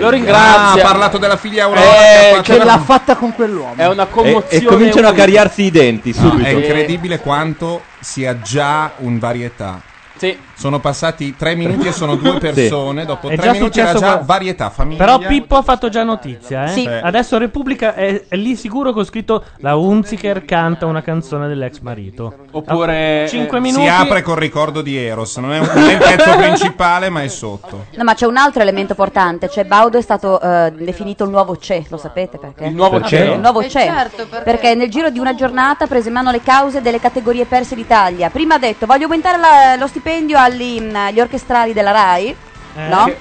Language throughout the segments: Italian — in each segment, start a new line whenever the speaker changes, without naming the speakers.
Lo ringrazio.
Ah, ha parlato della figlia Aurora.
Eh,
che ha
che
fatto- Eh,
l'ha fatta con quell'uomo.
È una Ah.
commozione
E, e cominciano a cariarsi i denti
No,
subito.
è incredibile quanto sia già un varietà.
Sì.
Sono passati tre minuti e sono due
Sì.
persone. Dopo
È
tre
già
minuti era
successo
già
qua-
varietà, famiglia.
Però Pippo ha fatto già notizia, eh?
Sì.
Adesso Repubblica è, è lì sicuro che ho scritto La Hunziker canta una canzone dell'ex marito. Ah,
Oppure eh,
5 minuti.
si apre col ricordo di Eros. Non è, un, non è il pezzo principale, ma è sotto.
No, ma c'è un altro elemento importante, cioè Baudo è stato eh, definito il nuovo CE, lo sapete perché?
Il nuovo
Vabbè,
CE?
Il nuovo
Eh,
CE.
certo, perché-
perché? nel giro di una giornata ha preso in mano le cause delle categorie perse d'Italia. Prima ha detto voglio aumentare la- lo stipendio agli, mh, agli orchestrali della RAI, no?
Che,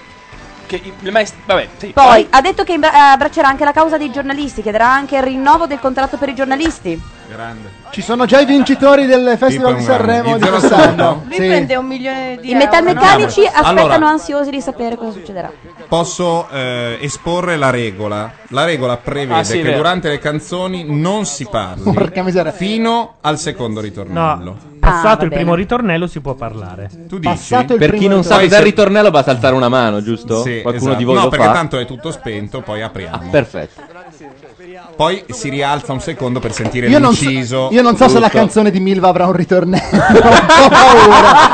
che i- il maestro. Vabbè, sì.
Poi ha detto che imbra- abbraccerà anche la causa dei giornalisti, chiederà anche il rinnovo del contratto per i giornalisti.
Grande.
Ci sono già i vincitori del Festival di
Tipo un grande.
Sanremo
Il
di
zero
quest'anno.
Lui prende un milione di
I
euro, no?
metalmeccanici
no?
aspettano
Allora-
ansiosi di sapere cosa succederà.
Posso eh, esporre la regola. La regola prevede
Ah, sì,
che
vero.
durante le canzoni non si parli
Porca miseria.
fino al secondo ritornello.
Ah,
Ah,
Passato il primo ritornello si può parlare.
Tu dici?
Passato
per chi non sa
Poi
cos'è il
se-
ritornello, basta alzare una mano, giusto?
Sì,
Qualcuno
esatto.
di voi
no,
lo
perché
fa.
tanto è tutto spento, poi apriamo.
Ah,
Perfetto.
Poi si rialza un secondo per sentire
Io non, so,
l'ucciso.
io non so se la
Giusto.
canzone di Milva avrà un ritornello. Ho un po' paura.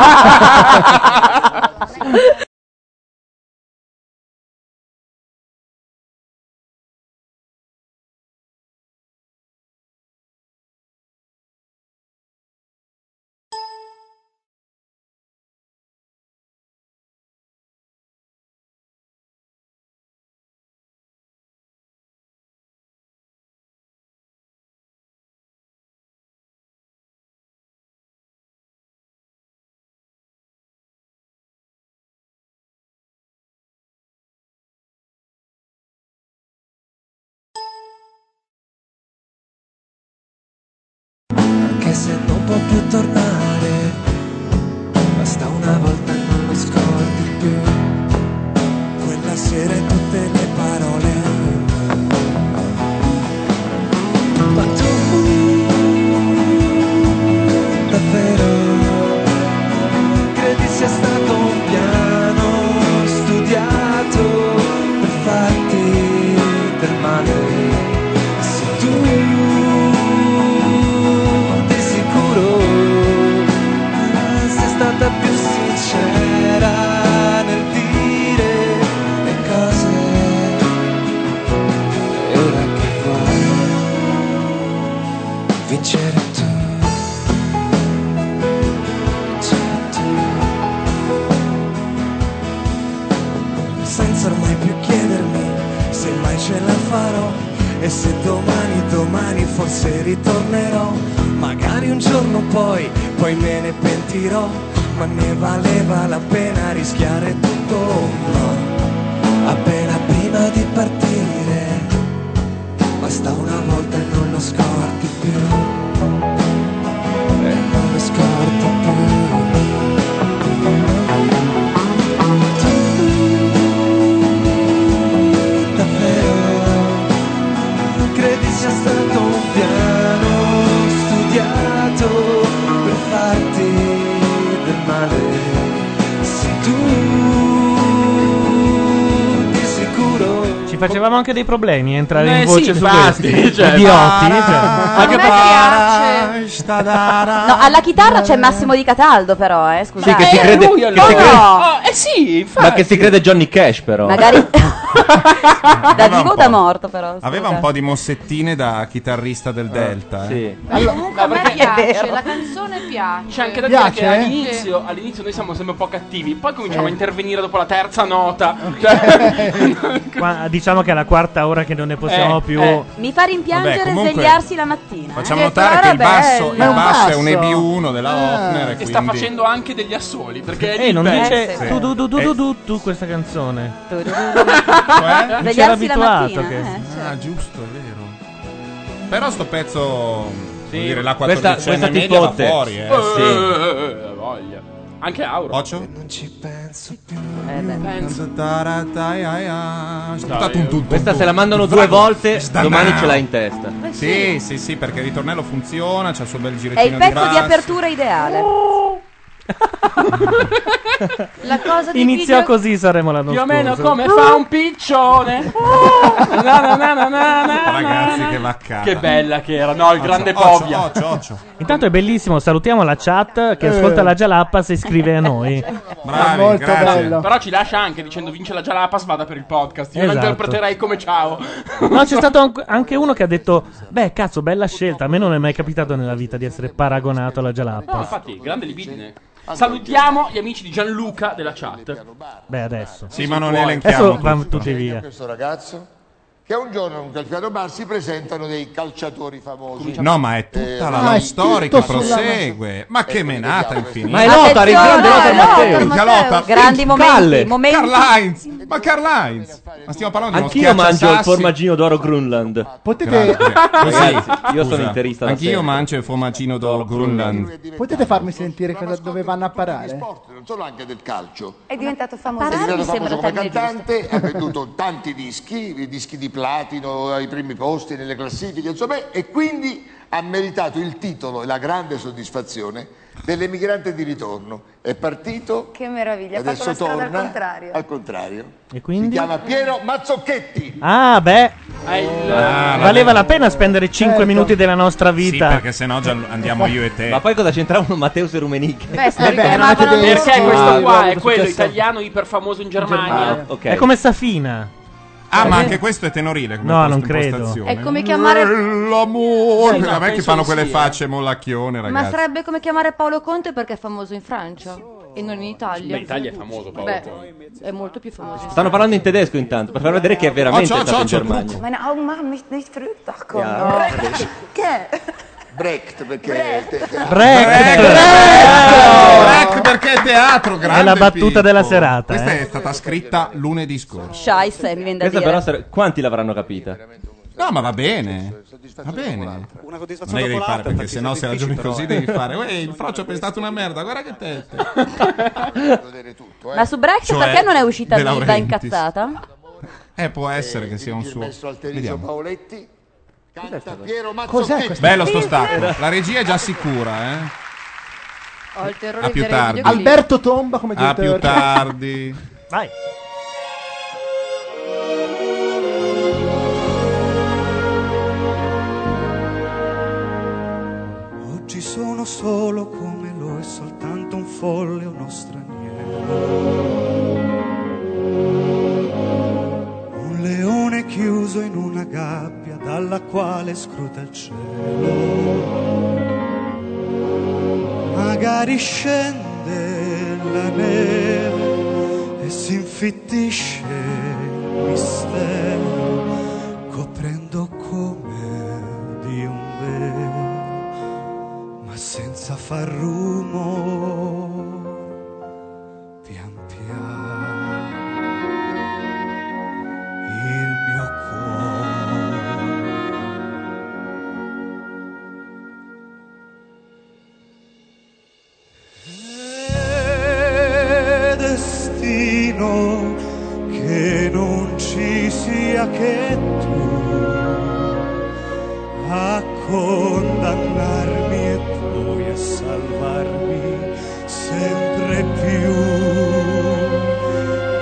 Che se non può più tornare, basta una volta e non lo scordi più. Quella sera e tutte le parole. Ma tu, davvero, credi sia stato un piano studiato per farti del male? Se tu di sicuro sei stata più sincera nel dire le cose e ora che vuoi vincere tu vincere tu. senza ormai più chiedermi se mai ce la farò e se domani, domani forse ritornerò Magari un giorno poi, poi me ne pentirò Ma ne valeva la pena rischiare tutto No, appena prima di partire Basta una volta e non lo scordi più E non lo scordi più Davvero credi sia stato un piano studiato per farti del male. Se tu di sicuro
Ci facevamo anche dei problemi a entrare
Eh
in
sì,
voce su
infatti,
questi
cioè,
idioti.
para-
cioè.
Anche
No, alla chitarra c'è Massimo Di Cataldo però, eh, scusate.
Sì, che si crede- che si crede-
eh sì,
Ma che si crede Johnny Cash, però.
Magari da
Aveva
vivo o
un
da
po'.
morto però.
Aveva un po' di mossettine da chitarrista
Ah,
del Delta. eh.
Beh, comunque a me
piace,
piace.
la canzone piace.
C'è anche da dire che
eh?
Eh, Piace?
all'inizio, all'inizio noi siamo sempre un po' cattivi, poi cominciamo
Sì.
a intervenire dopo la terza nota. Cioè,
Qua- diciamo che è la quarta ora che non ne possiamo
Eh,
più.
eh.
Mi fa rimpiangere
Vabbè, comunque-
svegliarsi la mattina.
Facciamo
eh.
notare che il basso, il
Ma è un
basso è
basso.
un EB1 della
Ah.
Hoffner.
e sta
quindi-
facendo anche degli assoli. Perché
Ehi,
è lì
Eh, non
il
dice tu,
pezzo.
tu, tu, tu,
Eh.
tu, tu, tu questa canzone. Non c'era
Svegliarsi la
abituato
mattina.
che-
eh, certo.
Cioè? Ah, giusto, è vero. Però sto pezzo, vuol dire, la
Questa-
14
questa ti
media va
fotte.
fuori, eh.
Eh, sì.
Eh, voglia. Anche Auro.
Non
ci penso più.
Eh,
Penso.
eh,
Questa se la mandano due volte, domani ce l'ha in testa.
Sì, sì, sì, perché il ritornello funziona, c'è il suo bel
È il
girettino di
pezzo di
basso.
apertura ideale.
La cosa di
Iniziò
video-
così Sanremo l'anno
Più o
scorso.
meno come fa un piccione. Na, na, na, na, na, na.
Ragazzi, che vaccata.
Che bella che era, no? Il grande
Occio,
Povia.
occio, occio.
Intanto è bellissimo, salutiamo la chat che
Eh.
ascolta la Jalappa se iscrive a noi.
Bravi, Molto grazie. bello.
Però ci lascia anche dicendo vince la Jalapas, vada per il podcast. Io la
Esatto.
interpreterei come ciao.
No, c'è stato anche- anche uno che ha detto: Beh, cazzo, bella scelta. A me non è mai capitato nella vita di essere paragonato alla
No,
Jalappa.
infatti, grande libidine. Salutiamo gli amici di Gianluca della chat.
Beh, adesso.
Sì, ma non
Adesso vanno tutti via.
Questo ragazzo che un giorno in un calcolato bar si presentano dei calciatori famosi.
No, ma è tutta la
Ah,
lore
è
storica,
tutto sulla- Eh,
prosegue. Ma che menata infinita.
Ma è Lothar, il grande Lothar Attenzione, eh, Matteo. Lothar
Minchia,
Matteo.
Lothar.
Grandi
Minchia,
momenti,
Calle.
momenti.
Karl Heinz. Ma Karl Heinz. Ma stiamo parlando di uno
Anch'io mangio il
schiacciasassi.
formaggino d'oro Grunland.
Potete-
Ragazzi, io sono
Scusa,
interista. da
Anch'io
sempre.
mangio il formaggino d'oro Grunland.
Potete farmi sentire cosa- dove vanno a parare?
Non solo anche del calcio.
È diventato famoso.
È diventato famoso come cantante, ha venduto tanti dischi, i dischi di platino ai primi posti nelle classifiche, insomma, e quindi ha meritato il titolo e la grande soddisfazione dell'emigrante di ritorno. È partito
Che meraviglia, ha fatto
adesso
la strada al
torna
contrario.
al contrario.
E quindi?
Si chiama Piero Mazzocchetti.
Ah, beh.
Ah,
Valeva la pena spendere 5
Certo.
minuti della nostra vita.
perché sennò già andiamo io e te.
Ma poi cosa c'entravano Matteo e
Eh
Rummenigge?
Beh, se lo Vabbè, Chiamavano
Ma perché
Lucio.
questo
Ah,
qua è
successo.
quello italiano iperfamoso in Germania.
Ah, È come Safina. Eh.
Ah, ma anche questo è tenorile. Come Mm.
No, non
posta-
credo.
impostazione.
È come chiamare-
L'amore.
Sì, no,
a me che
penso
fanno
di
quelle
sì, eh.
facce mollacchione, ragazzi.
Ma sarebbe come chiamare Paolo Conte perché è famoso in Francia e non in Italia.
Beh, Italia è famoso, Paolo
Beh,
Conte.
È molto più famoso.
Stanno parlando in tedesco intanto, per far vedere che è veramente
Oh, ciao,
stato in
ciao, ciao,
Germania.
Meine
oh,
Augen machen mich nicht verrückt. Ach komm.
Ja.
No.
Brecht.
Che?
Brecht perché te- te-
Brecht.
Brecht perché è teatro, grande
È la battuta
Pippo.
della serata,
Questa
eh.
è stata scritta lunedì scorso.
Scheisse, mi viene da
Questa
dire.
però sare- quanti l'avranno capita?
No, ma va bene. Va bene.
Una
Non è che devi fare perché se no se ragioni
eh.
così devi fare. Uè, il frocio è pensato una merda, guarda che tette.
eh.
Ma su Brecht
Cioè,
perché non è uscita
De
viva
Laurentiis.
incazzata?
Eh, può essere che sia un suo.
messo al Teresio
Vediamo.
Paoletti canta Piero Mazzocchetti.
Bello sto stacco. La regia è già sicura, eh.
Ho il terrore
A
di
più
vedere il
tardi.
videoclip.
Alberto Tomba come
A
direttore.
più tardi.
Vai.
Oggi sono solo come lo è soltanto un folle, uno straniero. Un leone chiuso in una gabbia dalla quale scruta il cielo. Magari scende la neve e si infittisce il mistero, coprendo come di un velo ma senza far rumore. Pian piano il mio cuore. E destino che non ci sia che tu a condannarmi e poi a salvarmi sempre più.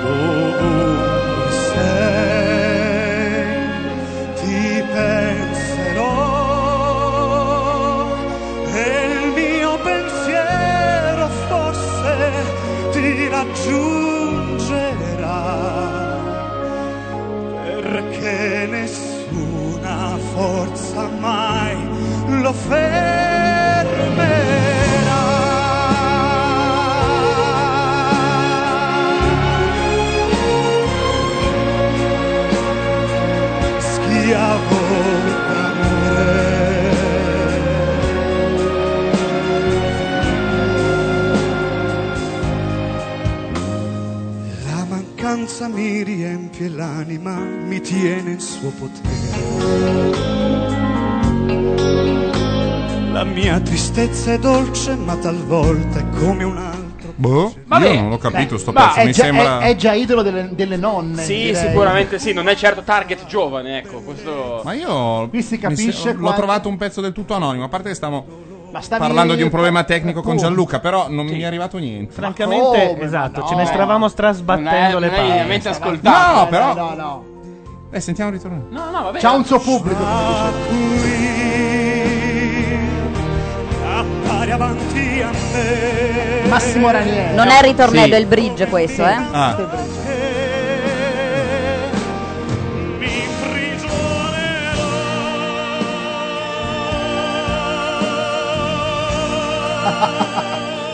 Dovunque sei, ti penserò e il mio pensiero forse ti raggiungerà perché nessuna forza mai lo fermerà. Schiavo La mancanza mi riempie l'anima, mi tiene in suo potere. La mia tristezza è dolce, ma talvolta è come un altro.
Boh,
Vabbè.
io non l'ho capito sto
Beh,
pezzo,
È
mi
già,
sembra
è- è già idolo delle, delle nonne.
Sì,
direi.
sicuramente sì, non è certo target giovane, ecco, questo
Ma io
Qui si
mi
capisce
se- l'ho
quanto-
trovato un pezzo del tutto anonimo, a parte che stiamo
stavi-
parlando di un problema tecnico con
Appunto.
Gianluca, però non
Sì.
mi è arrivato niente.
Francamente, esatto, ce
eh.
ne stavamo strasbattendo le palle.
No, però.
No, no.
Eh, sentiamo ritornare.
No, no, vabbè.
C'ha un suo pubblico.
Appare avanti a me.
Massimo
Ranieri.
Non è il ritornello,
Sì.
è il bridge questo, eh.
Ah.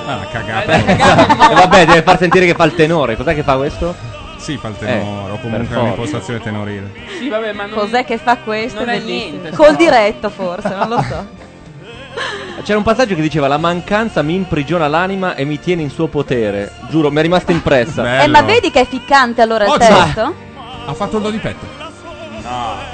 Ah, cagata.
Eh, Vabbè, deve far sentire che fa il tenore. Cos'è che fa questo?
Sì, fa il
Eh,
tenore, o
per
comunque è
forza.
un'impostazione tenorile.
Sì, vabbè, ma non...
Cos'è che fa questo?
Non è
Bellissimo.
niente,
Col
no.
diretto forse, non lo so.
C'era un passaggio che diceva: La mancanza mi imprigiona l'anima e mi tiene in suo potere. Giuro, mi è rimasta impressa.
Eh, ma vedi che è ficcante allora il
Oggi-
testo?
Ha fatto il do di petto. No.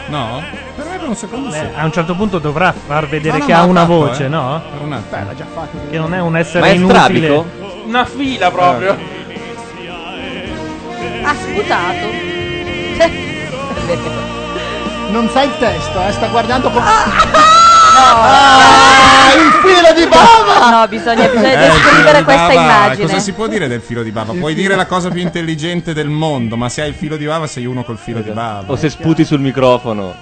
No? Per me per un
Eh.
secondo sì.
Beh, a un certo punto dovrà far vedere
No, no,
che
ma
ha
ha
una
fatto,
voce,
eh.
no?
Per un attimo.
L'ha già fatto.
Che non è un essere
Ma è
inutile.
strabico?
Una fila proprio.
Eh.
Ha sputato.
Non sa il testo, eh, sta guardando con...
Ah!
eh,
il filo di bava! Ah! No, bisogna, bisogna
Eh,
descrivere
il filo di
questa
bava,
immagine.
Cosa si può dire del filo di bava?
Il
Puoi
filo-
dire la cosa più intelligente del mondo, ma se hai il filo di bava sei uno col filo
Esatto.
di bava.
O se sputi sul microfono.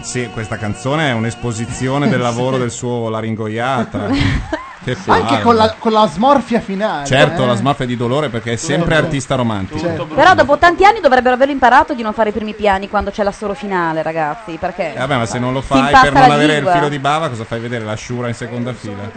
Sì, questa canzone è un'esposizione del lavoro del suo laringoiatra. Che fa?
Anche con la, con la smorfia finale.
Certo,
eh.
la smorfia di dolore perché è sempre
Certo.
artista romantico.
Però dopo tanti anni dovrebbero aver imparato di non fare i primi piani quando c'è la solo finale, ragazzi. Perché?
Eh, Vabbè, ma se non lo
Si
fai
impasta
per non
la
avere
lingua.
il filo di bava, cosa fai vedere? La sciura in seconda fila.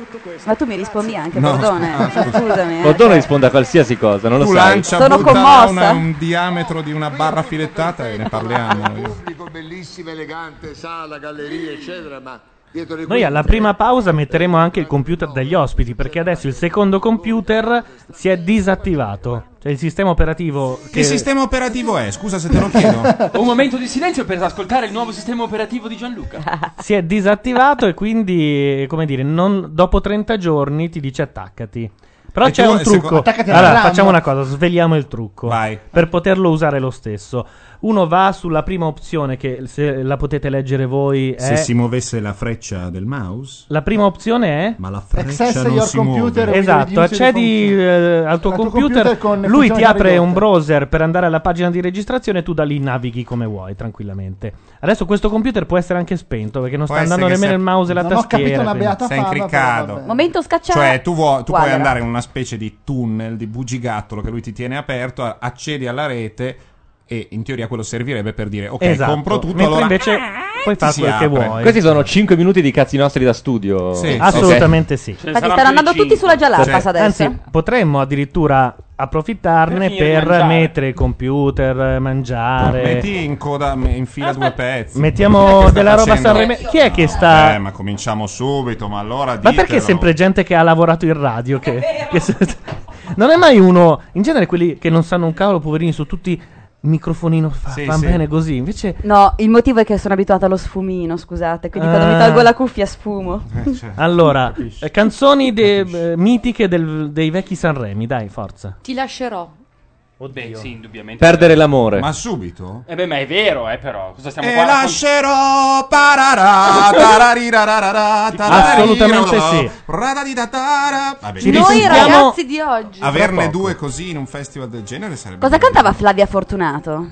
Ma tu mi rispondi anche,
No, Ah,
Bordone.
scusa.
Cioè, Scusami. eh.
Odone risponde a qualsiasi cosa, non lo
tu
sai.
lancia
Sono
butta là
commossa.
una- un diametro di una barra filettata e ne parliamo.
Pubblico bellissima, elegante, sala, galleria, eccetera, ma dietro le
Noi alla prima pausa metteremo anche il computer degli ospiti, perché adesso il secondo computer si è disattivato. Cioè il sistema operativo.
Che sistema operativo è? Scusa se te lo chiedo.
Un momento di silenzio per ascoltare il nuovo sistema operativo di Gianluca.
Si è disattivato e quindi, come dire, non- dopo 30 giorni ti dice attaccati. Però
E
c'è
tu,
un
eh, secondo-
trucco.
Attaccati alla
allora,
RAM.
facciamo una cosa, sveliamo il trucco. Per poterlo usare lo stesso. Uno va sulla prima opzione, che se la potete leggere voi è...
Se si muovesse la freccia del mouse.
La prima opzione è...
Ma la
freccia Access non your si muove. computer with
Esatto,
the user
accedi eh, al tuo
Al tuo
computer,
computer con
lui ti
funzioni
apre
ridotte.
un browser per andare alla pagina di registrazione e tu da lì navighi come vuoi, tranquillamente. Adesso questo computer può essere anche spento perché non
Può
sta
essere
andando
che
nemmeno
sia-
il mouse e la
Non ho
tastiera.
capito una
quindi.
beata Sei fama, però incriccato. vabbè.
Momento scacciato.
Cioè, tu, vuoi- tu puoi
Guarda.
andare in una specie di tunnel di bugigattolo che lui ti tiene aperto, a- accedi alla rete e in teoria quello servirebbe per dire ok,
Esatto,
compro tutto,
mentre
allora
invece puoi
ti
fare
si
quello che
apre.
vuoi.
Questi sono 5 minuti di cazzi nostri da studio.
Sì, assolutamente sì.
Infatti stanno andando tutti sulla
Cioè,
Jalapas adesso.
Anzi, potremmo addirittura approfittarne
Per
per,
finire di mangiare.
mettere il computer, eh, mangiare.
Metti in coda, in fila due pezzi.
Mettiamo
Che sta
della roba
facendo?
sanremese. Chi è che sta.
Eh, ma cominciamo subito, ma allora
Ma perché è
ditelo.
sempre gente che ha lavorato in radio? Che, che s- non è mai uno. In genere quelli che non sanno un cavolo, poverini, su tutti il microfonino fa,
Sì,
fan
sì.
bene così. Invece.
No, il motivo è che sono abituata allo sfumino, scusate. Quindi quando mi
Ah.
tolgo la cuffia sfumo.
Allora, eh, canzoni de- eh, mitiche del- dei vecchi Sanremi, dai, forza.
Ti lascerò.
Beh, sì, indubbiamente.
Perdere l'amore.
Ma subito?
Eh beh, ma è vero, eh, però. Cosa stiamo
E
qua?
lascerò pararà, tararirarararà, tararirararà.
Assolutamente sì.
Radadidatara. Vabbè,
Ci
Noi
risentiamo-
ragazzi di oggi.
Averne due così in un festival del genere sarebbe.
Cosa cantava Flavia Fortunato?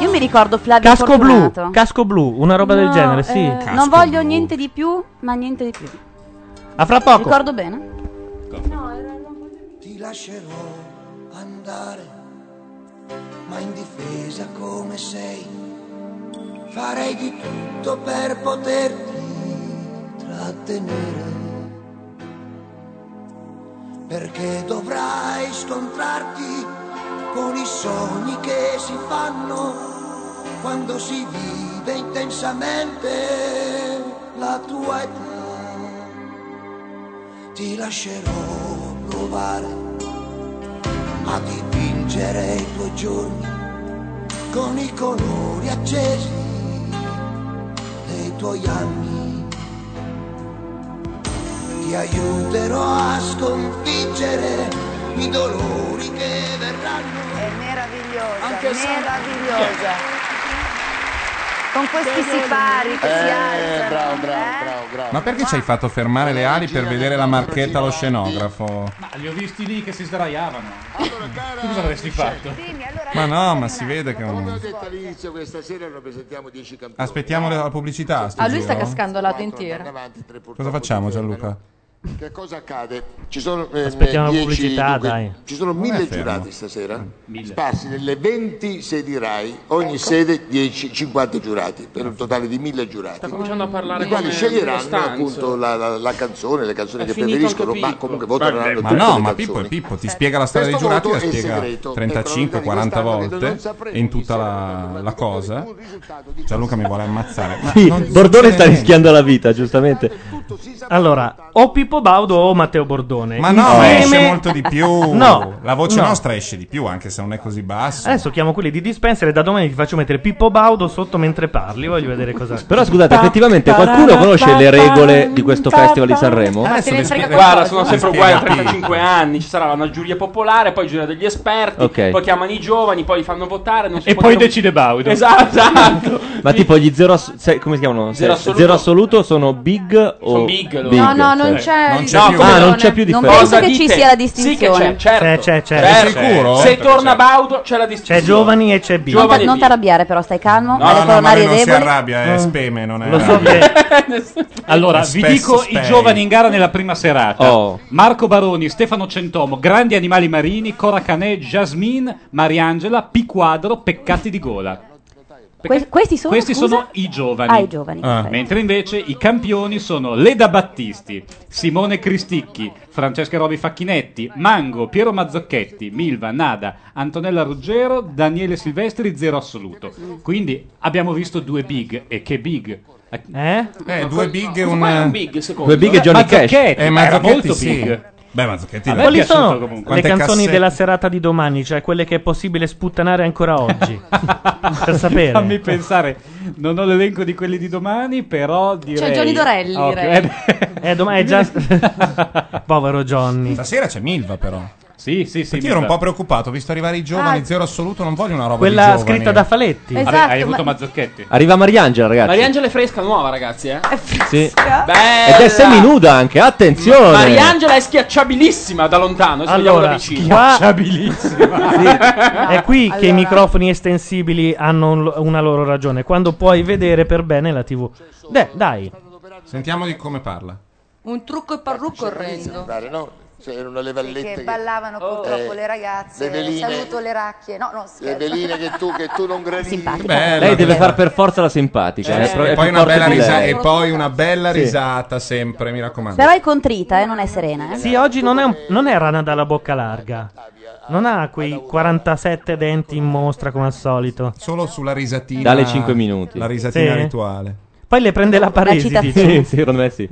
Io mi ricordo Flavia
Casco blu,
Fortunato.
casco blu, una roba del
No,
genere, sì.
eh, non voglio niente di più, ma niente di più.
A fra poco.
Ricordo bene?
Ti lascerò andare, ma indifesa come sei. Farei di tutto per poterti trattenere. Perché dovrai scontrarti con i sogni che si fanno quando si vive intensamente la tua età. Ti lascerò provare a dipingere i tuoi giorni con i colori accesi dei tuoi anni. Ti aiuterò a sconfiggere i dolori che verranno.
È meravigliosa,
Anche se-
meravigliosa.
Con questi sipari che si alzano.
Eh, bravo,
Eh?
bravo, bravo, bravo.
Ma perché ci hai fatto fermare le ali per vedere la marchetta allo scenografo?
Ma Ah, li ho visti lì che si sdraiavano. tu cosa avresti fatto?
Ma no, ma si vede che è
Come ho
un...
detto all'inizio, questa sera noi presentiamo 10 campioni.
Aspettiamo la pubblicità. a sto
Ah, lui sta
giro.
cascando la dentiera.
Cosa facciamo Gianluca?
Che cosa accade? Ci sono, eh,
Aspettiamo la
10,
pubblicità,
dunque,
dai.
Ci sono
Non è
mille
fermo.
giurati
Mm,
stasera, sparsi nelle 20 sedi RAI, ogni
Ecco.
sede 10, 50 giurati, per un totale di 1000 giurati.
Sta cominciando a parlare
I quali
come uno
sceglieranno
stanzo.
appunto la, la- la canzone, le canzoni
È
che
finito
preferiscono,
anche Eh.
ma
Pippo.
comunque voteranno
Ma
tutte
no,
Eh, le
ma
canzoni.
Pippo è Pippo, ti spiega la storia dei
Questo
giurati, la
voto è
spiega
segreto,
35-40 volte in tutta la, la cosa. Gianluca mi vuole ammazzare. Ma non-
Bordone sta rischiando la vita, giustamente.
Allora, o Pippo Baudo o Matteo Bordone.
Ma no, ma
Insieme-
esce molto di più.
No,
la voce
no.
nostra esce di più, anche se non è così bassa.
Adesso chiamo quelli di Dispenser e da domani ti faccio mettere Pippo Baudo sotto mentre parli. Voglio vedere cosa.
Però scusate, effettivamente qualcuno conosce le regole di questo festival di Sanremo?
Ma se ne frega
spiega-
Guarda, Eh, sono
mi
sempre
spiega
uguali a
Pippo.
35 anni. Ci sarà una giuria popolare, poi giuria degli esperti,
Ok.
poi chiamano i giovani, poi li fanno votare. Non si
E
può
poi
dire-
decide Baudo.
Esatto, esatto.
Ma tipo gli zero, ass- se- come si chiamano?
Zero
Se-
assoluto.
zero assoluto sono big o
Sono big, loro.
No, no, non
sì.
c'è Non c'è
Ah,
più.
non
Coglione.
c'è più
Non
differenza.
penso che ci
dite?
sia la
Sì che c'è,
distinzione.
certo.
C'è, c'è, c'è.
Certo.
C'è. sicuro?
Se
Certo che
torna Baudo, c'è la distinzione.
C'è giovani e c'è B.
Non, ti- non ti arrabbiare, però, stai calmo.
No,
hai le
no, no,
coronarie
ma lui non si
deboli.
arrabbia,
Ah.
eh, speme, non è.
Lo so che-
Allora, vi
Spesso
dico
spei.
i giovani in gara nella prima serata.
Oh.
Marco Baroni, Stefano Centomo, Grandi Animali Marini, Cora Canè, Jasmine, Mariangela, P Quadro, Peccati di Gola.
Que- questi sono,
Questi
scusa?
sono i giovani.
Ah, i giovani, Ah. perfetto.
Mentre invece i campioni sono Leda Battisti, Simone Cristicchi, Francesca Robi Facchinetti, Mango, Piero Mazzocchetti, Milva, Nada, Antonella Ruggero, Daniele Silvestri, Zero Assoluto. Quindi abbiamo visto due big. E che big?
Eh?
Eh, due big e
Ma
un.
qua è un big, secondo
Due big e Johnny Cash.
Eh,
ma era
Mazzocchetti
molto
sì.
big.
Beh, Mazzocchetti
A
no.
me è
Quali
piaciuto
Ah, sono
comunque.
le
Quante
canzoni
cassette?
della serata di domani? Cioè quelle che è possibile sputtanare ancora oggi? per sapere.
Fammi pensare, non ho l'elenco di quelli di domani, però direi...
Johnny Dorelli,
Ah, ok.
direi.
Eh, domani è già. Povero Johnny.
Stasera c'è Milva, però.
Sì, sì,
Perché io ero un po' preoccupato, ho visto arrivare i giovani,
Ah.
zero assoluto, non voglio una roba
Quella
di giovani.
scritta da Faletti.
Esatto, Vabbè, hai avuto ma-
Mazzocchetti.
Arriva Mariangela, ragazzi.
Mariangela è fresca nuova, ragazzi, eh.
Sì.
Bella.
Ed è seminuda anche, attenzione.
Mariangela è schiacciabilissima da lontano, se vediamo da
Allora,
vicino.
qua-
Sì.
È qui che i
Allora-
microfoni estensibili hanno un- una loro ragione. Quando puoi vedere per bene la TV. Beh, dai.
Sentiamo di come parla.
Un trucco e parrucco orrendo.
Pare, no? Cioè, erano le vallette
Che
che-
ballavano purtroppo
Eh,
le ragazze.
le veline.
Saluto le racchie. No, no,
le
scherzo.
veline che tu, che tu non gradisci.
Lei deve far per forza la simpatica.
Eh,
è pro- è
e, poi
più
una
forte
bella
di
risa-
lei.
e poi una bella
Sì.
risata, sempre, mi raccomando.
Però è contrita, eh, non è serena. Eh.
Sì, oggi non è, un- non è rana dalla bocca larga. Non ha quei 47 denti in mostra come al solito.
Solo sulla risatina.
Dalle 5 minuti.
La risatina rituale.
Poi le prende la paresi.
Sì,
dice.
sì, secondo me sì.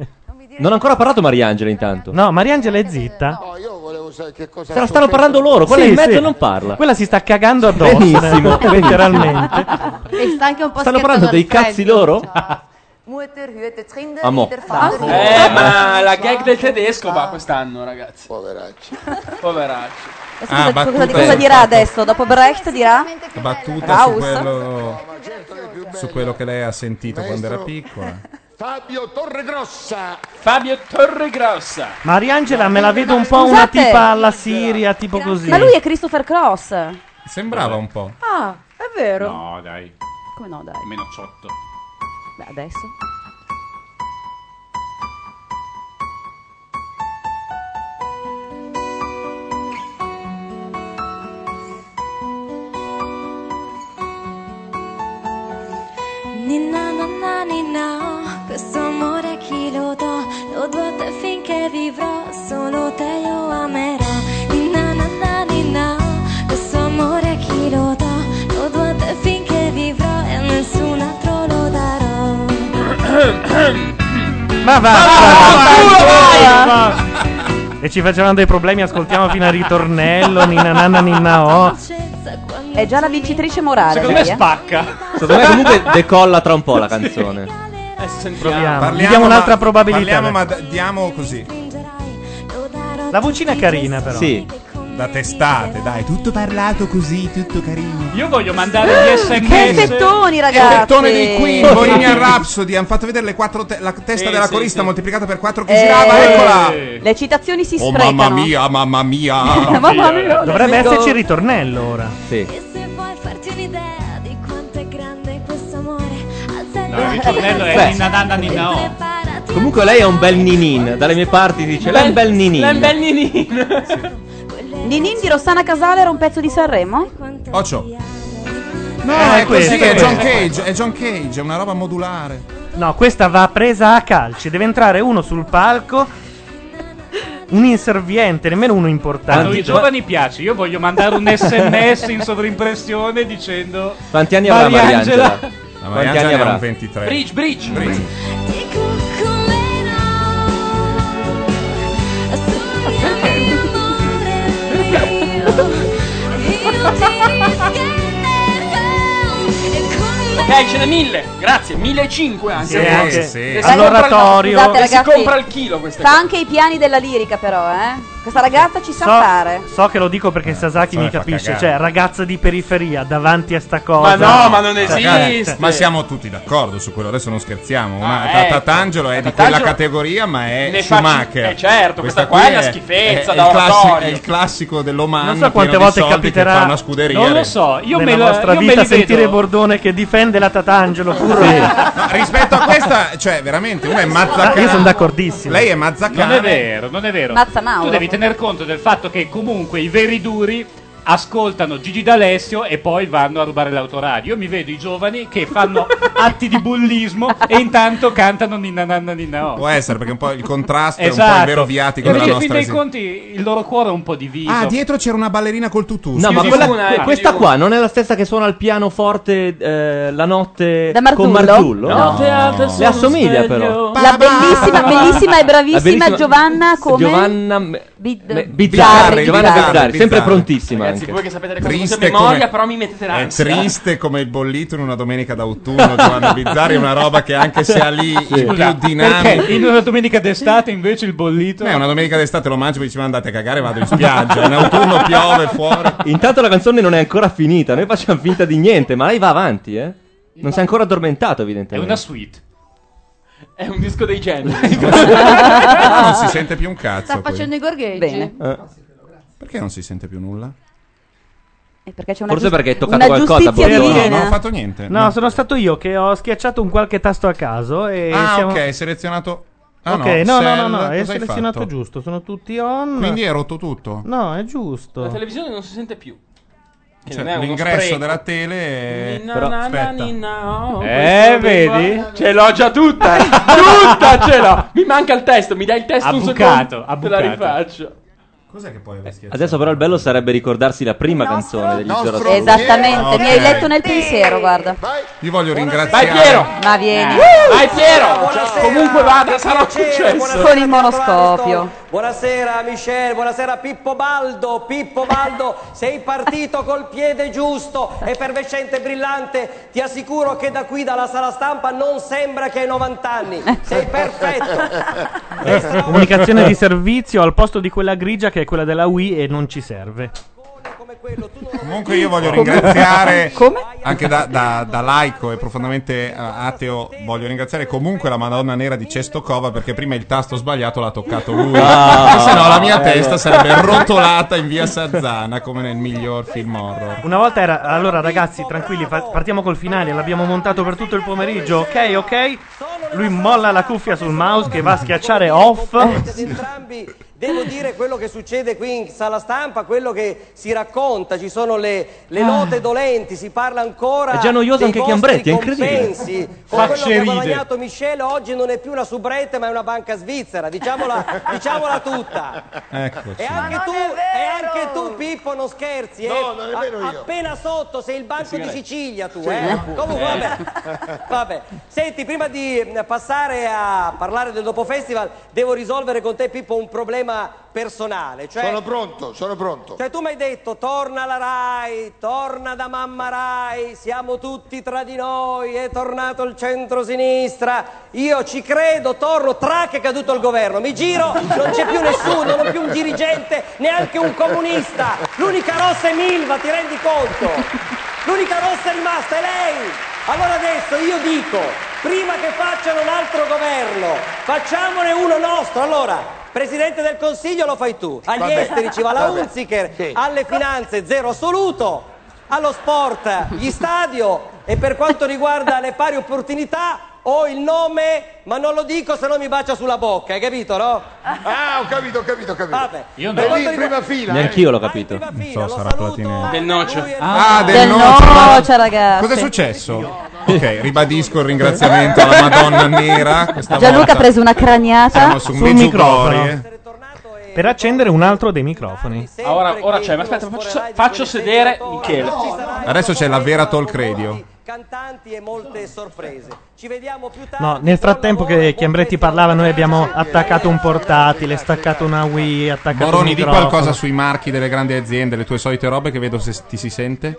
Non ha ancora parlato Mariangela intanto.
No, Mariangela è zitta.
No, io volevo sapere che cosa...
Se la stanno parlando loro, quella in mezzo non parla.
Quella si sta cagando addosso.
Benissimo,
eh, letteralmente.
E sta anche un po'
Stanno
scherzando
parlando
al
dei cazzi
freddo.
loro?
Mueter, hüete, trinde,
Ah, mo.
lieder, fader,
Eh,
lieder.
ma la gag del tedesco va quest'anno, ragazzi.
Poveracci.
Poveracci.
Scusa,
Ah,
cosa, cosa dirà adesso? Dopo Brecht dirà?
La battuta
Raus.
su quello, su quello che lei ha sentito quando era piccola.
Fabio Torregrossa.
Fabio Torregrossa.
Mariangela me la vedo un po' una
Scusate.
tipa alla Siria, tipo così.
Ma lui è Christopher Cross.
Sembrava un po'.
Ah, è vero.
No, dai.
Come no, dai?
Meno ciotto.
Beh, adesso.
Ninna nanna ninna, questo amore chi lo do? Lo do a te finché vivrò, solo te io amerò. Ninna nanna ninna, questo amore chi lo do? Lo do a te finché vivrò e a nessun altro lo darò.
Ma va, va, va, va, va. E ci facevano dei problemi, ascoltiamo fino al ritornello, ninna nanna ninna oh.
È già la vincitrice morale. lei, eh.
spacca. Secondo me comunque decolla tra un po' la canzone.
Proviamo. Gli
Parliamo,
diamo
ma-
un'altra probabilità.
Parliamo, ma d- diamo così.
La vocina è carina, però.
Sì.
Da testate, dai, tutto parlato così, tutto carino.
Io voglio mandare gli sms.
Che fettoni, ragazzi!
Pettone dei Queen, Bohemian Rhapsody, hanno fatto vedere le quattro te- la testa
Sì,
della
sì,
corista
sì.
moltiplicata per quattro che
Eh,
girava, eccola!
Le citazioni si
Oh
sprecano.
mamma mia, mamma mia!
Mamma
eh,
mia.
Dovrebbe
Ecco.
esserci il ritornello ora.
Sì.
Se vuoi farti un'idea di quanto è grande questo amore, alza gli
No, il ritornello è
occhi
ninna nanna
e
ninna o.
preparati
Comunque lei è un bel ninin. Dalle mie parti dice: Lei è un bel ninin.
lei è un bel
ninin.
Ninin di Rossana Casale era un pezzo di Sanremo?
Occio. No,
Eh,
è così,
questo,
è John
questo.
Cage, è John Cage, è una roba modulare.
No, questa va presa a calci. Deve entrare uno sul palco. Un inserviente, nemmeno uno
A noi
importante.
giovani piace, io voglio mandare un sms in sovrimpressione dicendo...
Quanti anni
avrà
avrà
Mariangela?
Mariangela?
Mariangela?
La Mariangela ne ha un 23.
Bridge, bridge.
Ok, ce n'è mille. Grazie, 1500 anche.
Sì,
a volte.
anche.
Se
Sì.
si compra il-
All'oratorio.
Scusate,
Scusate,
ragazzi,
ragazzi,
si compra il chilo queste
Sta anche i piani della lirica, però, eh. Questa ragazza ci sa fare.
So, so che lo dico perché Sasaki
Eh, so
mi
che fa
capisce.
cagare.
Cioè, ragazza di periferia davanti a sta cosa.
Ragazzi,
Cioè,
Ma siamo tutti d'accordo su quello, adesso non scherziamo. Una,
Ah,
Ta-
ecco.
Tatangelo è di
Tatangelo-
quella categoria, ma è
Ne faccio-
Schumacher.
eh, certo, questa
qui
qua è una schifezza
è,
da
il classico,
oratorio.
è il classico dell'Oman.
Non so quante
pieno di
volte
soldi che
capiterà.
fa una scuderia.
Non
re-
lo so. Io
nella
me la
vostra
io me
vita
li sentire
vedo.
Bordone che difende la Tatangelo. Pure.
No, rispetto a
Ah,
questa, cioè, veramente, uno è mazzacana.
Ah, Io sono d'accordissimo.
Lei è mazzacana.
Non è vero, non è vero.
Mazza Mauro.
Tu devi tener conto del fatto che comunque i veri duri ascoltano Gigi D'Alessio e poi vanno a rubare l'autoradio. Io mi vedo i giovani che fanno atti di bullismo e intanto cantano ninna nanna ninna
Può
oh.
essere perché un po' il contrasto è un po'
Esatto.
il vero viatico
Perché
della
in fin
nostra
dei
esistenza.
conti il loro cuore è un po' diviso.
Ah, dietro c'era una ballerina col tutù.
No, ma
scusi.
quella-
eh.
questa qua non è la stessa che suona al pianoforte eh, la notte
Da Marzullo?
con Marzullo?
No. Notte alta
Le
sono
assomiglia
sveglio.
però.
La bellissima, bellissima e
La bellissima-
bravissima Giovanna come?
Giovanna Me-
Bid-
Me- Bizzarri,
Bizzarri,
Giovanna
Bizzarri.
Bizzarri, sempre
Bizzarri.
prontissima
Ragazzi,
anche.
voi che sapete le cose
Triste
a memoria,
come-
però mi mettete
È
l'ansia.
triste come il bollito in una domenica d'autunno. Giovanna Bizzarri è una roba che anche se ha lì i più
Perché
dinamici.
in una domenica d'estate invece il bollito
Beh, una domenica d'estate lo mangio e mi dice: "Ma andate a cagare, vado in spiaggia. In autunno piove fuori.
Intanto la canzone non è ancora finita, noi facciamo finta di niente, ma lei va avanti, eh. Non si è ancora addormentato,
è una
evidentemente.
suite.
È un disco dei generi.
non si sente più un cazzo.
Sta
poi.
facendo i gorgheggi.
Bene.
Eh,
Perché non si sente più nulla?
E Eh, perché c'è una
Forse
giust-
perché hai toccato
una
qualcosa,
giustizia
Bordone.
divina.
No, non ho fatto niente.
No, sono stato io che ho schiacciato un qualche tasto a caso. E
Ah,
siamo-
ok, selezionato. Ah,
ok, no, no, no, no,
Sell,
è
cosa hai
selezionato
fatto?
giusto. Sono tutti on.
Quindi è rotto tutto.
No, è
La
giusto.
televisione non si sente più. Che
Cioè,
non è uno
l'ingresso
spreco.
della tele è-
Ninna,
però-
nanna,
aspetta.
ninna, oh,
Eh,
questo dei
vedi?
guai- Ce l'ho già tutta! eh. tutta ce l'ho! Mi manca il testo, mi dai il testo
Ha
un
bucato,
secondo.
ha
Te la
bucato.
rifaccio.
Cos'è che poi aver schiacciato?
Adesso però il bello sarebbe ricordarsi la prima canzone degli
nostro-
Zero
Esattamente,
Ok.
mi hai letto nel pensiero, guarda.
Io voglio ringraziare.
Vai, Piero!
Ma vieni.
Vai Piero! Comunque vada, sarà un successo.
Con il monoscopio.
Buonasera Michel, buonasera Pippo Baldo, Pippo Baldo, sei partito col piede giusto, effervescente, brillante, ti assicuro che da qui dalla sala stampa non sembra che hai 90 anni, sei perfetto.
Eh, Comunicazione di servizio al posto di quella grigia che è quella della Wii e non ci serve.
Comunque io voglio
Come?
ringraziare
Come?
anche da, da- da laico e profondamente eh, ateo, voglio ringraziare comunque la Madonna Nera di Cestocova perché prima il tasto sbagliato l'ha toccato lui.
Ah.
se no la mia
Eh,
testa
no.
sarebbe rotolata in via Sarzana come nel miglior film horror.
Una volta era. Allora, ragazzi, tranquilli, fa- partiamo col finale. L'abbiamo montato per tutto il pomeriggio. Ok, ok. Lui molla la cuffia sul mouse che va a schiacciare off.
Eh,
Eh,
Ad entrambi devo dire quello che succede qui in sala stampa, quello che si racconta, ci sono le, le
Ah.
note dolenti, si parla ancora
È già noioso
dei
anche
vostri
Chiambretti, è incredibile.
compensi. Con
Facce
quello che ha
ride.
guadagnato Michele oggi non è più una subrette ma è una banca svizzera, diciamola, diciamola tutta.
Eccoci.
E anche, tu, e anche tu, Pippo, non scherzi, eh?
non è vero
A-
io.
appena sotto sei il Banco di
sigarette.
Sicilia tu,
Sì,
eh?
appunto.
Comunque, vabbè. vabbè. eh, Senti, prima di mm, passare a parlare del dopo festival, devo risolvere con te, Pippo, un problema problema personale. Cioè,
Sono pronto, sono pronto.
cioè, tu mi hai detto torna la Rai, torna da mamma Rai, siamo tutti tra di noi, è tornato il centro-sinistra, io ci credo, torno, tra che è caduto il governo, mi giro, non c'è più nessuno, non più un dirigente, neanche un comunista, l'unica rossa è Milva, ti rendi conto? L'unica rossa è rimasta è lei! Allora adesso io dico, prima che facciano un altro governo, facciamone uno nostro, allora... Presidente del Consiglio lo fai tu, agli
Vabbè.
esteri ci va la
Vabbè.
Hunziker,
Sì.
alle finanze zero assoluto, allo sport gli stadio e per quanto riguarda le pari opportunità ho il nome, ma non lo dico se no mi bacia sulla bocca, hai capito no?
Ah, ho capito, ho capito, ho capito.
Vabbè.
Io
Per
no.
quanto
Lì in prima fila, eh.
Neanch'io l'ho capito.
Non
so, sarà Platini.
Del nocio.
Ah, del
Del
nocio.
nocio, ragazzi.
Cosa è successo? Ok, ribadisco il ringraziamento alla Madonna Nera. Questa
Gianluca
volta
ha preso una craniata
siamo su
sul microfono.
Meggiugorie.
Per accendere un altro dei microfoni.
Ah, ora, ora c'è, ma aspetta, faccio, faccio sedere Michele.
Adesso c'è la vera Talk Radio.
cantanti e molte sorprese. Ci vediamo più tardi.
No, nel frattempo che Chiambretti parlava, noi abbiamo attaccato un portatile, staccato una Wii, attaccato
Moroni,
un
di
microfono.
qualcosa sui marchi delle grandi aziende, le tue solite robe che vedo se ti si sente.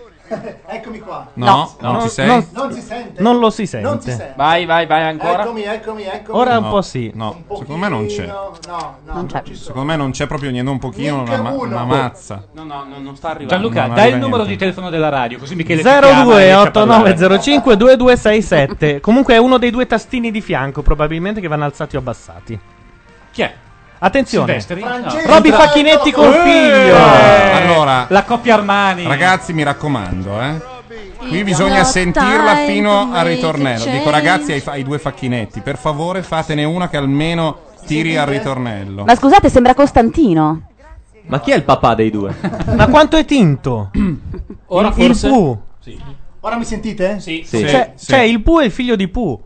Eccomi qua.
No, no, ci sei?
non-
Non si sente.
Non lo si sente.
Non si sente.
Vai, vai, vai ancora.
Eccomi, eccomi, eccomi.
Ora un
No,
po' sì.
No, secondo me non c'è.
No, no, no, non ci sono.
Secondo me non c'è proprio niente, un pochino,
Neanche
una, ma-
uno.
una mazza.
No, no, no, non sta arrivando.
No,
Gianluca,
non
dai il
arriva
numero
niente.
di telefono della radio, così Michele ti chiama e riesce a parlare.
0298905267. Comunque è uno dei due tastini di fianco, probabilmente che vanno alzati o abbassati.
Chi è?
Attenzione.
Silvestri? Eh!
Francesco. Robby Facchinetti col figlio.
Allora,
la coppia Armani.
Ragazzi, mi raccomando, eh. Qui bisogna sentirla fino al ritornello. Dico, ragazzi, ai, fa- ai due facchinetti, per favore fatene una che almeno tiri al ritornello.
Ma scusate, sembra Costantino.
Ma chi è il papà dei due?
Ma quanto è tinto?
Ora
il,
forse-
Il Pooh.
Ora mi sentite?
Sì.
Sì,
Cioè,
sì.
cioè, il Pooh è il figlio di Pooh.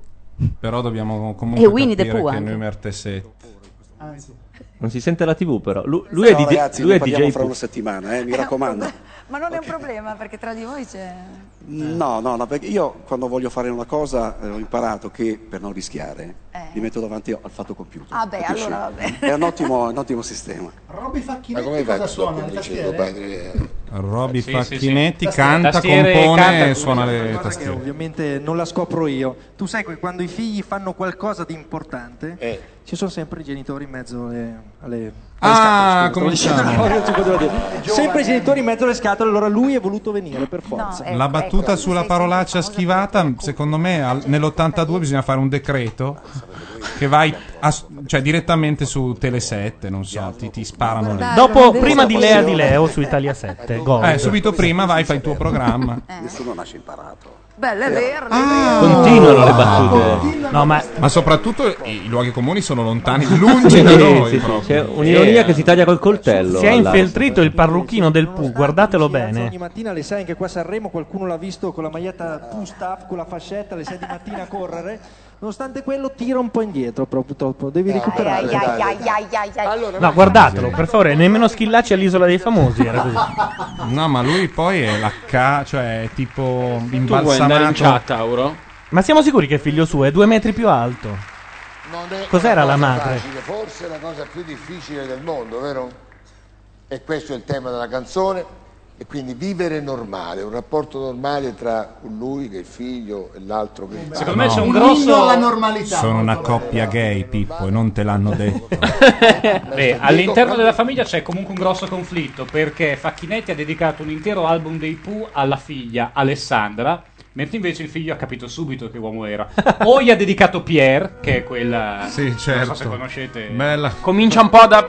Però dobbiamo comunque
E Winnie the
capire
Pooh
che
anche.
noi mertessetti.
Ah,
Non si sente la TV, però. Lu- lui è
Ciao,
DJ.
ragazzi,
lui è
ne parliamo
DJ
fra
Pooh.
una settimana, eh, mi raccomando.
Ma non è un problema perché tra di voi c'è.
No, no, no, perché io quando voglio fare una cosa eh, ho imparato che per non rischiare mi metto davanti al fatto compiuto.
Ah, beh,
capisci?
allora vabbè.
È un ottimo, un ottimo sistema.
Robby
Ma
Facchinetti
come vai
cosa suona? Le tastiere?
Robby
Eh, Sì, sì,
Facchinetti
sì.
canta,
Tastiere,
compone
canta,
e suona le
Guarda che
tastiere.
ovviamente non la scopro io. Tu sai che quando i figli fanno qualcosa di importante,
Eh.
ci sono sempre i genitori in mezzo alle. alle- alle
Ah,
scatole, scusa,
cominciamo.
stavo dicendo una cosa che non si poteva dire. Sempre i genitori in mezzo alle scatole, allora lui è voluto venire per forza.
La battuta sulla parolaccia schivata, secondo me, al- nell'82 bisogna fare un decreto che vai a- cioè, direttamente su Tele7, non so, ti, ti sparano lì.
Dopo, prima di Lea di Leo su Italia 7. Gol.
Eh, subito prima vai, fai il tuo programma.
Eh.
Nessuno nasce imparato.
Bello, è vero.
Continuano
le battute.
Ah. No, ma...
soprattutto i, i luoghi comuni sono lontani, lungi da
Sì,
noi.
sì, sì,
proprio.
c'è un'ironia che si taglia col coltello.
Si è
all'asta.
infeltrito il parrucchino del Pooh, guardatelo
Ogni
bene.
mattina alle 6 anche qua a Sanremo qualcuno l'ha visto con la maglietta Pustaff, con la fascetta alle 6 di mattina a correre. Nonostante quello tira un po' indietro, però purtroppo devi recuperare.
Ai, ai, ai, ai, ai, ai.
No, guardatelo, per favore, nemmeno Schillacci all'isola dei famosi era così.
No, ma lui poi è la ca, cioè è tipo
Tu vuoi andare in
imbalsamato.
chat, Auro?
Ma siamo sicuri che è figlio suo? È due metri più alto.
Non è
Cos'era la
una cosa
madre?
facile, forse la cosa più difficile del mondo, vero? E questo è il tema della canzone. E quindi vivere normale, un rapporto normale tra lui che è il figlio e l'altro che
Secondo me c'è un
Un inno alla normalità.
Sono una coppia gay, Pippo, e non te l'hanno detto.
Beh, all'interno della famiglia c'è comunque un grosso conflitto perché Facchinetti ha dedicato un intero album dei Pooh alla figlia Alessandra, mentre invece il figlio ha capito subito che uomo era. O gli ha dedicato Pierre, che è quella
Sì,
non so se
certo.
conoscete.
Bella.
Comincia un po' da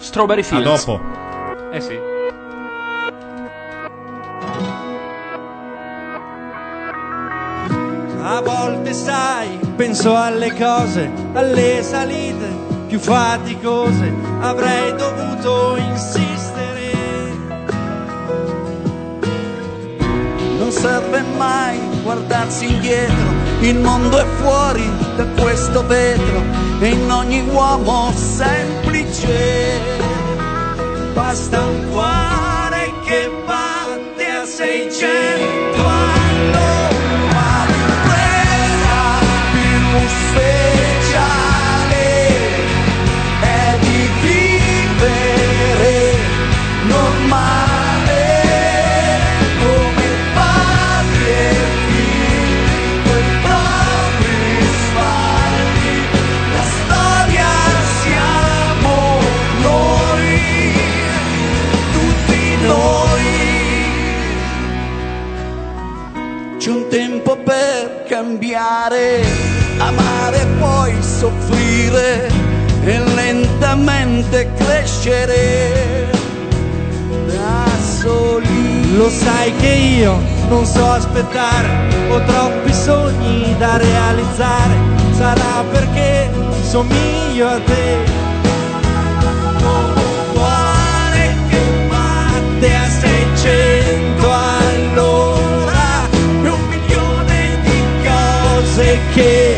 Strawberry Fields.
dopo.
Eh sì.
A volte sai, penso alle cose, alle salite più faticose, avrei dovuto insistere. Non serve mai guardarsi indietro, il mondo è fuori da questo vetro e in ogni uomo semplice basta un cuore che batte a 600 all'ora. più speciale è di chi
C'è un tempo per cambiare, amare e poi soffrire e lentamente crescere da soli.
Lo sai che io non so aspettare, ho troppi sogni da realizzare, sarà perché somiglio a te. Cuore che batte a 600 all'ora, e un milione di cose che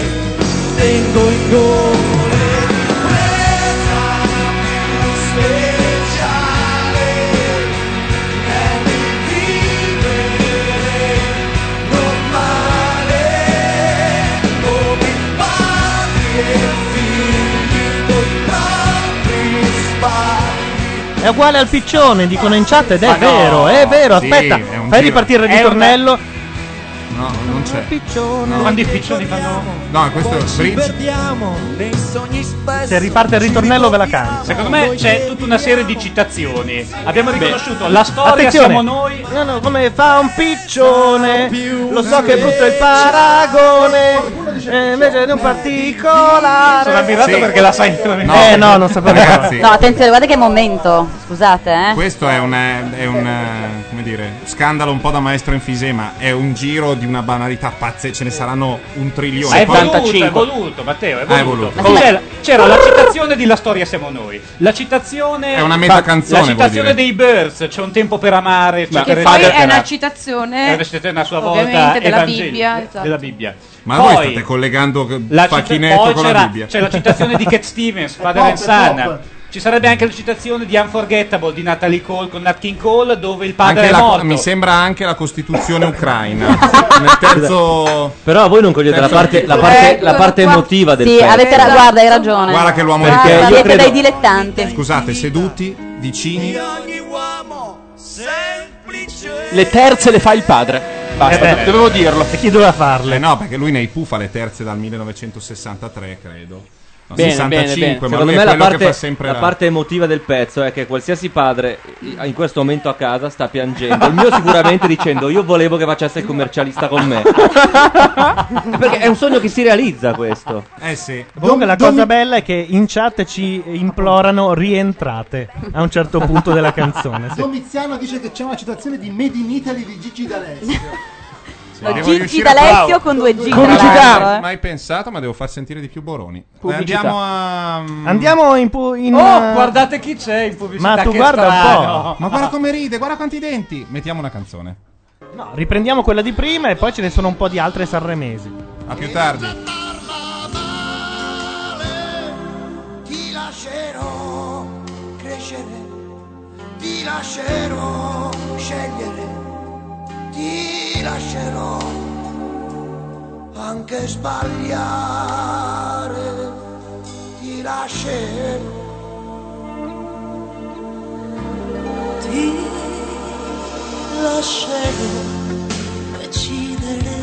tengo in gola.
È uguale al piccione, dicono in chat, ed è
Ma no,
vero, è vero,
sì,
aspetta,
è un
fai
giro.
ripartire il
È una-
ritornello.
No, non c'è.
Piccione.
Quando i piccioni fanno. No, questo è bridge.
Perdiamo nei sogni spessi.
Se riparte il ritornello ve la canto. cioè,
Secondo me c'è tutta una serie di citazioni. Abbiamo riconosciuto la storia,
Attenzione.
siamo noi.
No, no, come fa un piccione? Lo so che è brutto il paragone. eh, invece di un particolare.
Sono ammirato perché la sai veramente.
Eh no, non sapevo.
Ragazzi.
No, attenzione, guarda che momento. Scusate, eh.
Questo è un, eh, è un, eh, come dire, scandalo un po' da maestro enfisema. È un giro di una banalità pazzesca. Ce ne saranno un
Ma
trilione.
è
Poi-
voluto, è voluto, Matteo, è
Ah, è
voluto.
voluto.
C'è la- C'era, la citazione di La storia siamo noi. La citazione
È una meta
Ma-
canzone,
La
vuol
citazione
dire.
dei Birds, c'è un tempo per amare,
Ma
eccetera,
che poi è
eccetera.
una
È
citazione
una citazione a sua volta
ovviamente della
evangelica,
Bibbia. esatto.
della Bibbia.
Ma
Poi-
voi state collegando che-
La cita-
Pacchinetto
poi
con la
c'era-
Bibbia.
C'è la citazione di Cat Stevens, Father
pop,
and
è
Son.
pop.
Ci sarebbe anche la citazione di Unforgettable di Natalie Cole con Nat King Cole, dove il padre
Anche
è
la-
morto.
mi sembra anche la Costituzione ucraina. Nel terzo.
Però voi non cogliete la
Terzo
parte, la
articolo.
parte,
Ecco
la parte
qua.
emotiva del
Sì,
pezzo.
avete ra- guarda, hai ragione.
Guarda che l'uomo
Guarda,
di terra.
Siete
Io credo-
dei dilettanti.
Scusate, seduti, vicini.
Le terze le fa il padre.
Eh
Basta, dovevo dirlo.
E chi doveva farle?
no, perché lui nei Pufa le terze dal 1963, credo. No,
Bene,
65,
bene, bene.
ma
Secondo
lui
me
è
la
quello che
parte,
fa sempre
la
la-
parte emotiva del pezzo è che qualsiasi padre i- in questo momento a casa sta piangendo. Il mio sicuramente dicendo io volevo che facesse il commercialista con me. Perché è un sogno che si realizza questo.
Eh sì.
Comunque la cosa bella è che in chat ci implorano rientrate a un certo punto della canzone. sì.
Domiziano dice che c'è una citazione di Made in Italy di Gigi D'Alessio.
No,
Eh, Devo
Gigi
riuscire-
D'Alessio
Bravo.
con due G.
Non
tra
ci ho
l'altro, eh.
mai pensato, ma devo far sentire di più Boroni. Eh,
Pubblicità.
Andiamo a. mm,
Andiamo in, pu- in,
Oh,
eh,
guardate chi c'è in pubblicità.
Ma tu
che
guarda un
strano.
po'.
Ma guarda come ride, guarda quanti denti. Mettiamo una canzone.
Riprendiamo quella di prima e poi ce ne sono un po' di altre sanremesi.
A più tardi.
Ti lascerò crescere, ti lascerò scegliere, ti lascerò anche sbagliare, ti lascerò. Ti
lascerò decidere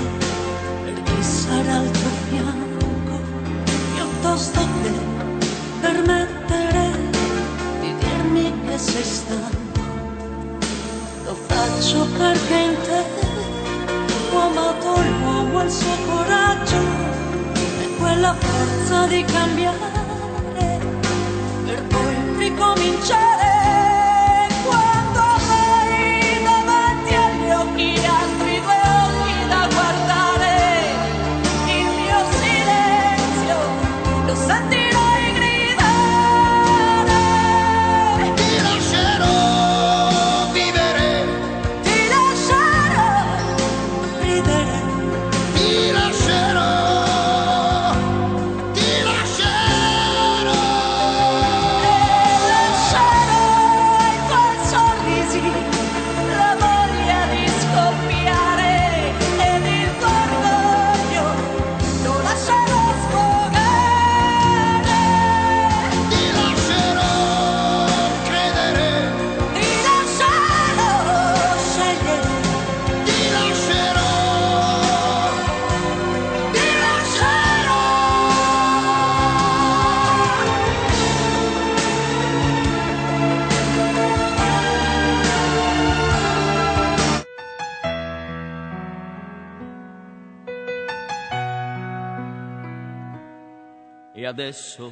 per chi sarà al tuo fianco. Io ti sto a te permettere di dirmi che sei stanco. Lo faccio perché in te ho amato l'uomo e il suo coraggio e quella forza di cambiare per poi ricominciare quando avrai davanti agli occhi altri due occhi da guardare il mio silenzio lo sentirai gridare ti lascerò vivere ti lascerò ridere ti lascerò ti lascerò lascerò
E adesso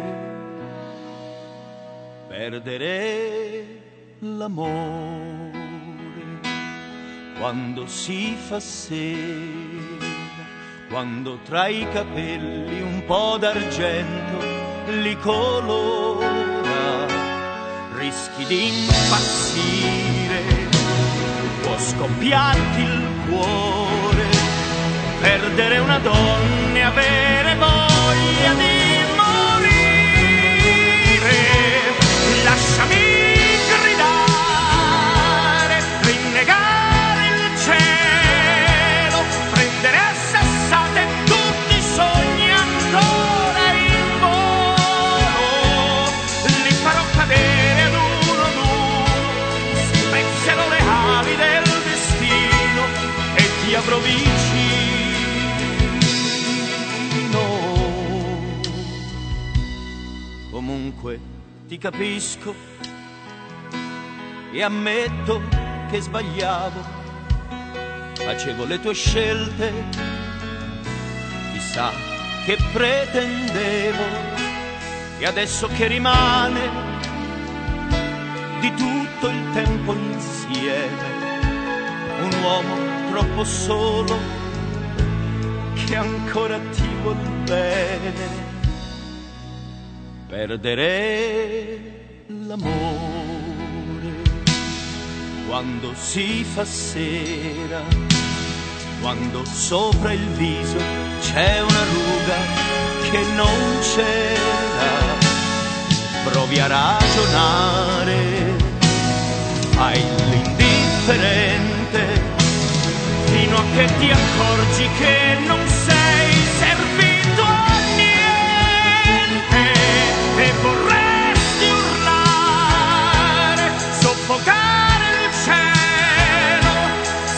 Perdere l'amore quando si fa sera, quando tra i capelli un po' d'argento li colora, rischi di impazzire, può scoppiarti il cuore, perdere una donna e avere voglia di morire, lasciami gridare, rinnegare il cielo, prendere a sassate tutti i sogni ancora in volo, li farò cadere ad uno ad uno, spezzerò le ali del destino e ti avrò vicino. Comunque ti capisco e ammetto che sbagliavo. Facevo le tue scelte, chissà che pretendevo. E adesso che rimane di tutto il tempo insieme, un uomo troppo solo che ancora ti vuol bene. Perdere l'amore quando si fa sera, quando sopra il viso c'è una ruga che non c'era. Provi a ragionare, fai l'indifferente fino a che ti accorgi che non sei servito a niente e vorresti urlare, soffocare il cielo,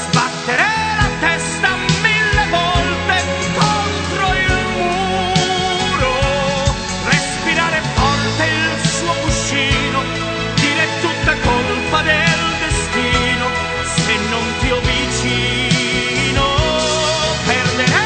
sbattere la testa mille volte contro il muro, respirare forte il suo cuscino, dire tutta colpa del destino se non ti ho vicino perdere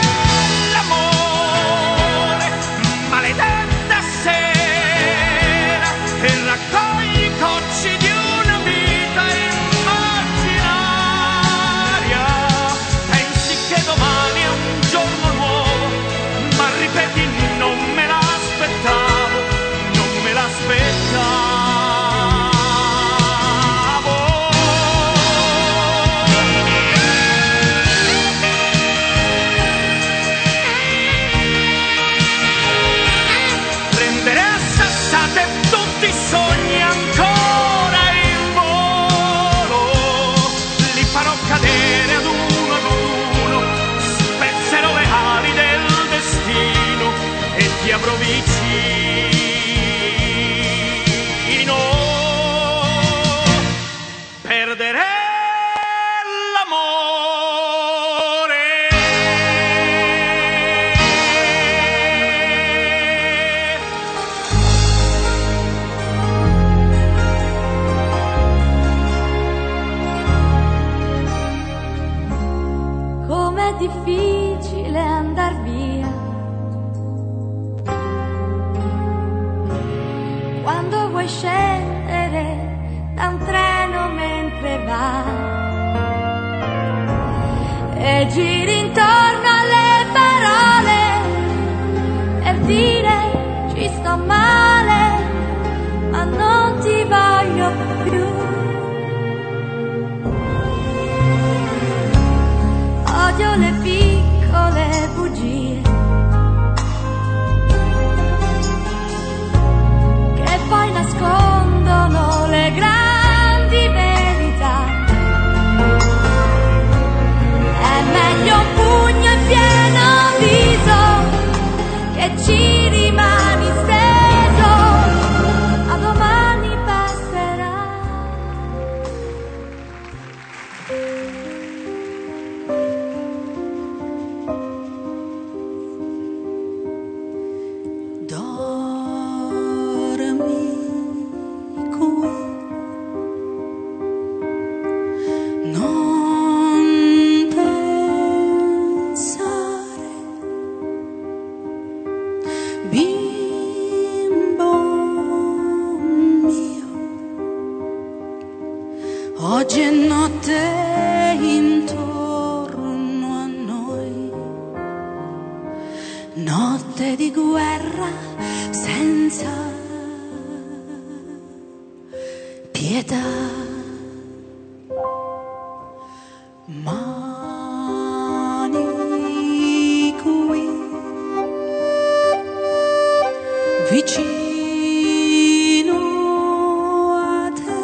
notte di guerra senza pietà. Mani qui vicino a te.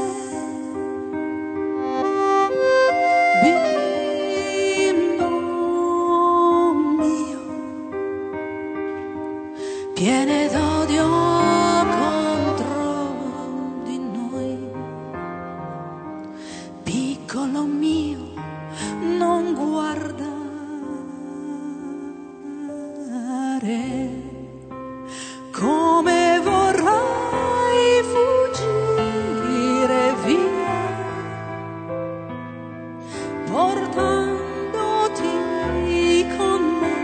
Bimbo mio, piene d'odio contro di noi. Piccolo mio, non guardare come vorrai fuggire via, portandoti con me,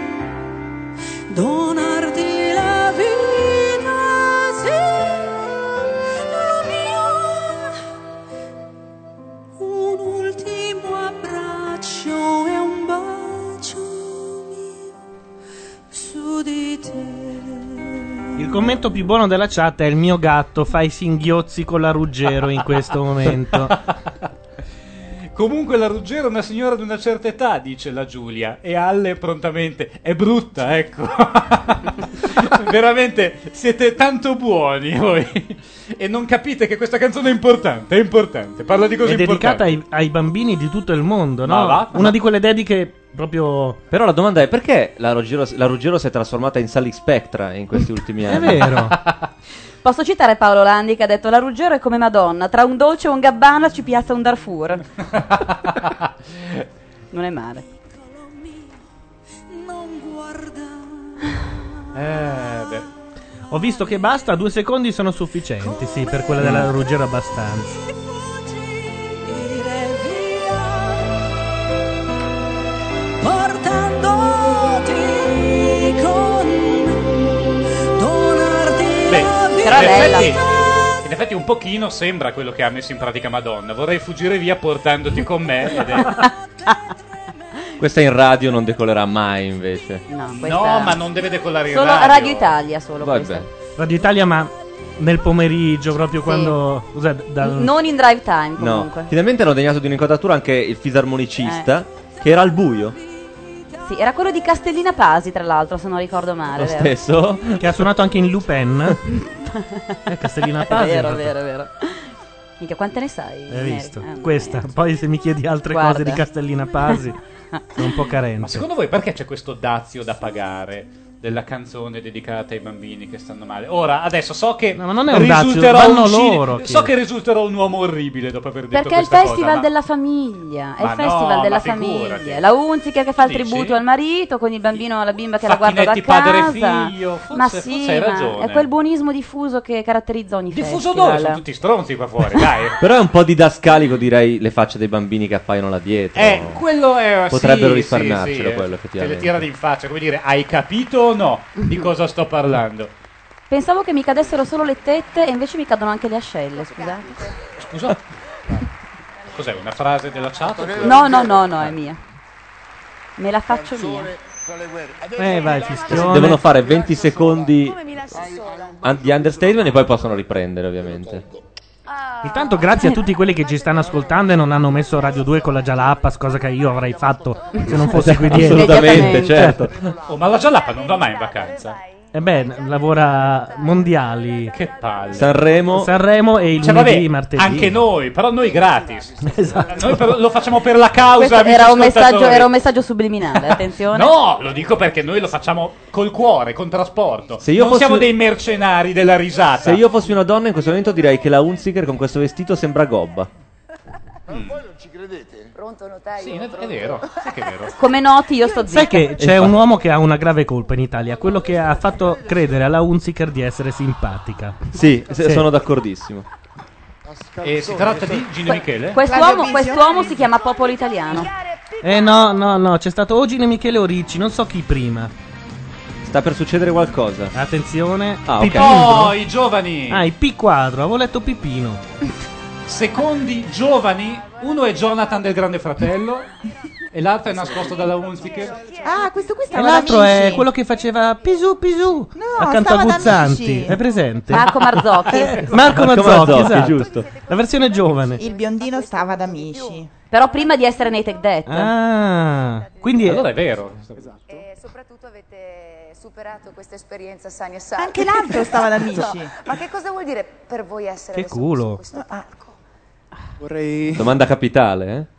donarti la vita, sì, la mia, un ultimo abbraccio e un bacio mio su di te.
Il commento più buono della chat è il mio gatto fa i singhiozzi con la Ruggero in questo momento.
Comunque la Ruggero è una signora di una certa età, dice la Giulia, e Alle prontamente è brutta, ecco. Veramente siete tanto buoni voi e non capite che questa canzone è importante, è importante. Parla di cose
È dedicata
importanti.
ai, ai bambini di tutto il mondo, no?
Ma va?
Una di quelle dediche proprio...
Però la domanda è perché la Ruggero, la Ruggero si è trasformata in Sally Spectra in questi ultimi anni?
vero.
Posso citare Paolo Landi che ha detto: La Ruggero è come Madonna, tra un dolce e un gabbana ci piazza un Darfur. non è male.
Eh, beh. Ho visto che basta, due secondi sono sufficienti, sì, per quella della Ruggero abbastanza.
portandoti con me, donarti
Beh,
la
in
vita.
effetti, in effetti un pochino sembra quello che ha messo in pratica Madonna. Vorrei fuggire via portandoti con me. ed è-
Questa in radio non decollerà mai invece.
No,
No, ma non deve decollare in
Solo
radio.
Radio Italia, solo
Vabbè.
Radio Italia, ma nel pomeriggio, proprio quando... Cos'è? Dal...
questa. Non in drive time
No,
comunque.
finalmente hanno degnato di un'inquadratura anche il fisarmonicista
Eh.
che era al buio.
Sì, era quello di Castellina Pasi, tra l'altro, se non ricordo male.
Lo
vero?
stesso.
Che ha suonato anche in Lupin. Eh, Castellina
È
Pasi.
vero,
in realtà.
vero, vero. Minchia, quante ne sai?
Hai
Mary?
visto?
Ah, mamma
Questa. Poi se mi chiedi altre
Guarda.
cose di Castellina Pasi, sono un po' carente.
Ma secondo voi perché c'è questo dazio da pagare? Della canzone dedicata ai bambini che stanno male. Ora, adesso so che
non è un dazio,
risulterò
vanno
un cini-
loro che-
So che risulterò un uomo orribile dopo aver detto
Perché è il
questa
festival
cosa, ma-
della famiglia, è
Ma
il festival
no,
della
ma figurati.
famiglia. La Unzica che fa il
Dici?
tributo al marito con il bambino, la bimba che la guarda da
Facchinetti padre e
casa.
figlio, forse-
ma
forse
sì,
hai
ma
ragione.
è quel buonismo diffuso che caratterizza ogni
Diffuso
festival.
dove? Sono tutti stronzi qua fuori, dai.
Però è un po' didascalico, direi, le facce dei bambini che appaiono là dietro.
Eh, quello è sì,
Potrebbero
sì,
risparmiarcelo,
sì, eh. Te
quello, effettivamente.
le tira in faccia, come dire, hai capito o no di cosa sto parlando?
Pensavo che mi cadessero solo le tette e invece mi cadono anche le ascelle, scusate.
Scusa. Cos'è una frase della chat?
No, no, no, no, è mia. Me la faccio mia.
Eh, vai, fischione.
Devono fare 20 secondi
mi lasci sola?
an- di understatement e poi possono riprendere, ovviamente.
Intanto grazie a tutti quelli che ci stanno ascoltando e non hanno messo Radio 2 con la Jalappas, cosa che io avrei fatto se non
eh,
fossi qui dietro.
Assolutamente, certo.
Oh, ma la Giallappa non va mai in vacanza.
E beh, Eh, lavora mondiali. Che
palle.
Sanremo.
Sanremo e il
Cioè,
lunedì,
vabbè,
martedì.
Anche noi, però noi gratis. Noi per- lo facciamo per la causa.
Questo era
amici
un, messaggio,
ascoltatori.
era un messaggio subliminale, attenzione.
No, lo dico perché noi lo facciamo col cuore, con trasporto.
Se io
non
fossi-
siamo dei mercenari della risata.
Se io fossi una donna in questo momento direi che la Hunziker con questo vestito sembra gobba.
Voi non ci credete?
Pronto, notaio?
Sì,
è
vero.
Come noti io sto zitta.
Sai che c'è un uomo che ha una grave colpa in Italia, quello che ha fatto credere alla Hunziker di essere simpatica.
Sì, se- sono d'accordissimo.
E si tratta di Gino Michele?
Quest'uomo, quest'uomo si chiama Popolo Italiano.
Eh no, no, no, c'è stato Ogine Michele Oricci, non so chi prima.
Sta per succedere qualcosa.
Attenzione.
Ah, ok.
Pipino.
Oh, i giovani!
Ah, il P quadro, avevo letto Pipino.
Secondi giovani, uno è Jonathan del Grande Fratello e l'altro è nascosto dalla Hunziker.
Ah, questo qui
E
stava
l'altro
ad
è
Amici.
quello che faceva Pisù Pisù accanto a
stava ad
Guzzanti.
Amici.
È presente?
Marco Marzocchi.
Eh, Marco
Marco
Marzocchi,
Marzocchi,
esatto.
giusto.
La versione giovane.
Il biondino stava ad amici.
Però prima di essere nei Tech Death.
Ah, quindi
Allora è vero.
E soprattutto avete superato questa esperienza sani e salvi.
Anche l'altro stava ad amici. Ah.
No, ma che cosa vuol dire per voi essere
Che
adesso
culo.
su questo palco?
Vorrei
Domanda capitale, eh?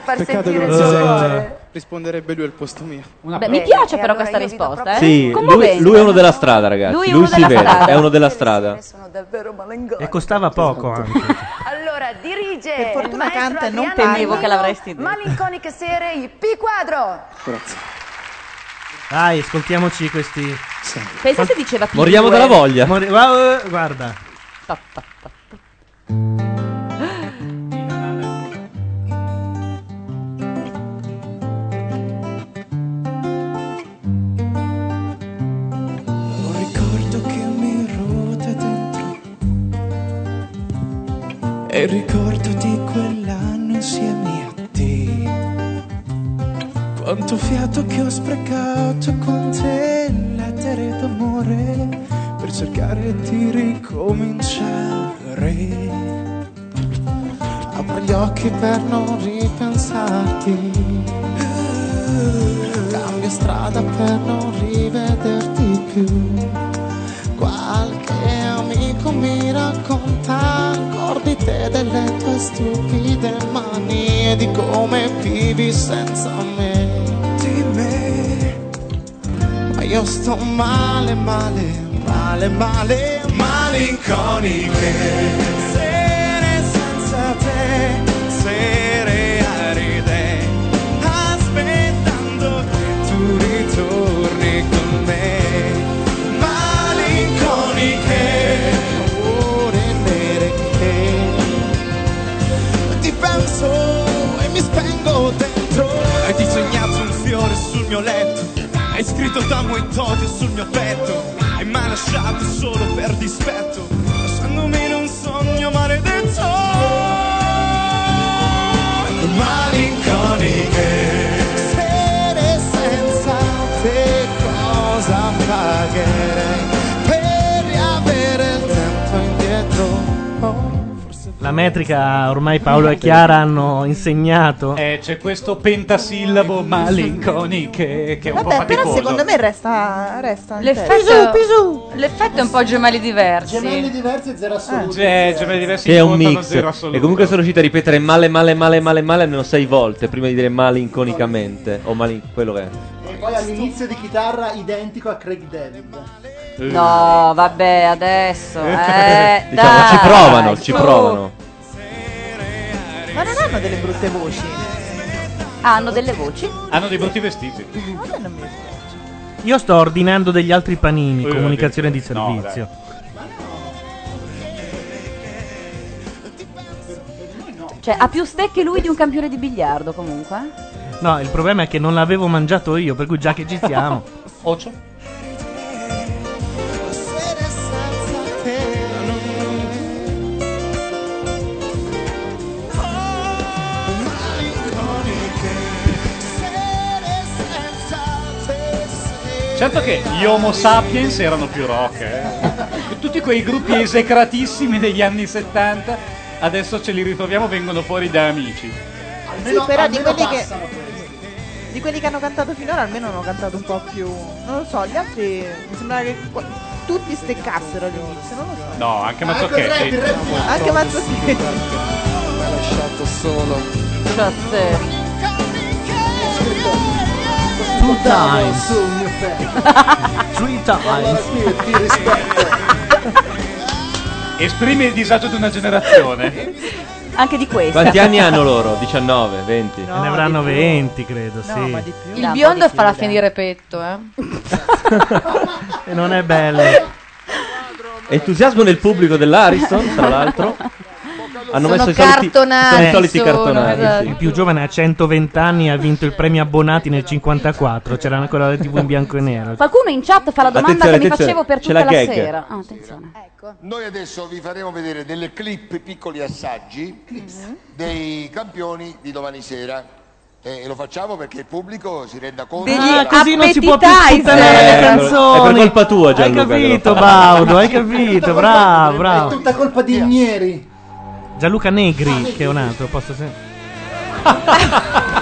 Far
Peccato che
sentire
non
il
sia
suo
Sergio.
cuore.
Eh, risponderebbe lui al posto mio.
Eh,
Beh, mi piace però questa risposta. Eh?
Sì, lui,
Commovente.
lui è uno della strada, ragazzi.
Lui
Lui,
è uno
si
della
vede,
strada.
è uno della strada.
Sono davvero malingonio.
E costava poco anche.
Allora, dirige
Per fortuna
il maestro
canta e non
Adriano
parla. Temevo che
Agnello,
l'avresti detto.
Malinconiche sere, i P quadro.
Grazie. Dai, ascoltiamoci questi.
Pensa se diceva più
Moriamo
due.
dalla voglia. Mori- Gua- eh, guarda.
Un ricordo che mi ruota dentro E il ricordo di quell'anno insieme a te Quanto fiato che ho sprecato con te Lettere d'amore Per cercare di ricominciare Apro gli occhi per non ripensarti Cambio strada per non rivederti più. Qualche amico mi racconta ancora di te, delle tue stupide manie, di come vivi senza me. Di me. Ma io sto male, male, male, male, malinconiche. Sere senza te, sere aride aspettando che tu ritorni con me. Malinconiche, ore nere che ti penso e mi spengo dentro. Hai disegnato un fiore sul mio letto, hai scritto d'amo e d'odio sul mio petto, e mi hai lasciato solo per dispetto, lasciandomi in un sogno maledetto. Malinconiche sere senza te cosa pagherei per riavere il tempo indietro
Oh,
La metrica ormai Paolo e Chiara hanno insegnato.
Eh, c'è questo pentasillabo malinconiche che è un po'
Vabbè, però
faticoso.
secondo me resta. resta in
L'effetto-
testa.
L'effetto è un po' gemelli diversi.
Gemelli diversi e zero assoluti.
Cioè, gemelli diversi
Che è un
contano
mix.
zero assoluto.
E comunque sono riuscito a ripetere male, male, male, male, male almeno sei volte prima di dire malinconicamente. O malin- quello che è.
E poi all'inizio di chitarra identico a Craig David.
Eh. No, vabbè, adesso. Eh,
Diciamo,
dai.
ci provano, ci
su.
provano.
Ma non hanno delle brutte voci.
Ah, hanno delle voci.
Hanno dei brutti vestiti.
Vabbè, non mi-
Io sto ordinando degli altri panini,
Eh,
comunicazione di
addirittura. No,
servizio.
Cioè, ha più stecche lui di un campione di biliardo, comunque.
No, il problema è che non l'avevo mangiato io, per cui già che ci siamo.
Ocio.
sere senza te Oh, malinconiche sere senza te
Certo che gli Homo sapiens erano più rock, eh. Tutti quei gruppi esecratissimi degli anni 70, adesso ce li ritroviamo, vengono fuori da amici.
Almeno,
sì, però di
almeno
quelli, che,
passano questi.
di quelli che hanno cantato finora almeno hanno cantato un po' più. Non lo so, gli altri. Mi sembrava che qua- tutti steccassero all'inizio, non lo so.
No, anche
Ma
Mazzocchetti.
Anche Mazzocchetti.
mi hai lasciato solo
Two times.
sul mio
Three times.
ti rispetto
Esprime il disagio di una generazione.
Anche di questo.
Quanti anni hanno loro? 19, 20?
ne avranno 20, credo, sì.
Il biondo farà finire petto, eh.
E non è bello.
Entusiasmo nel pubblico dell'Ariston, tra l'altro. Hanno
Sono
messo i soliti,
cartonati,
sono i soliti
sono,
cartonati.
esatto.
sì.
Il più giovane a 120 anni ha vinto il premio Abbonati nel 54. C'era ancora la TV in bianco e nero.
Qualcuno in chat fa la domanda
Attenzione,
che mi
attenzione,
facevo per
c'è
tutta
la
la,
gag.
sera. Ah, attenzione.
Noi adesso vi faremo vedere delle clip, piccoli assaggi Mhm. dei campioni di domani sera. Eh, E lo facciamo perché il pubblico si renda conto.
Degli
della-
Ah, così non si può più sputtanare
Eh,
le canzoni.
è per colpa tua,
Hai
Gianluca, che lo
capito,
fa.
Baudo, hai capito. Bravo,
È
bravo.
tutta colpa
Eh.
di Igneri.
Gianluca Negri, che è un altro, posso se-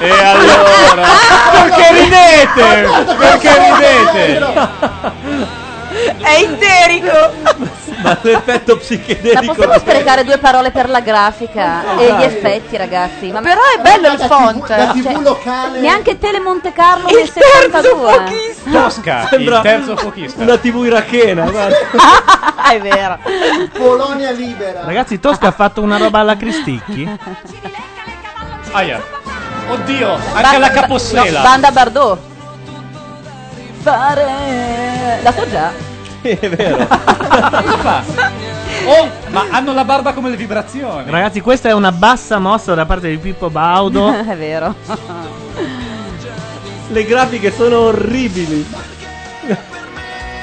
E allora?
Perché ridete?
Perché ridete?
È interico!
Ma l'effetto
Ma
psichedelico.
possiamo sprecare due parole per la grafica e gli effetti, ragazzi? Ma
Però è bello il Da TV font. da TV
locale. Neanche Tele Monte Carlo nel
Il terzo
72.
Tosca, il terzo fuochista.
Una tv irachena. guarda.
Ah, è vero.
Polonia libera.
Ragazzi, Tosca ha fatto una roba alla Cristicchi.
Aia. Oddio,
Ba-
anche la capossela.
no, Banda Bardot. Fare. Eh, La so già.
È vero.
Cosa fa? Oh, ma hanno la barba come le vibrazioni.
Ragazzi, questa è una bassa mossa da parte di Pippo Baudo.
è vero.
Le grafiche sono orribili.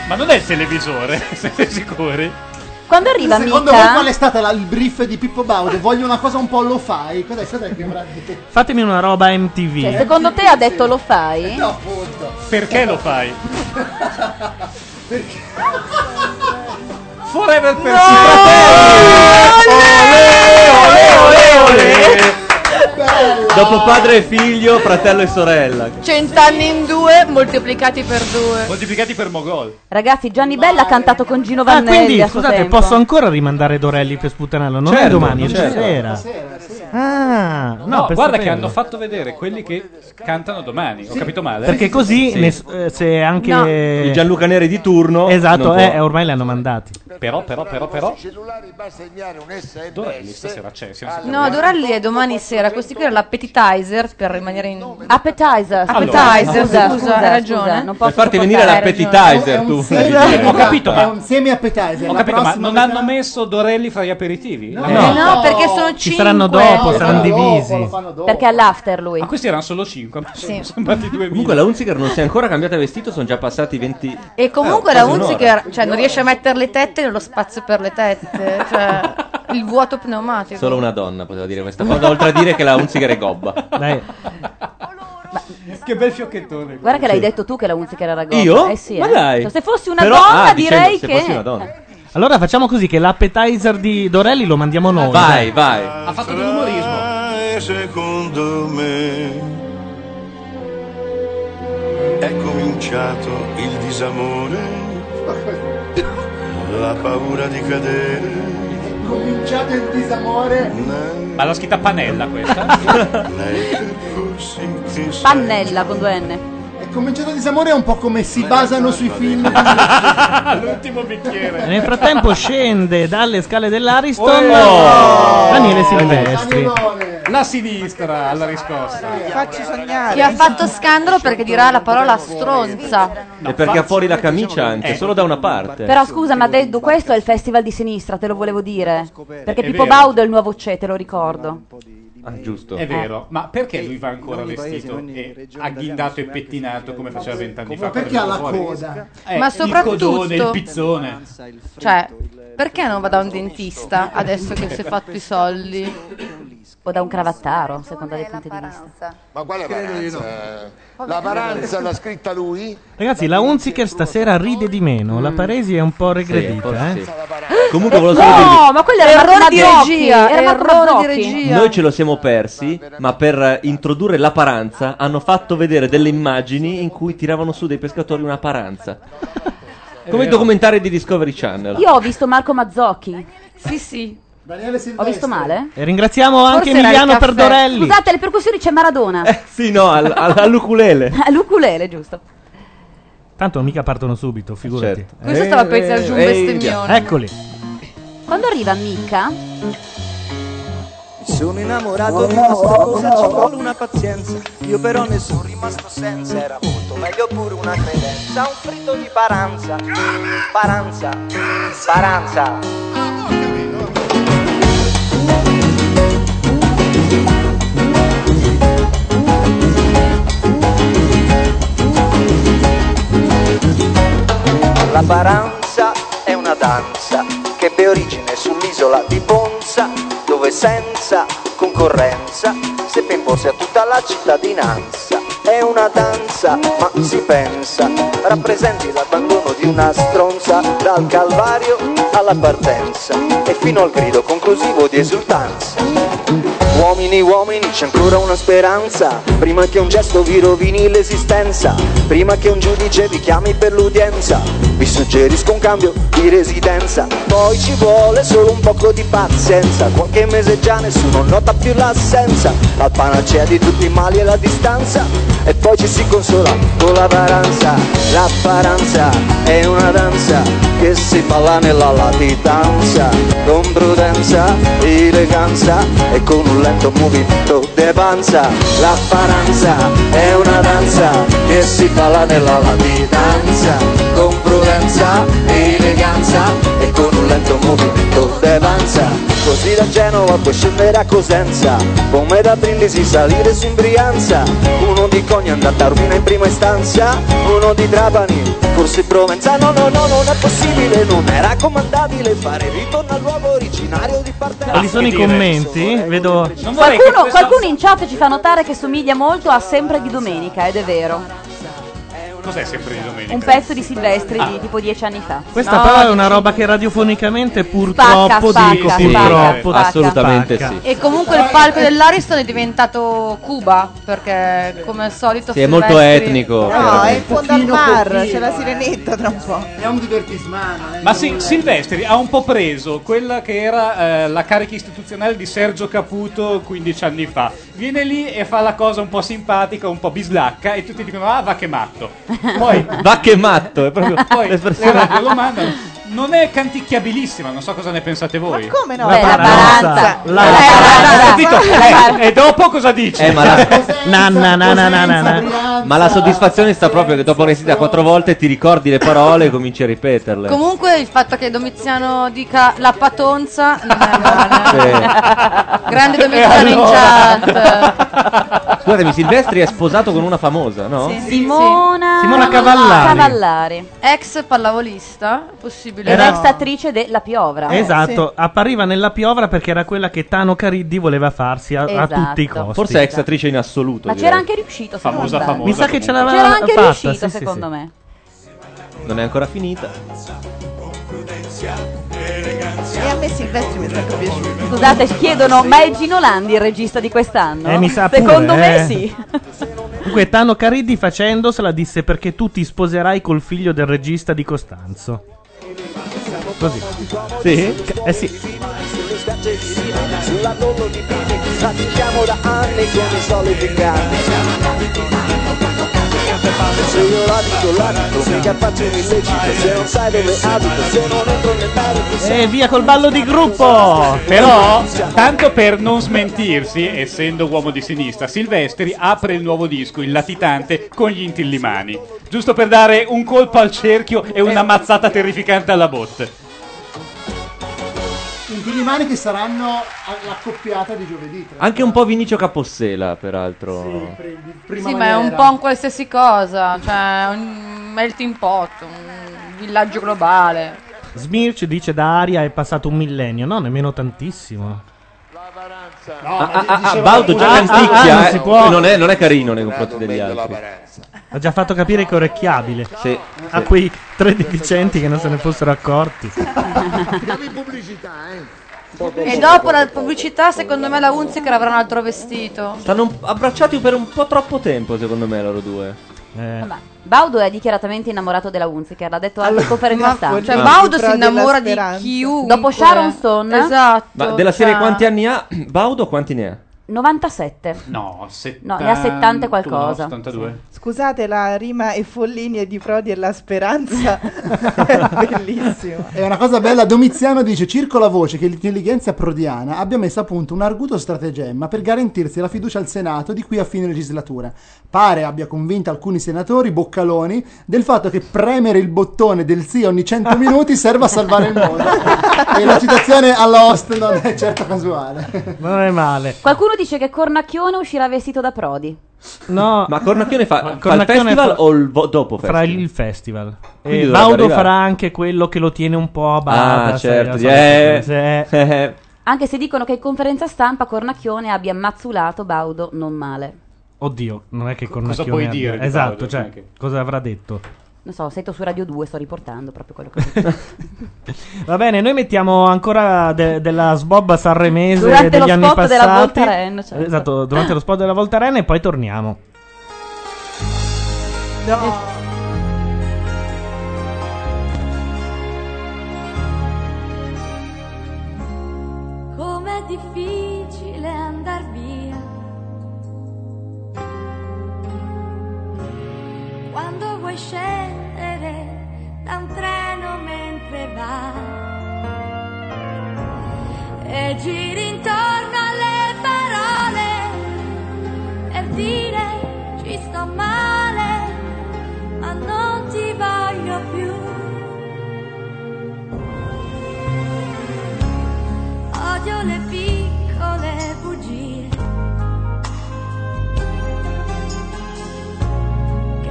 Ma non è il televisore, siete sicuri?
Quando arriva
Secondo
Mika-
voi qual è stata la- il brief di Pippo Baudo? Voglio una cosa un po' lo fai. Cos'è stata che avrà detto?
Fatemi una roba
Cioè,
MTV.
secondo te ha detto lo fai?
No, appunto.
Perché lo fai?
Perché?
Forever per
Dopo padre e figlio, fratello e sorella.
Cent'anni in due moltiplicati per due.
Moltiplicati per Mogol.
Ragazzi, Gianni Bella ha cantato con Gino
Ah,
Vanelli
quindi
a suo
scusate,
tempo.
posso ancora rimandare Dorelli per sputtanarlo? Non è
Certo,
domani, è
certo.
stasera. Ah, no,
No,
per
guarda
saperlo.
che hanno fatto vedere quelli che cantano domani. Ho capito male?
Perché così
Sì.
ness- eh, se anche
No.
Il Gianluca Neri di turno.
Esatto,
non
eh,
può.
ormai li hanno mandati.
Però, però, però, però.
cellulari basta inviare un SMS.
Dorelli stasera c'è, siamo sicuri.
No, Dorelli è domani sera, questi qui erano l'appetizer per rimanere in...
Appetizer.
Appetizer,
Allora.
scusa,
Scusa,
eh.
hai
scusa,
ragione.
non
Per farti venire
portare,
l'appetizer tu.
Ho capito,
È
ma,
un semi appetizer.
ho capito, ma non hanno messo Dorelli fra gli aperitivi? No,
Eh no, perché sono
Ci saranno
cinque.
dopo, saranno divisi.
Perché è all'after
Ah,
lui.
Ma questi erano solo 5, ma sono
Sì.
sembrati 2000.
Comunque la Unziger non si è ancora cambiata vestito, sono già passati 20.
E comunque
Eh,
la
quasi
Unziger, cioè, non riesce a mettere le tette nello spazio per le tette, cioè, il vuoto pneumatico.
Solo una donna poteva dire questa cosa, oltre a dire che la Unziger è gobba.
Dai.
Che bel fiocchettone.
Guarda che l'hai detto tu che la Unzica era ragazza.
Io?
Eh sì,
Ma
eh.
dai.
Cioè, se fossi una
Però-
donna
ah, dicendo,
direi
se
che...
fossi una donna.
Allora facciamo così che l'appetizer di Dorelli lo mandiamo noi.
Vai, vai.
Ha fatto dell'umorismo.
Sai, secondo me è cominciato il disamore, la paura di cadere
Cominciato il disamore.
Ma l'ha scritta Panella questa.
nei percorsi che sei
Pannella con due N.
È cominciato il disamore è un po' come si basano sui film.
Ah, L'ultimo bicchiere.
Nel frattempo scende dalle scale dell'Ariston
Oh!
Daniele Silvestri.
La sinistra alla riscossa.
Facci sognare.
Che ha fatto scandalo perché dirà la parola stronza.
e perché ha fuori la camicia anche,
Eh.
solo da una parte.
Però scusa, ma detto questo è il festival di sinistra, te lo volevo dire. Perché
È
Pippo
vero.
Baudo è il nuovo CE, te lo ricordo.
Ah, giusto.
È vero, ma perché lui va ancora vestito e agghindato e pettinato come faceva vent'anni fa?
Perché
quando
ha la
era fuori?
coda?
Eh,
Ma
Il codone, il
soprattutto-
pizzone.
Cioè, perché non va da un dentista adesso che si è fatto i soldi?
O da un cravattaro, secondo dei punti di vista.
Ma quale paranza? La paranza l'ha scritta lui.
Ragazzi, la Unziker stasera ride di meno.
Mm.
La Paresi è un po' regredita. eh.
Comunque volevo solo dirvi
No, ma quello era
Errore
Marco
di
Mazzocchi,
regia,
Era Marco
errore di
Mazzocchi.
regia.
Noi ce lo siamo persi, ma per eh, introdurre la paranza hanno fatto vedere delle immagini in cui tiravano su dei pescatori una paranza. Come
vero.
il documentario di Discovery Channel.
Io ho visto Marco Mazzocchi.
Sì, sì.
Daniele
Ho visto male?
E
Oh,
ringraziamo
Forse
anche
era il
Emiliano
caffè.
Perdorelli.
Scusate, le percussioni c'è Maradona.
Sì, no, al- al- all'ukulele.
L'ukulele, giusto.
Tanto mica partono subito, figurati.
Certo. eh,
Questo stava per pensare giù un bestemmione.
Eccoli.
Quando arriva Mika,
Sono innamorato di una sta cosa, ci vuole una pazienza. Io però ne sono rimasto senza, era molto meglio pure una credenza. Un fritto di paranza, paranza, paranza. La paranza è una danza che ebbe origine sull'isola di Ponza, dove senza concorrenza seppe imporsi a tutta la cittadinanza. È una danza, ma si pensa, rappresenti l'abbandono di una stronza dal calvario alla partenza e fino al grido conclusivo di esultanza. Uomini, uomini, c'è ancora una speranza. Prima che un gesto vi rovini l'esistenza, prima che un giudice vi chiami per l'udienza, vi suggerisco un cambio di residenza. Poi ci vuole solo un poco di pazienza. Qualche mese già nessuno nota più l'assenza. La panacea di tutti i mali è la distanza. E poi ci si consola con la paranza. La paranza è una danza che si balla nella latitanza. Con prudenza, eleganza e con un lento movimento de panza. La paranza è una danza che si balla nella latitanza. Con prudenza, eleganza e con un lento movimento de panza. Così da Genova puoi scendere a Cosenza, come da Brindisi salire su in Brianza. Uno di Cogna è andato a Urbino in prima istanza, uno di Trapani, corso in Provenza. No, no, no, non è possibile, non è raccomandabile fare ritorno al luogo originario di partenza.
Ah,
Quali sono i commenti? Vedo.
Qualcuno, qualcuno in chat ci fa notare che somiglia molto a Sempre di Domenica, ed è vero.
Cos'è sempre di domenica?
Un pezzo di Silvestri di tipo dieci anni fa.
Questa
No,
però è una roba che radiofonicamente purtroppo
spacca,
dico
spacca,
purtroppo
spacca.
Assolutamente sì.
E comunque il palco dell'Ariston è diventato Cuba, perché come al solito
Sì, è molto
Silvestri-
etnico.
No, è in fondo al
Pochino,
bar,
pochino,
c'è la
eh.
sirenetta tra un po'.
È un divertismano. eh.
Ma sì, Silvestri ha un po' preso quella che era eh, la carica istituzionale di Sergio Caputo 15 anni fa. Viene lì e fa la cosa un po' simpatica, un po' bislacca e tutti dicono ah va che matto. Poi
Va che matto, è proprio
Poi le
l'espressione.
radio lo mandano. Non è canticchiabilissima, non so cosa ne pensate voi. Ma
come
no?
La Beh, la paranza. paranza. La paranza.
e, dopo cosa dici?
Eh, ma la,
Na, na, na, na, na, na, na.
ma la soddisfazione sta proprio che dopo aver sentita quattro volte ti ricordi le parole e cominci a ripeterle.
Comunque il fatto che Domiziano dica la patonza, non è male. grande Domiziano in chat.
Scusatemi, Silvestri è sposato con una famosa, no?
Simona...
Simona Cavallari.
Cavallari.
Ex pallavolista, possibile.
Ed
Era-
ex attrice della Piovra.
Esatto, appariva nella piovra perché era quella che Tano Cariddi voleva farsi a, a
Esatto.
tutti i costi.
Forse è ex attrice in assoluto.
Ma
direi.
c'era anche riuscito, secondo
Famosa,
me.
famosa,
Mi sa che ce l'aveva
C'era anche
fatta,
riuscito,
sì, sì,
secondo
sì.
me.
Non è ancora finita.
E a me Silvestri mi sta anche piaciuto.
Scusate, chiedono, ma è Gino Landi il regista di quest'anno?
Eh, mi sa pure,
Secondo me
eh.
sì.
Comunque Tano Cariddi facendosela disse perché tu ti sposerai col figlio del regista di Costanzo. Così.
Sì?
Eh sì.
Sulla collo di pine pratichiamo da anni come i soliti cani Se io l'abito, l'abito, mica faccio un illecito Se non sai dove abito, se non entro nel merito se-
E Eh, via col ballo di gruppo!
Però, tanto per non smentirsi, essendo uomo di sinistra, Silvestri apre il nuovo disco, Il latitante, con gli intillimani. Giusto per dare un colpo al cerchio e
Eh.
una mazzata terrificante alla botte.
In Pilimani che saranno a- la coppiata di giovedì. tra-
Anche un po' Vinicio Capossela, peraltro.
prima
Sì, ma è un
maniera.
po' un qualsiasi cosa, cioè un melting pot, un villaggio globale.
Smirch dice da Aria è passato un millennio, no, nemmeno tantissimo.
Ah, ah, ah, ah, Baudo già canticchia.
non
eh.
si può.
Non, è, non è carino nei confronti degli altri.
Ha già fatto capire che è orecchiabile.
Sì,
A
sì.
quei tre deficienti che non se ne fossero accorti.
Dammi pubblicità, eh.
E dopo la pubblicità, secondo me la Hunziker avrà un altro vestito.
Stanno abbracciati per un po' troppo tempo, secondo me, loro due.
Eh. Baudo è dichiaratamente innamorato della Hunziker, l'ha detto anche in conferenza stampa.
Cioè, Baudo
si innamora di chiunque.
Dopo Sharon Stone?
Esatto.
Ma della serie
cioè-
quanti anni ha? Baudo quanti ne ha?
97.
No,
No, ne ha 70 e qualcosa.
72.
Scusate la rima e follinie di Prodi e la speranza. Era bellissima.
È una cosa bella, Domiziano dice, circo la voce che l'intelligenza prodiana abbia messo a punto un arguto stratagemma per garantirsi la fiducia al Senato di qui a fine legislatura. Pare abbia convinto alcuni senatori, boccaloni, del fatto che premere il bottone del sì ogni 100 minuti serva a salvare il mondo. e la citazione all'host non è certo casuale.
Non è male.
Qualcuno dice che Cornacchione uscirà vestito da Prodi.
No.
Ma Cornacchione fa, fa il
Cornacchione
festival
fa-
o il vo- dopo
Fra
festival?
il festival.
Quindi
Eh,
dovrebbe
Baudo
arrivare.
farà anche quello che lo tiene un po' a bada.
Ah,
sai,
certo.
la solita
eh.
cosa, eh.
Eh.
Anche se dicono che in conferenza stampa Cornacchione abbia mazzulato Baudo non male.
Oddio, non è che con
cosa puoi dire di
Esatto,
Baudo,
cioè,
anche?
cosa avrà detto?
Non so, sento su Radio 2, sto riportando proprio quello che ho detto.
Va bene, noi mettiamo ancora de- della sbobba sanremese
Durante
degli
lo
anni
spot
passati.
della Voltaren, certo.
Esatto, durante lo spot della Voltaren e poi torniamo.
com'è difficile andar via. Quando vuoi scendere da un treno mentre va e giri intorno alle parole e dire ci sto male, ma non ti voglio più. odio le piccole bugie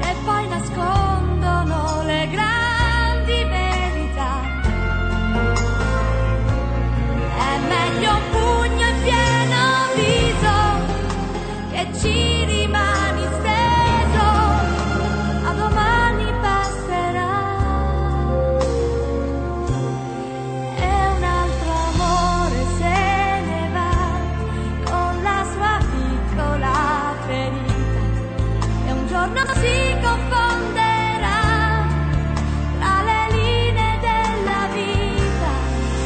che poi nascondono le grandi verità. È meglio un pugno in pieno viso che ci rimani steso, a domani passerà e un altro amore se ne va con la sua piccola ferita e un giorno si confonderà tra le linee della vita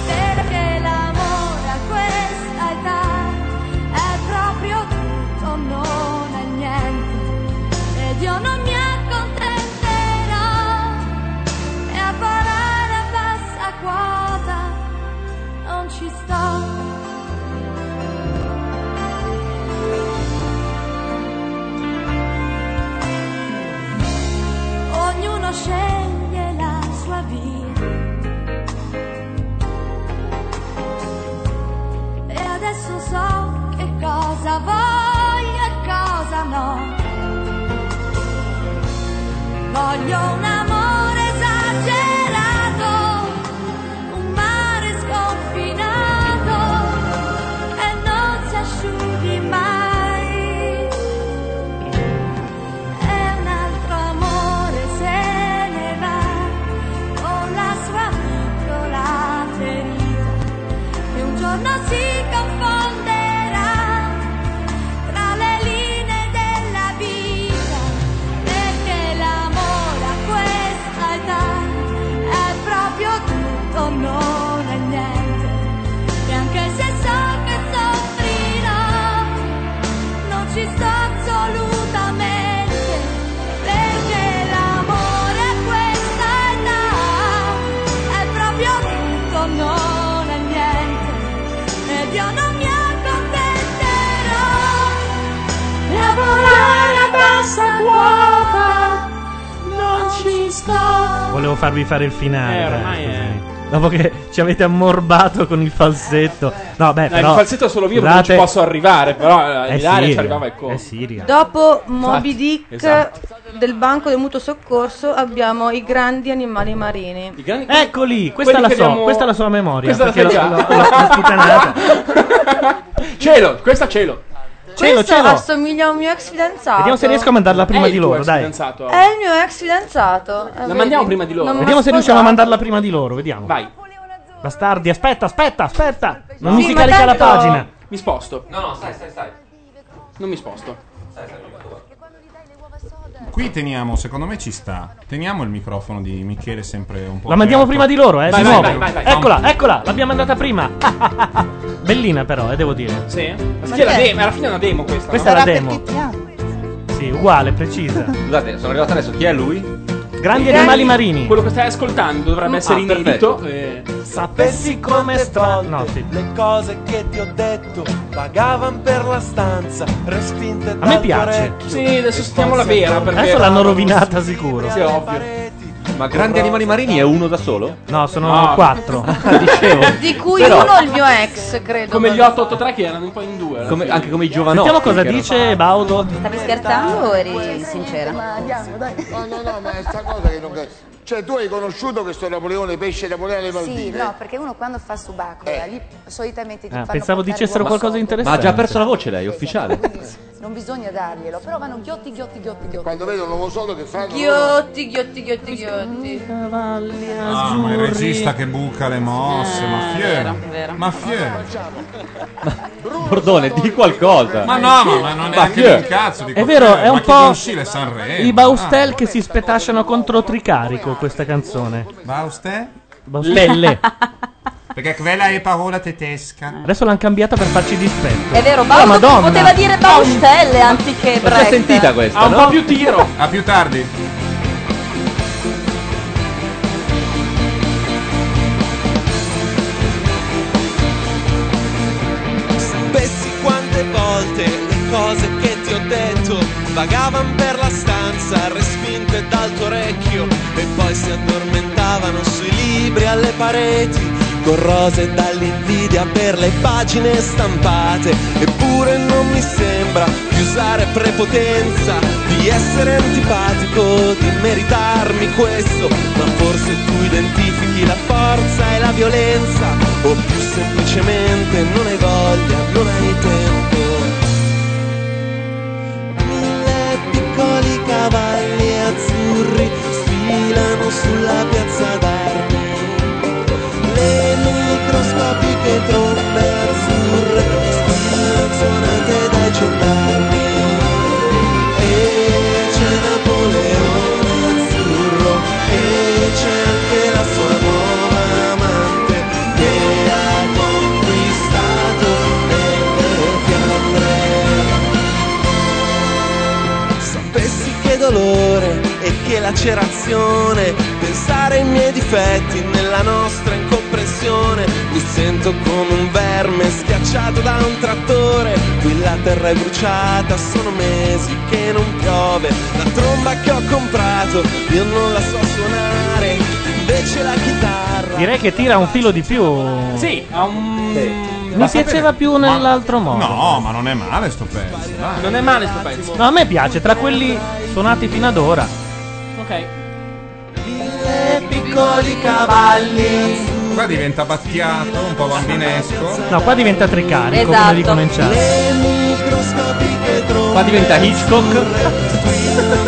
perché l'amore a questa età è proprio tutto non è niente ed io non mi accontenterò e a parlare a bassa quota non ci sto. Ognuno sceglie la sua via e adesso so che cosa voglio e cosa no. Voglio un amore esagerato, un mare sconfinato e non si asciughi mai. E un altro amore se ne va con la sua piccola ferita e un giorno si confonderà tra le linee della vita. Perché l'amore a questa età è proprio tutto, non è niente. E anche se so che soffrirò, non ci sto assolutamente. Perché l'amore a questa età è proprio tutto, non è niente. Ed io non mi accontenterò lavorare a bassa quota non ci sto
Volevo farvi fare il finale.
Eh,
dai,
ormai
così.
è-
Dopo che ci avete ammorbato con il falsetto. No, beh,
No, il
però
falsetto solo io perché non ci
scusate-
posso arrivare, però eh,
È
Ilaria ci
Siria.
arrivava e come.
È Siria.
Dopo Moby Dick
esatto.
del Banco del Mutuo Soccorso abbiamo i grandi animali marini.
Eccoli, questa è, la
Quelli che
sua,
abbiamo-
questa è la sua memoria.
Questa la
perché
sai
l'ho-
già.
l'ho- l'ho sputanata.
Cielo, questa cielo.
Cielo,
Questo
cielo.
assomiglia a un mio ex fidanzato.
Vediamo se riesco a mandarla prima
È il
di
tuo
loro,
ex
dai.
fidanzato,
È il mio ex fidanzato. Eh, vedi? Non mi
Vediamo se
ha
riusciamo a
sposato.
mandarla prima di loro, vediamo. Vai. Bastardi, aspetta, aspetta, aspetta. Non
No.
mi si carica la pagina.
Mi sposto. No, no, stai, stai, stai. Non mi sposto. Stai, stai,
Qui teniamo, secondo me ci sta. Teniamo il microfono di Michele sempre un po'.
La mandiamo prima di loro, eh. di
Vai, vai,
nuovo.
vai, vai, vai.
Eccola, eccola, Ah, l'abbiamo mandata prima. Bellina però, eh, devo dire.
Sì. Ma sì, è la
perché?
demo, alla fine è una demo questa.
eh. Questa
no?
è la demo. Sì, uguale, precisa.
Scusate, sono arrivato adesso. Chi è lui?
Grandi animali marini.
Quello che stai ascoltando dovrebbe essere
Ah,
inedito. eh.
Sapessi
come sto
No, sì.
le cose che ti ho detto pagavan per la stanza respinte
A me piace.
Sì, adesso sentiamo la vera perché
Adesso l'hanno rovinata sicuro.
Sì, è ovvio.
oh, Ma Grandi Animali Marini è uno da solo?
No, sono
No.
quattro.
Dicevo.
Di cui
Però-
uno è il mio ex, credo.
Come gli 883 che erano un po' in due. alla
Come-
fine.
anche come i giovanotti.
Sentiamo cosa
che erano-
dice Baudo.
Stavi scherzando o eri sincera?
No, no, no, ma è sta cosa che non. Cioè, tu hai conosciuto questo Napoleone, pesce Napoleone alle
Sì,
Maldive?
no, perché uno quando fa
Eh.
subacquea, lì solitamente ti
Ah,
fanno
pensavo
portare
dicessero
uova
qualcosa di
sotto.
interessante.
Ma ha già perso la voce lei, ufficiale.
Non bisogna darglielo, però vanno ghiotti, ghiotti, ghiotti, ghiotti.
Quando vedono lo solo che fanno...
Ghiotti, ghiotti, ghiotti,
Mm.
ghiotti.
Ah, ma il regista che buca le mosse,
Eh,
ma fiero. Ma fiero.
Bordone, di qualcosa.
Ma no, ma- ma non è
Ma
anche
chi è?
un cazzo di
È vero, è un po'
Uscire Sanremo.
i Baustel che si spetasciano contro Tricarico questa canzone.
Baustel?
Baustel? Lelle.
Perché quella è parola tedesca.
Adesso l'hanno cambiata per farci dispetto.
È vero,
Oh,
Baudo
Madonna.
poteva dire Baustelle anziché Brecht.
questa,
Ha un
no?
po' più tiro.
A più tardi.
Sapessi quante volte le cose che ti ho detto vagavano per la stanza, respinte dal tuo orecchio e poi si addormentavano sui libri alle pareti con rose dall'invidia per le pagine stampate. Eppure non mi sembra di usare prepotenza, di essere antipatico, di meritarmi questo, ma forse tu identifichi la forza e la violenza, o più semplicemente non hai voglia, non hai tempo. Mille piccoli cavalli azzurri sfilano sulla piazza d'armi le microscopiche trombe azzurre spillonzonate dai gendarmi e c'è Napoleone azzurro e c'è anche la sua nuova amante che ha conquistato le Fiandre Sapessi che dolore e che lacerazione Pensare ai miei difetti nella nostra incomprensione Mi sento come un verme schiacciato da un trattore Qui la terra è bruciata, sono mesi che non piove La tromba che ho comprato io non la so suonare Invece la chitarra
Direi che tira un filo di più.
Sì, ha un.
Mi piaceva più nell'altro modo.
No, ma non è male sto pezzo. dai.
Non è male sto pezzo.
No, a me piace, tra quelli suonati fino ad ora.
Ok.
Mille piccoli cavalli
Qua diventa battiato, un po' bambinesco.
No, qua diventa Tricarico, come
Esatto.
ricominciare.
Le microscopiche trombe
Qua diventa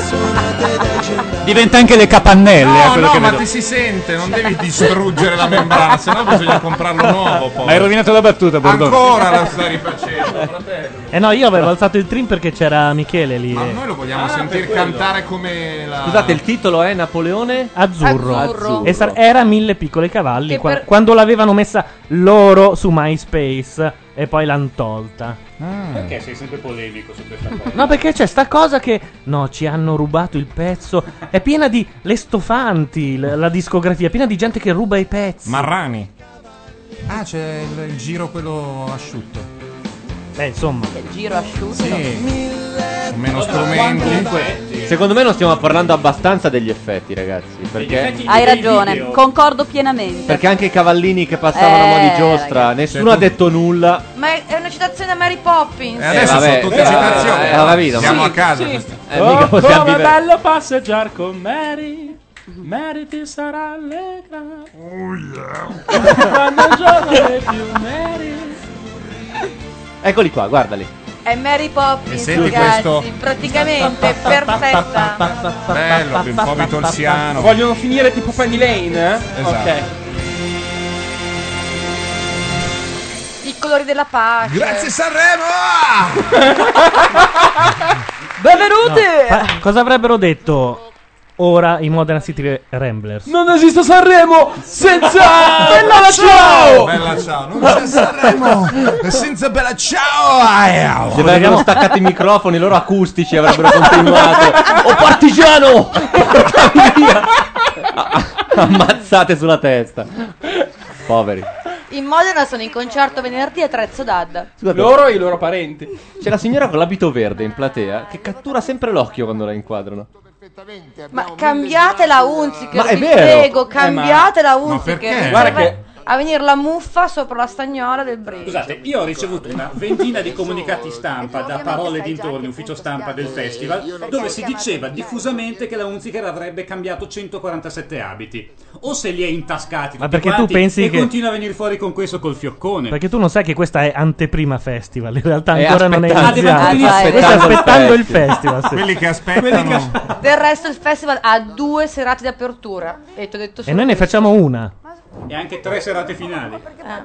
suonate dai gendarmi
Diventa anche le capannelle. eh,
No,
quello
no,
che
ma
vedo.
ti si sente, non devi distruggere la membrana, sennò bisogna comprarlo nuovo poi.
Ma hai rovinato la battuta, Bordone.
Ancora la stai rifacendo, fratello.
Eh no, io avevo alzato il trim perché c'era Michele lì.
Ma
eh.
noi lo vogliamo
Ah,
sentire
per quello.
cantare come la...
Scusate, il titolo è Napoleone
Azzurro.
Azzurro.
E sar- era Mille piccoli cavalli.
Che
qua-
per-
Quando l'avevano messa loro su MySpace e poi l'hanno tolta.
Ah.
Perché sei sempre polemico su questa cosa?
No, perché c'è sta cosa che. No, ci hanno rubato il pezzo. È piena di le stofanti l- la discografia, è piena di gente che ruba i pezzi.
Marrani. Ah, c'è il, il giro quello asciutto.
Beh, insomma.
Il giro asciutto.
Con meno strumenti.
Secondo me non stiamo parlando abbastanza degli effetti, ragazzi. Perché,
Ah,
Hai ragione, concordo pienamente.
perché anche i cavallini che passavano a mo'
Eh,
di giostra, nessuno ha detto nulla.
Ma è è una citazione a Mary Poppins.
Eh, adesso vabbè, sono tutte eh, citazioni. eh, ho capito, ma-
Siamo a casa.
Sì.
questa-
Eh, mica possiamo
Come è
vivere.
bello passeggiare con Mary. Mary ti sarà allegra. Oh yeah. Quando un giorno è più Mary.
Eccoli qua, guardali.
È Mary
E
Poppins,
senti
ragazzi.
questo?
Praticamente è perfetta.
Bello, un po' vitolsiano.
Vogliono finire tipo Penny Lane? eh?
Esatto.
Ok.
I colori della pace.
Grazie Sanremo!
Benvenuti!
Fa- cosa avrebbero detto ora i Modena City Ramblers?
Non esiste Sanremo senza
Bella ciao!
Bella ciao!
Ah.
Non c'è Sanremo senza bella ciao!
Eh,
Aia!
oh.
Se avrebbero staccato i microfoni, loro acustici avrebbero continuato. Oh partigiano! Portami via! Ammazzate sulla testa. Poveri.
In Modena sono in concerto venerdì a Trezzo d'Adda.
Scusate.
Loro e i loro parenti.
C'è la signora con l'abito verde in platea che cattura sempre l'occhio quando la inquadrano.
Ma cambiate la Unziker,
Ma è
vi
vero.
prego, cambiate la Unziker.
Guarda che
a venire la muffa sopra la stagnola del Brescia.
Scusate, io ho ricevuto una ventina di comunicati stampa da Parole dintorni, ufficio stampa del festival, dove si diceva diffusamente che la Hunziker avrebbe cambiato 147 abiti. O se li è intascati
Ma
tutti
perché tu
quanti
pensi
e
che-
continua a venire fuori con questo col fioccone.
Perché tu non sai che questa è anteprima festival, in realtà
È
ancora non è
aspettando-
iniziata.
Ah, deve ancora
Questa è
iniziare.
aspettando il
Aspettando il
festival. sì.
Quelli che aspettano.
Del resto il festival ha due serate di apertura. E ti ho detto
E noi ne facciamo una.
E anche tre serate finali.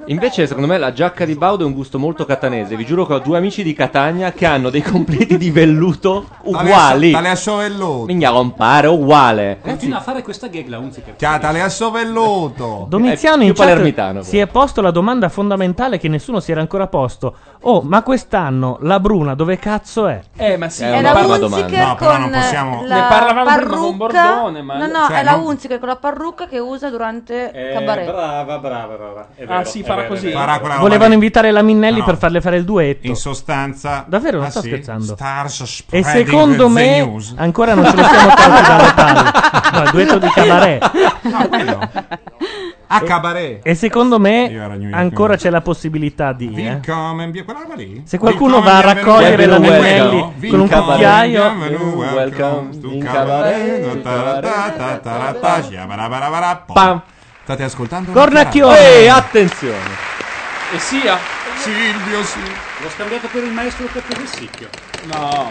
Invece, secondo me, la giacca di Baudo è un gusto molto catanese. Vi giuro che ho due amici di Catania che hanno dei completi di velluto uguali.
Tale a- tale a
sovelluto. Migna compare, uguale.
Continua a fare questa gag la Hunziker.
Catale
a sovelluto.
Eh, Domiziano
È
in
più palermitano,
chat
però.
si è posto la domanda fondamentale che nessuno si era ancora posto. Oh, ma quest'anno la Bruna dove cazzo è?
Eh, ma sì,
È
non
una
parla
Hunziker
domanda.
No, però non possiamo-
la
Ne parlavamo prima
parrucca.
con Bordone, ma...
No, no,
Cioè,
è la
non-
Hunziker con la parrucca che usa durante
Eh,
cabaret.
brava, brava, brava. È
Ah,
vero,
sì,
è
farà
vero, è
così.
vero.
Farà quella roba
Volevano
lì.
invitare la Minnelli
No, no.
per farle fare il duetto.
In sostanza,
Davvero, non
Ah,
sto
sì?
scherzando.
Stars
E
spreading
secondo
the
me
news.
ancora non ce lo siamo tolti dalle palle. No, il duetto di Cabaret.
a cabaret.
E secondo
Io ero New
me
York,
ancora c'è la possibilità di... eh.
Willkommen, via- quella roba lì?
Se qualcuno va a
Willkommen,
raccogliere la
benvenuto,
Minnelli
welcome.
con un
Willkommen,
cucchiaio-
benvenuto, welcome to cabaret, taratata, taratata, shabarabarabara, pom. State ascoltando?
Cornacchione!
Ehi, attenzione!
E sia?
Silvio, sì.
L'ho scambiato per il maestro Peppe Vessicchio.
No.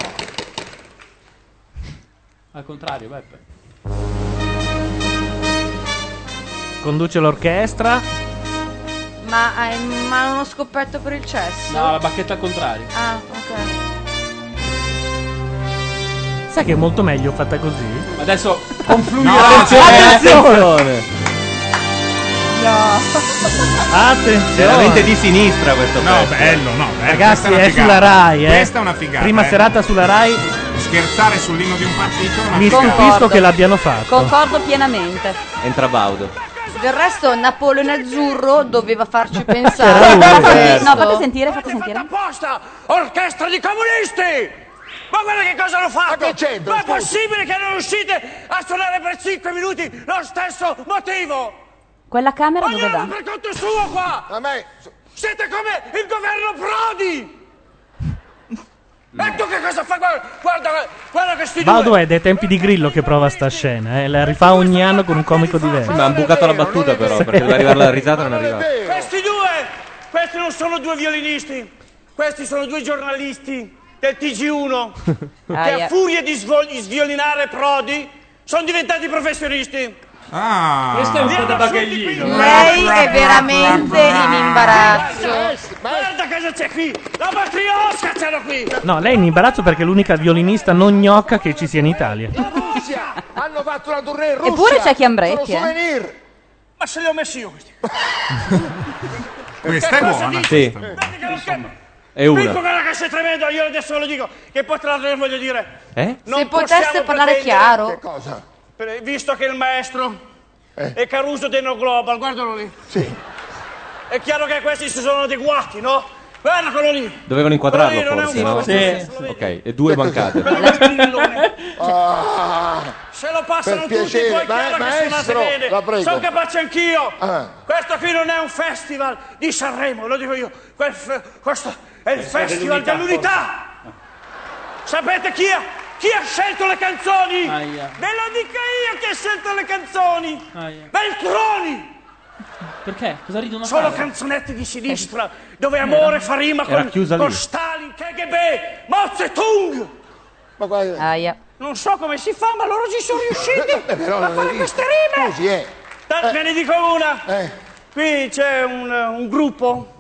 Al contrario, Beppe.
Conduce l'orchestra.
Ma, eh, ma non ho scoperto per il cesso.
No, la bacchetta al contrario.
Ah, ok.
Sai che è molto meglio fatta così?
Adesso confluire
No,
eh.
attenzione! Attenzione!
Veramente di sinistra questo
No,
festival.
bello, no, bello.
Ragazzi,
Questa una
è
figata.
sulla Rai, eh.
Questa è una figata.
Prima
eh.
serata sulla Rai.
Scherzare sull'inno di un partito è una
Mi
figata.
stupisco che l'abbiano fatto.
Concordo pienamente.
Entra Baudo.
Del resto Napoleone Azzurro doveva farci
Era
pensare.
lui,
Fate-
certo.
no, fate sentire, fate sentire.
apposta! Orchestra di comunisti! Ma guarda che cosa hanno fatto! Ma, è possibile che non riuscite a suonare per 5 minuti lo stesso motivo?
Quella camera dove
Ognuno
va?
per conto suo qua! Siete come il governo Prodi! E tu che cosa fai? Guarda, guarda, guarda questi due!
Baudo è dai tempi di Grillo che prova sta scena, eh. la rifà ogni anno con un comico diverso.
Sì, ma hanno bucato la battuta però, perché doveva arrivare la risata non è arrivata.
Questi due, questi non sono due violinisti, questi sono due giornalisti del TG1 che
Aia.
a furia di svol- di sviolinare Prodi sono diventati professionisti.
Ah.
Questo è un po' da eh.
bagaglino.
Lei è
veramente in imbarazzo.
Guarda cosa c'è qui, la matriosca c'era qui.
No, lei è in imbarazzo perché è l'unica violinista non gnocca che ci sia in Italia.
Russia, hanno fatto la tournée in Russia.
Eppure c'è chi ambrecchi, eh.
Sono souvenir. Ma se li ho messi io questi.
Questa è
Cosa
buona.
dici?
Sì.
Guarda che-
È
Pippo,
una.
guarda che sei tremendo, io adesso ve lo dico, che poi tra l'altro voglio dire,
Eh?
non
potesse
possiamo
parlare
pretendere-
chiaro. Che
Per- visto che il maestro è Caruso Deno Global, guardalo lì. Eh. Sì. È chiaro che questi si sono adeguati, no? Guarda quello lì.
Dovevano inquadrarlo
Quello lì non è
forse,
un
no?
maestro, quello lì.
Ok, e due
Certo,
mancate.
Se lo passano
Ah. Per
tutti,
piacere,
poi è
ma-
chiaro che
maestro,
suonate bene.
la prego.
Sono capace anch'io.
Ah.
Questo qui non è un festival di Sanremo, lo dico io. Que- f- Questo è il
Questo è
festival
dell'unità.
dell'unità. Sapete chi ha, chi ha scelto le canzoni?
Aia.
Ve lo dico io chi ha scelto le canzoni. Veltroni!
Ah, Perché? Cosa ridono a
Solo
casa?
canzonetti di sinistra dove amore fa rima
Era
con,
chiusa lì.
con Stalin, KGB, Mao Zedong. Ma guarda. Non so come si fa, ma loro ci sono riusciti
però
a
non
fare
è-
queste rime. Scusi, Ve ne dico una. Qui c'è un, un gruppo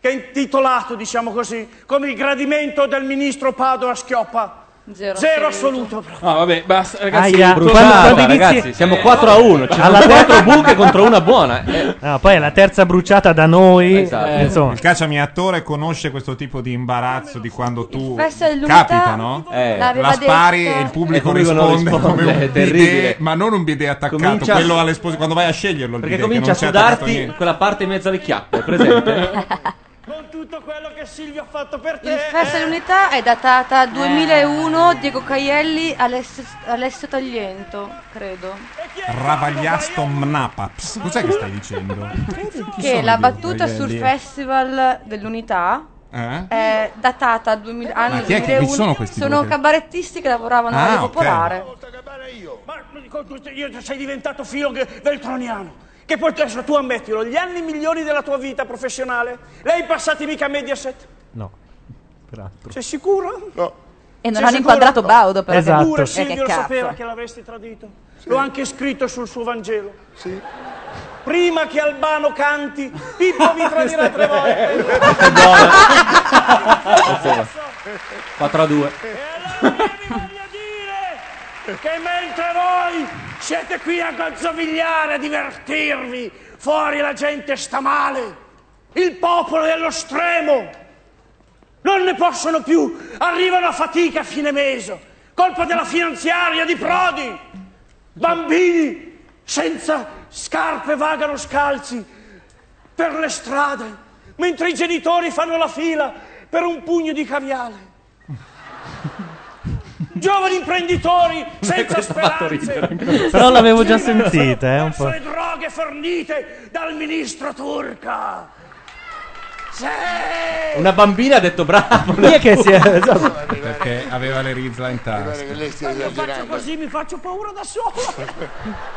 che è intitolato, diciamo così, come il gradimento del ministro Padoa Schioppa. Zero, assoluto.
No, vabbè, basta, ragazzi.
Aia,
brutta
quando-
roba,
quando inizi-
ragazzi, siamo
Eh,
4 a 1. Ci sono
Alla
4
terza-
buche contro una buona. Eh,
No, poi è la terza bruciata da noi.
esatto.
Eh,
Insomma,
Il cacciami attore conosce questo tipo di imbarazzo di quando tu
Festival dell'Unità
capita, no?
l'aveva
La spari
detto.
e il pubblico,
Eh. E il pubblico non
risponde,
risponde,
come un
è
bidet,
terribile.
ma non un bidet attaccato,
Comincia-
quello all'esposizione quando vai a sceglierlo il
Perché
bidet, che
comincia a
non c'è attaccato
sudarti
niente.
quella parte in mezzo alle chiappe, presente?
quello che Silvio ha fatto per te.
Il Festa
eh.
dell'Unità è
Eh.
datata 2001, Diego Caielli, Alessio, Alessio Tagliento, credo.
Ravagliasto Mnapaps. Cos'è che stai dicendo? Chi
Che
sono
la
i
battuta
Caielli?
sul Festival dell'Unità
Eh?
è datata 2000, anno
chi è che- chi
2001.
sono questi due?
cabarettisti che lavoravano
Ah,
alla
ok.
Popolare.
Io sei diventato filo veltroniano. Che poi adesso tu ammettilo, gli anni migliori della tua vita professionale, lei passati mica a Mediaset?
No, peraltro.
Sei sicuro? No.
E non hanno inquadrato Baudo, però.
Esatto.
Pure
Eh, che
Silvio
cazzo.
sapeva che l'avresti tradito. L'ho anche scritto sul suo Vangelo. Sì. Prima che Albano canti, Pippo vi tradirà tre volte.
È buona. Insomma, 4 a 2.
che mentre voi siete qui a gozzovigliare, a divertirvi, fuori la gente sta male, il popolo è allo stremo, non ne possono più, arrivano a fatica a fine mese, colpa della finanziaria di Prodi, bambini senza scarpe vagano scalzi per le strade, mentre i genitori fanno la fila per un pugno di caviale. Giovani imprenditori senza
Questo ha fatto
speranze.
ridere. Però l'avevo già sentita, eh, un po'.
Le droghe fornite dal ministro Turca. Sì!
Una bambina ha detto bravo.
Chi è che si è- esatto.
Perché aveva le rizla in tasca.
Lei sta
Io faccio
esagerando.
così, mi faccio paura da solo.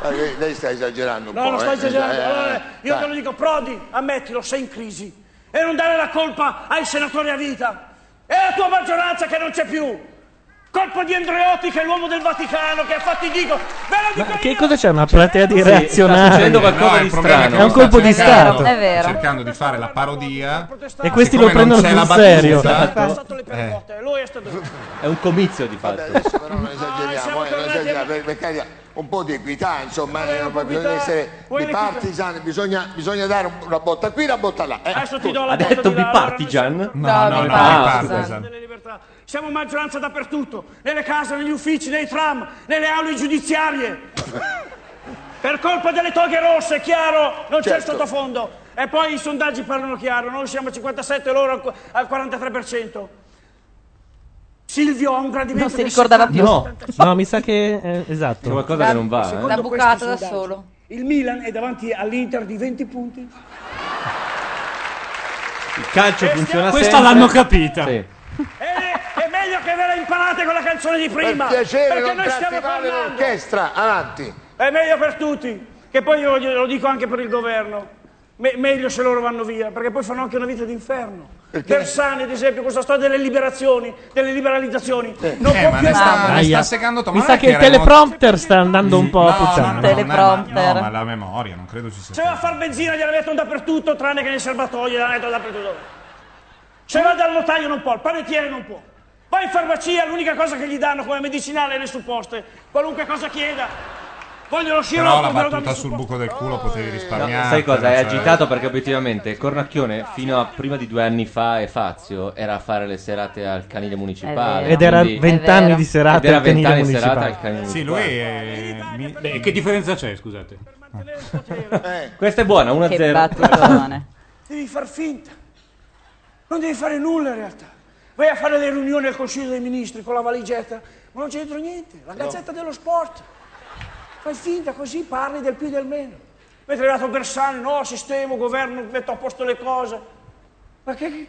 Ah, Lei lei sta esagerando un po'.
No, non sto
eh.
esagerando.
Eh,
Allora, io
dai.
te lo dico, Prodi, ammettilo, sei in crisi. E non dare la colpa ai senatori a vita. È la tua maggioranza che non c'è più. Colpa di Andreotti, che è l'uomo del Vaticano, che è fatidico. Ve lo
Ma che cosa c'è? Una platea di
Sì, sta
reazionari.
succedendo qualcosa No, di il problema è strano.
È
che
un
lo sta
colpo di
cercando.
Stato.
È
vero.
Cercando di fare la parodia.
E questi
siccome
lo prendono
non c'è
sul
la
serio.
battuta, eh,
È un comizio di fatto.
Adesso però
Ah,
non esageriamo, eh, non esageriamo, per, per carità, un po' di equità, insomma, eh, non- bisogna essere
vuoi l'equità?
bipartisan, bisogna, bisogna dare un- una botta qui, una botta là. eh.
Adesso ti do la
Ha
botta
detto
di là, allora non
bipartisan?
No, no, no,
Ah,
bipartisan.
scusa.
delle libertà. Siamo maggioranza dappertutto, nelle case, negli uffici, nei tram, nelle aule giudiziarie. Per colpa delle toghe rosse, chiaro, non c'è il
Certo.
sottofondo. E poi i sondaggi parlano chiaro, noi siamo al 57 e loro al qu- al 43%. Silvio ha un gradimento
Non si
del
ricordava più.
70.
No, no, mi sa che. eh, esatto. C'è
qualcosa che non va. eh.
Secondo
L'ha
questi
bucata da
sondaggi,
solo.
Il Milan è davanti all'Inter di 20 punti.
Il calcio funziona
Questa
sempre.
l'hanno capita.
Sì.
È meglio che ve la imparate con la canzone di prima.
Per piacere,
perché
non
noi stiamo
trastinare
parlando.
l'orchestra, avanti.
È meglio per tutti, che poi io glielo dico anche per il governo. Me- meglio se loro vanno via, perché poi fanno anche una vita d'inferno. Bersani, ad esempio, questa storia delle liberazioni, delle liberalizzazioni. Non
Eh,
può
ma
più
ne sta, ne
Aia.
sta segando to-
Mi
ma
sa
non è
che il
era mo-
teleprompter sta andando un po' a puttana.
no, no, no, ma- no, ma la memoria, non credo ci sia.
Se va a far benzina gliela mettono dappertutto, tranne che nei serbatoi gliela mettono dappertutto. Se va dal notaio non può, il panettiere non può. Va in farmacia, l'unica cosa che gli danno come medicinale è le supposte. Qualunque cosa chieda. Voglio lo
Però la
sciroppo, me lo danno
battuta sul buco del culo potevi
No,
risparmiare. cioè.
sai cosa? È agitato perché obiettivamente Cornacchione fino a prima di due anni fa e Fazio era a fare le serate al canile municipale.
Ed era
quindi-
20 anni di serate
Ed era
al canile
20 anni di
municipale.
serate al canile
Sì,
municipale.
lui
Beh, che differenza c'è, scusate?
Eh.
Questa è buona, 1-0.
Che battutone. Devi far finta. Non devi fare nulla in realtà. Vai a fare le riunioni al Consiglio dei Ministri con la valigetta, ma non c'entra niente. La gazzetta dello sport. Fai finta così, parli del più e del meno. Mentre è arrivato Bersani, no, sistema, governo, metto a posto le cose. Ma che...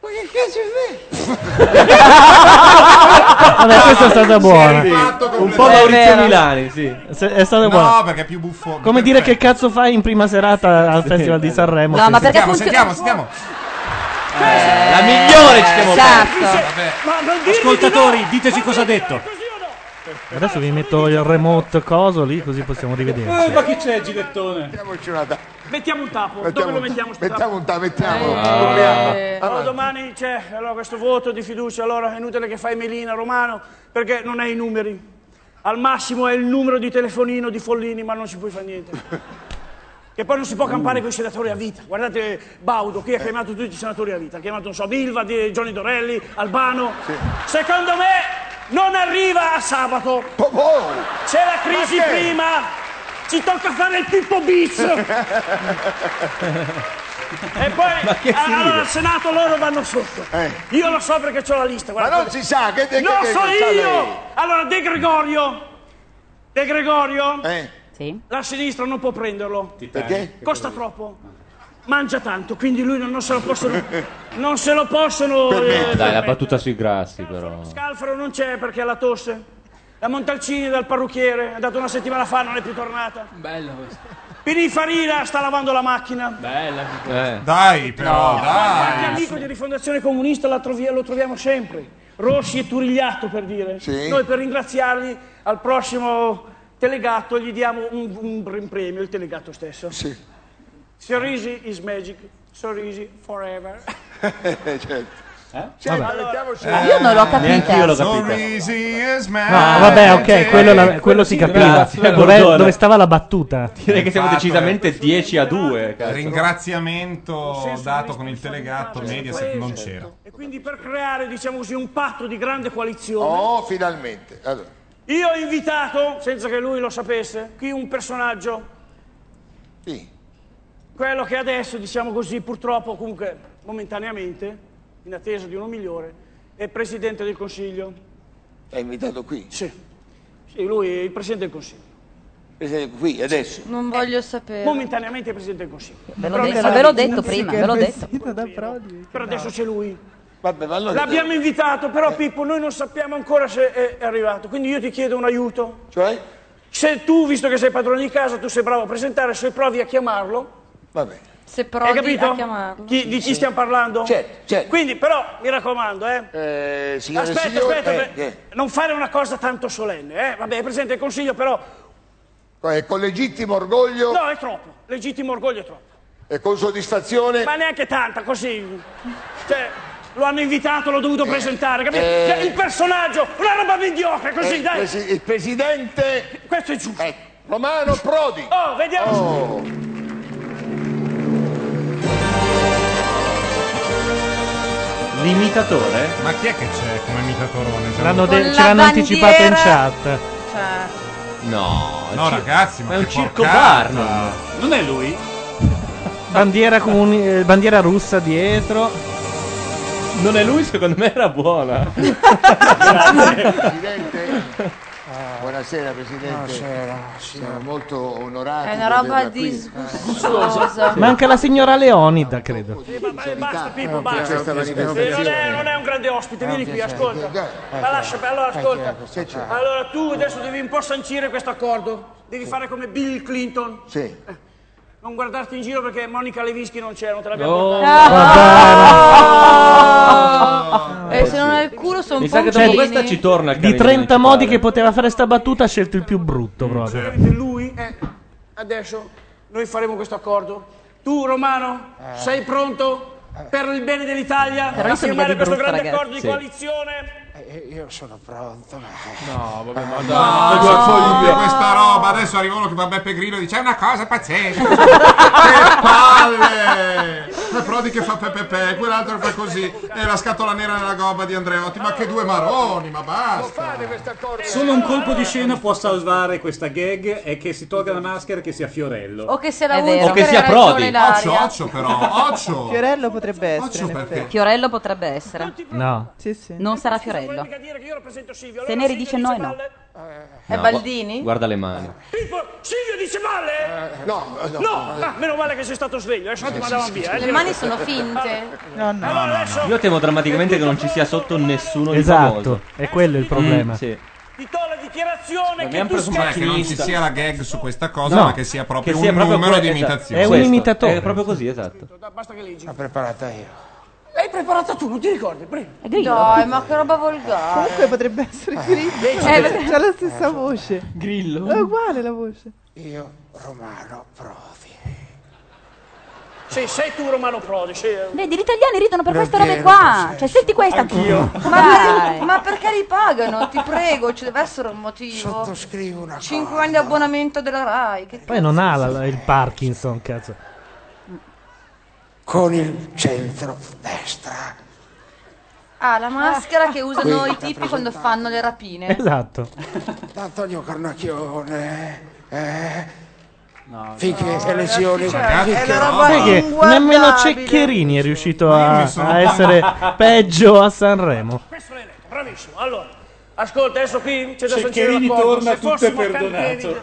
Ma che cazzo
Vabbè, questa è stata buona.
Sì.
Un
È
po' Maurizio
vero.
Milani, sì. Se- È stata
No,
buona.
perché è più buffo.
Come dire che cazzo fai in prima serata al Festival di Sanremo?
No, ma
Sì, sì.
perché Sentiamo, funziona- Eh, sentiamo,
La migliore ci stiamo
esatto.
Ascoltatori, diteci cosa ha detto.
Adesso vi metto il remote coso lì così possiamo rivedere.
Eh,
Eh,
ma chi c'è, Gilettone?
Mettiamoci una ta-
Mettiamo un tapo,
Mettiamo
dove
un-
lo mettiamo? sto
mettiamo
tapo?
un ta- mettiamo.
Eh.
Proviamo.
Eh, allora,
Avanti.
domani c'è allora, questo voto di fiducia, allora è inutile che fai Melina Romano perché non hai i numeri. Al massimo è il numero di telefonino di Follini, ma non ci puoi fare niente. Che poi non si può campare con i senatori a vita. Guardate Baudo, qui ha chiamato tutti i senatori a vita. Ha chiamato, non so, Bilva, di- Gianni Dorelli, Albano. Secondo me non arriva a sabato. C'è la crisi
Ma che?
prima. Ci tocca fare il Pippo Bis. E poi
Ma che
a- allora
figo.
al Senato loro vanno sotto. Io lo so perché ho la lista. guarda.
Ma non si sa, che- che-
Lo
che-
so
che sa
io!
lei?
Allora De Gregorio. De Gregorio.
Eh.
Sì.
La sinistra non può prenderlo.
Perché?
Costa troppo. Mangia tanto, quindi lui non, non se lo possono. non se lo possono. eh,
Dai, la
permettere.
battuta sui grassi, però.
Scalfaro non c'è perché ha la tosse. La Montalcini dal parrucchiere, è andata una settimana fa, non è più tornata. Bello questo. Pininfarina sta lavando la macchina. Bella.
Eh.
Dai, però,
Qualche
dai.
amico di rifondazione comunista la trovi- lo troviamo sempre. Rossi e Turigliatto per dire.
Sì.
Noi per ringraziarli al prossimo telegatto gli diamo un, un premio, il telegatto stesso.
Sì.
Sorrisi is magic, sorrisi forever. Eh,
certo. Senti,
Vabbè.
mettiamoci-
Ma io non l'ho capita.
Neanche io l'ho capita.
No, vabbè, ok, quello, la- quello si capiva.
Grazie,
Dove,
Bordone.
dove stava la battuta?
Direi che siamo decisamente 10 a 2.
Ringraziamento dato con il telegatto Mediaset non c'era.
E quindi per creare, diciamo così, un patto di grande coalizione.
Oh, finalmente. Allora,
Io ho invitato, senza che lui lo sapesse, qui un personaggio.
Sì.
Quello che adesso, diciamo così, purtroppo, comunque, momentaneamente, in attesa di uno migliore, è presidente del Consiglio.
è invitato qui.
Sì. Sì, lui è il presidente del Consiglio.
Presente Qui, adesso.
Non voglio sapere. Momentaneamente è presidente del Consiglio.
Ve l'ho
Però
detto,
adesso-
ve l'ho detto prima, ve l'ho detto.
Per adesso c'è lui.
Vabbè, ma allora... eh,
L'abbiamo invitato, però Pippo, noi non sappiamo ancora se è è arrivato, quindi io ti chiedo un aiuto.
Cioè?
Se tu, visto che sei padrone di casa, tu sei bravo a presentare, se provi a chiamarlo,
Vabbè.
se
provi
Hai capito?
a chiamarlo.
Chi- di chi
Sì.
stiamo parlando?
Certo, certo.
Quindi, però, mi raccomando, eh.
Eh, signore e
aspetta,
signori,
aspetta,
eh,
per- non fare una cosa tanto solenne, eh. Vabbè, è presente il consiglio, però.
eh, eh, con legittimo orgoglio
No, è troppo. Legittimo orgoglio è troppo.
e con soddisfazione...
Ma neanche tanta, così. Cioè, lo hanno invitato, l'ho dovuto presentare, capito?
eh.
Cioè, il personaggio, una roba mediocre, così,
Eh,
dai.
presi- il presidente... Eh,
Questo è giusto.
Romano Prodi.
Oh, vediamo.
L'imitatore?
Ma chi è che c'è come imitatorone?
L'hanno de-
Con
ce
la
l'hanno anticipato in
bandiera-
chat.
No,
No, ragazzi, ma
è un
che
circo
porcata.
bar.
Non è lui?
Bandiera, comuni- eh, bandiera russa dietro.
Non è lui, secondo me era buona.
Presidente. Buonasera Presidente. Siamo molto onorati.
È una
di
roba
averla qui. Eh.
disgustosa.
Ma anche la signora Leonida, credo.
Basta Pippo,
Eh,
basta.
questa è la
Sì,
manifestazione.
non, è, non è un grande ospite,
Eh,
vieni
sì,
qui,
sì.
ascolta.
Eh,
Ma
sì.
lascia, allora
Eh, sì,
ascolta.
ecco, sì, sì.
Allora tu adesso devi un po' sancire questo accordo. Devi fare come Bill Clinton. Eh,
Sì.
Non guardarti in giro perché Monica Levinsky non c'era, non te l'abbiamo
Oh,
Ah!
portata.
E Eh, se non hai il culo sono un po'
Cioè,
torna
Di 30 modi che poteva fare sta battuta, ha scelto il più
Mm,
brutto proprio.
Lui, eh, adesso noi faremo questo accordo. Tu Romano,
Eh.
sei pronto per il bene dell'Italia
Però
a
io sono mica
firmare
di
questo
brutto,
grande
ragazzi.
accordo di
Sì.
coalizione?
Eh,
Io sono pronto.
No, vabbè, ma
no.
dai,
No.
faccio io questa roba. Adesso arriva uno che va Beppe Grillo e dice: È una cosa pazzesca. che palle! Poi Prodi che fa Pepe Pe, quell'altro che fa così. E la scatola nera nella gobba di Andreotti. Ma che due maroni, ma basta.
Solo un colpo di scena può salvare questa gag è che si tolga la maschera e che sia Fiorello.
O che se la
È
usi
vero. O che
per
sia
ragione
Prodi.
d'aria.
Occio, occio, però, occio.
Fiorello potrebbe essere. in effetti.
Fiorello potrebbe essere.
No.
Non sarà Fiorello. Se Neri dice no e no.
È
No,
Baldini?
gu- Eh, guarda le mani.
Tipo, Silvio dice
Eh,
male?
no,
no. Ah, meno male che sei stato sveglio, adesso ti
sì,
mandavano
sì,
via.
sì,
eh,
sì.
direi.
Le mani sono finte.
No, no. Allora adesso
Io temo drammaticamente che non ci sia sotto nessuno
Esatto,
di famoso.
è quello il problema.
sì.
ti do la dichiarazione che
Abbiamo
tu
preso
scherzi.
Cioè, che non ci sia la gag su questa cosa,
No.
ma che sia proprio
Che sia
un
proprio
numero
que-
di
esatto.
imitazioni.
È un Questo, imitatore.
imitatore
è proprio così, esatto.
Basta che leggi.
L'ho preparata io.
L'hai preparata tu, non ti ricordi? Prego.
Dai, ma che roba volgare.
Comunque potrebbe
Eh.
essere Grillo.
Invece-
C'ha la- C'ha la stessa voce.
Grillo.
È uguale la voce.
Io, Romano Prodi.
Sì, sei tu Romano Prodi, sì.
Vedi, gli italiani ridono per
Non
queste
è
robe
vero,
qua. Cioè, senti questa.
Ma,
Dai.
per- ma perché li pagano? Ti prego, ci deve essere un motivo.
Sottoscrivo una
5 anni di abbonamento della Rai. Che
Poi non ha la- il Parkinson, cazzo.
Con il centro-destra.
Ah, la maschera che usano
Qui,
i tipi quando fanno le rapine.
Esatto.
D'Antonio Carnacchione. eh, finché le lesioni
Ragazzi,
finché-
Sai che nemmeno Cecchierini è riuscito a,
Io mi sono-
a essere peggio a Sanremo.
Bravissimo. Allora, ascolta, adesso qui c'è da
Ceccherini
sancire l'accordo.
torna,
Se
tutto è
fossimo
perdonato.
campioni,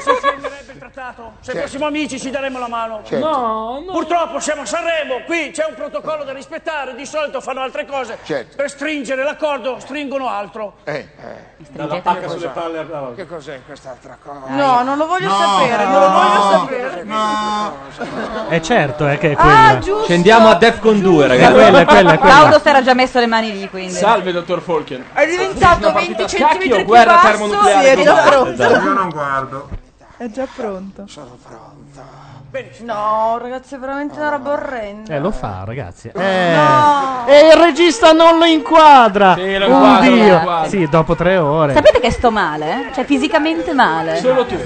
si firmerebbe il trattato. Se
Certo.
fossimo amici ci daremmo la mano.
Certo.
No, Purtroppo siamo a Sanremo, qui c'è un protocollo da rispettare, di solito fanno altre cose.
Certo.
Per stringere l'accordo stringono altro.
Eh,
Dalla pacca sulle palle
Che cos'è quest'altra cosa?
No, non lo voglio
No,
sapere, non lo voglio sapere.
E certo, è che è
Ah,
quella.
giusto.
Scendiamo a Defcon 2,
È
ragazzi.
quella, è quella, è quella.
Claudio si era già messo le mani lì, quindi.
Salve, dottor Falken.
È diventato 20
centimetri più guerra basso, termonucleare si è globale. già pronto.
Esatto. Io non guardo.
È già pronto.
Sono pronto.
No, ragazzi, è veramente una roba orrenda.
Eh, lo fa, ragazzi. Eh. E il regista non lo inquadra.
Sì, lo
Un
inquadra, lo
dio.
inquadra.
Sì, dopo tre ore.
Sapete che sto male? eh? Cioè, fisicamente male.
Solo tu.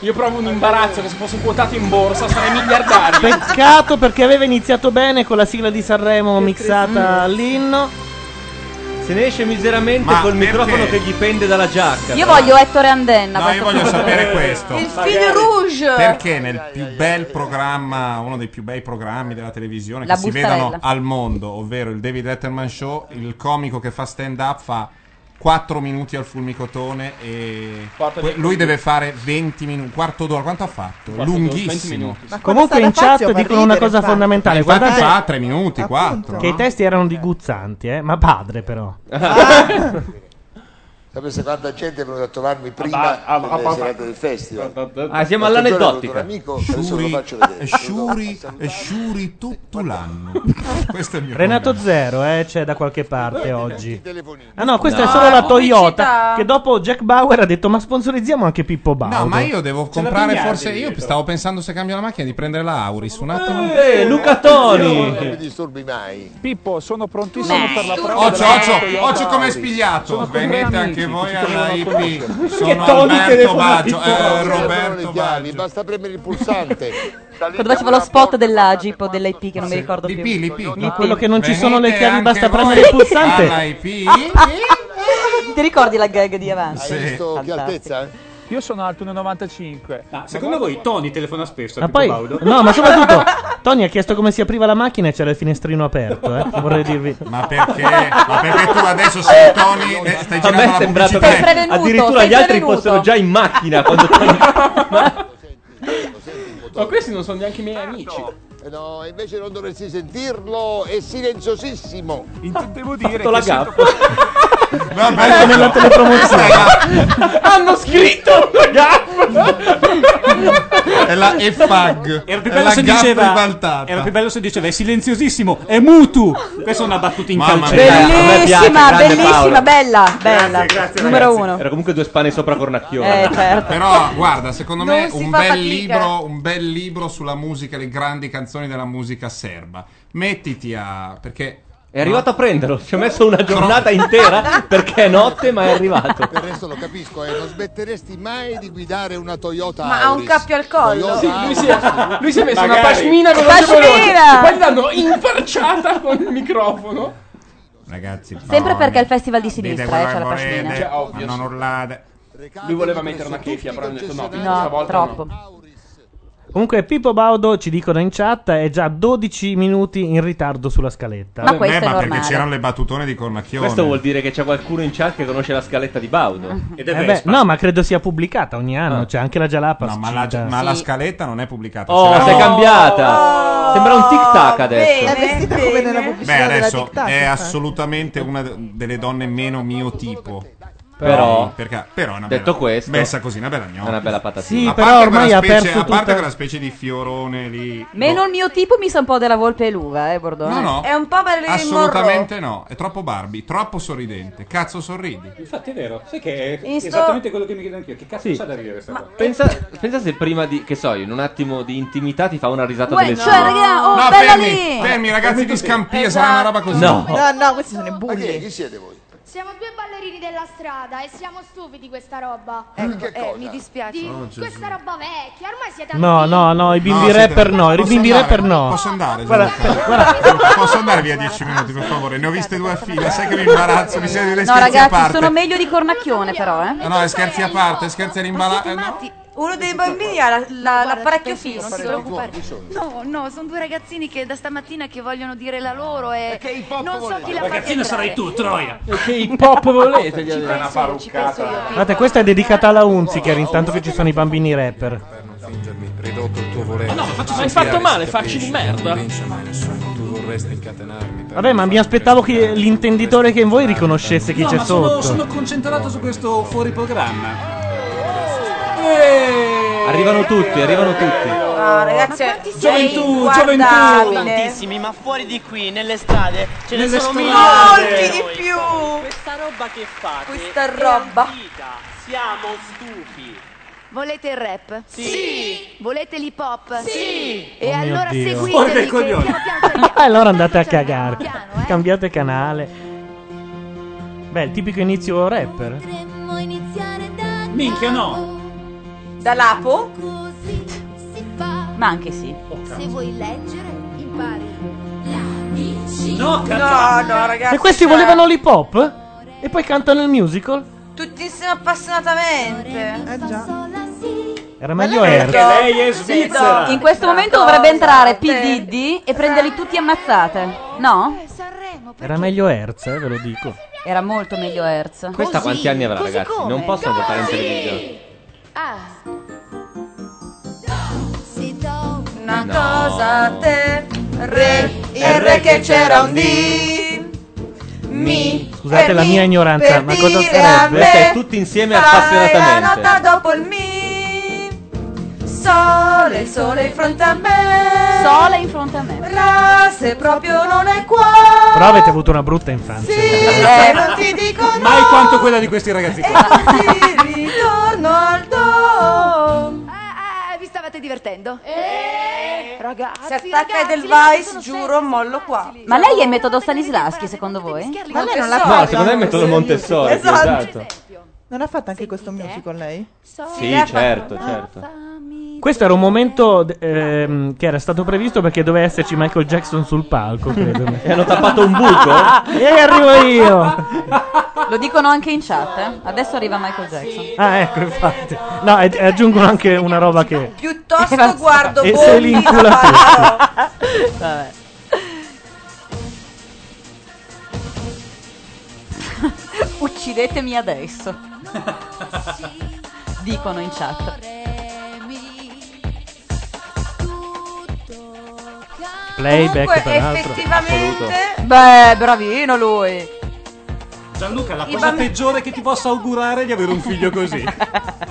Io provo un imbarazzo che se fosse quotato in borsa sarei miliardario.
Peccato perché aveva iniziato bene con la sigla di Sanremo mixata all'inno.
Se ne esce miseramente
Ma
col
perché?
microfono che gli pende dalla giacca.
Io voglio Ettore Andenna.
No, io
questo
voglio
punto.
sapere questo.
Il fil rouge.
Perché nel più bel programma, uno dei più bei programmi della televisione
La
che si
bustarella.
vedono al mondo, ovvero il David Letterman Show, il comico che fa stand up fa 4 minuti al fulmicotone e
Quarto di-
que- lui deve fare 20 minuti, un quarto d'ora, quanto ha fatto?
Quarto d'ora, 20
Lunghissimo.
minuti.
Ma Comunque in chat dicono una cosa fondamentale.
Ma infatti
guardate,
Eh, fa 3 minuti, 4.
Che i testi erano di Guzzanti, eh? ma padre però. Ah.
Sapete quanta gente è venuta a trovarmi prima
ba- a-
della
a- a-
serata del festival?
Ah, siamo
L'altro giorno
all'aneddotica.
è venuto Un amico, adesso ve lo
Shuri-
faccio vedere.
Shuri, Shuri eh, tutto l'anno. Questo è il mio
Renato Zero, eh, c'è da qualche parte oggi. Ah no, questa è
No,
solo la
pubblicità.
Toyota. Che dopo Jack Bauer ha detto: Ma sponsorizziamo anche Pippo Bauer.
No, Ah, ma io devo comprare
pigliate
forse. Io stavo pensando se cambio la macchina di prendere la Auris. Un attimo.
Eh, Luca
Non mi disturbi mai.
Pippo, sono prontissimo per la prova.
Occio,
della
occio,
Toyota
occio come
Auris.
spigliato.
Sono con
Venite
tre
anche
amici,
voi
ci
alla
chiamiamo
IP.
tutti.
Sono
Toni
Alberto
telefonati.
Baggio. Eh, Roberto
Telefono chiavi, Basta premere il pulsante.
Quando faceva lo spot dell'Agip o dell'IP che non mi ricordo più.
Ma quello che non ci sono le
Venite
chiavi, basta
anche
premere il
voi
Ah,
alla
pulsante.
Ti ricordi la gag di avanti? Fantastico.
Io sono alto 1,95. Ma
Secondo voi Tony telefona spesso a
Ma
Pippo
poi,
Baudo?
no, ma soprattutto, Tony ha chiesto come si apriva la macchina e c'era il finestrino aperto. Eh. Vorrei dirvi,
ma perché?
Eh,
Ma perché tu
Eh,
adesso sei Tony e stai
A me
girando
è
la
sembrato
pubblicità?
che addirittura gli altri fossero già in macchina quando
Ma questi non sono neanche i miei amici. Certo. Eh, No, invece non dovresti sentirlo, è silenziosissimo.
Intendevo dire
che la
È nella telepromozione.
Hanno scritto una
È la EFAG.
Era più
È
bello
la
se
gaffa
diceva
ribaltata.
Era più bello se diceva È silenziosissimo È mutu Questa è una battuta in
Mamma
calcio
mia. A me
Bellissima,
piace, grande Paola.
bellissima, bella, bella. Numero uno.
Era comunque due spane sopra cornacchione.
Eh, certo.
Però guarda, secondo me
Non si
un
fa
bel,
fatica.
libro, un bel libro sulla musica, le grandi canzoni della musica serba. Mettiti a. perché.
È arrivato a prenderlo, ci ho messo una giornata intera perché è notte, ma è arrivato.
Del resto lo capisco, eh, non smetteresti mai di guidare una Toyota
Ma ha un
Auris.
cappio al collo?
Toyota
Sì,
lui si
Auris.
Lui si è messo una
Magari.
pashmina veloce
Pashmina!
veloce. Poi gli l'hanno imparciata con il microfono.
Ragazzi,
Sempre
no,
perché è il
dite
festival di sinistra,
quello
eh, c'è
che
la
volete,
pascina.
Cioè, ovvio,
ma non urlate.
Lui voleva mettere una chefia, però hanno detto no. questa
No,
volta no.
troppo.
Comunque, Pippo Baudo ci dicono in chat è già 12 minuti in ritardo sulla scaletta.
Ma questo
Eh,
è
ma perché
normale.
c'erano le battutone di Cornacchione.
Questo vuol dire che c'è qualcuno in chat che conosce la scaletta di Baudo.
Ed
Eh beh, no, ma credo sia pubblicata ogni anno. C'è anche la Jalapa.
Ah. No, ma la, ma la scaletta non è pubblicata.
Oh,
se la-
sei cambiata. Sembra un tic tac
Eh,
adesso.
È vestita come nella
Beh,
pubblicità della
adesso
Tic Tac.
è
infatti.
assolutamente una de- delle donne meno mio tipo.
Però-
perché, però è una
detto
bella,
questo-
messa così, una bella gnocca.
È una bella patatina.
Sì,
A
però
parte
ormai
quella
ha
specie-
perso
A parte
tutta-
quella specie di fiorone lì.
Meno il mio tipo mi sa un po' della volpe e l'uva, eh, Bordone.
No, no.
È un po' per il
Assolutamente no, è troppo Barbie, troppo sorridente. Cazzo sorridi.
Infatti è vero Sai che è
In sto-
esattamente quello che mi chiedo anch'io Che cazzo
Sì.
c'ha da ridere questa cosa
Pensa, pensa se prima di, che so io, in un attimo di intimità ti fa una risata
Uè,
delle
no.
sue.
Cioè, raga, oh,
no,
bella
fermi,
lì!
fermi ragazzi di Scampia, sarà una roba così.
No.
No, no, questi sono i bulli.
Chi siete voi?
Siamo due ballerini della strada e siamo stupidi questa roba.
Ecco, Che eh, cosa?
mi dispiace.
Oh, Gesù.
questa roba vecchia, ormai siete
No, no, no, i bimbi rapper no, i
Posso
bimbi
andare?
rapper no.
Posso andare?
Guarda,
Gianluca? Posso andare via 10 minuti, per favore? Ne ho viste due a fila, sai che mi imbarazzo, mi siete delle
No,
scherzi a
ragazzi,
parte.
sono meglio di Cornacchione, però, eh.
No, no, è scherzi a parte, scherzi all'imbarazo.
Ma siete matti?
Uno dei bambini ha la- la- l'apparecchio fisso.
Non ti preoccupare. No, no, sono due ragazzini che da stamattina che vogliono dire la loro e non so chi la fa
Ragazzino sarai tu, Troia.
Che hip hop volete? Gli ha
Ci
detto.
penso,
Una
ci
parruccata.
Guardate, questa è dedicata alla Unziker, intanto che ci sono i bambini rapper.
Ridotto il tuo volere.
Ma Ah, no, ma faccio-
Non
hai fatto
tirare
male,
ste
facci di
pesce,
merda.
non
Cioè,
vince mai nessuno. Tu vorresti incatenarmi. per-
Vabbè, ma mi aspettavo che l'intenditore che in voi riconoscesse chi
no,
c'è
ma sono,
sotto.
sono concentrato su questo fuori programma. Eh,
Arrivano tutti, arrivano
Ah,
tutti.
No, ragazzi,
Gioventù,
guardabile.
gioventù.
Tantissimi, ma fuori di qui, nelle strade, ce ne
Nelle
sono
strade.
milioni.
Molti
di più! Questa roba che fate
Questa
è
roba.
antica. Siamo stufi.
Volete il rap?
Sì.
Volete l'hip hop?
Sì.
Oh
E
mio
allora
Dio.
seguitemi che piano
e allora andate
Cioè,
a cagare.
eh.
Cambiate canale. Beh, il tipico inizio rapper.
Minchia, no.
Da Lapo? Ma anche sì.
Se vuoi leggere, impari.
No,
cazzo. no, ragazzi,
E questi
cioè-
volevano l'hip hop? E poi cantano il musical?
Tutti insieme appassionatamente. Eh già.
Era meglio
lei-
Air.
perché lei è svizzera.
In questo momento
Una
dovrebbe
cosa,
entrare P.
te.
Diddy e prenderli tutti ammazzate. No?
Era meglio Hertz, eh, ve lo dico.
Era molto meglio Hertz.
Questa quanti anni avrà, ragazzi? Non possono votare in televisione.
Ah.
Una
No.
cosa a te. Re.
il re che c'era un
di. Mi.
Scusate la mia ignoranza,
per
ma cosa
dire a
sarebbe? Cioè,
me Questa è
tutti insieme
Fai la nota dopo il mi. Sole, il sole in fronte a me.
Sole in fronte a me.
Ra, se proprio non è qua.
Però avete avuto una brutta infanzia.
Eh, non ti dico no.
Mai quanto quella di questi ragazzi qua.
Sì, ritorno al do. Eh.
Ah, vi stavate divertendo? Eh. Ragazzi,
Se attacca
ragazzi,
del
le note
Vice,
sono
giuro, mollo qua.
Ma lei è metodo Stanislaschi, secodo voi?
Ma lei non l'ha
No, secondo me mettono Montessori. Esatto.
Non ha fatto anche questo musical lei?
Sì, certo,
ah,
certo.
Questo era un momento d- ehm, che era stato previsto perché doveva esserci Michael Jackson sul palco, credo.
E hanno tappato un buco?
e arrivo io.
Lo dicono anche in chat. eh. Adesso arriva Michael Jackson.
Ah, ecco, infatti. No, e- e aggiungono anche una roba che...
Piuttosto guardo
E se li
bombi
incula
da
tutti.
palco.
Vabbè. Uccidetemi adesso. Dicono in chat.
Playback,
Comunque,
peraltro.
effettivamente-
Beh, bravino lui.
Gianluca, la
I
cosa
bamb-
peggiore che ti possa augurare è di avere un figlio così.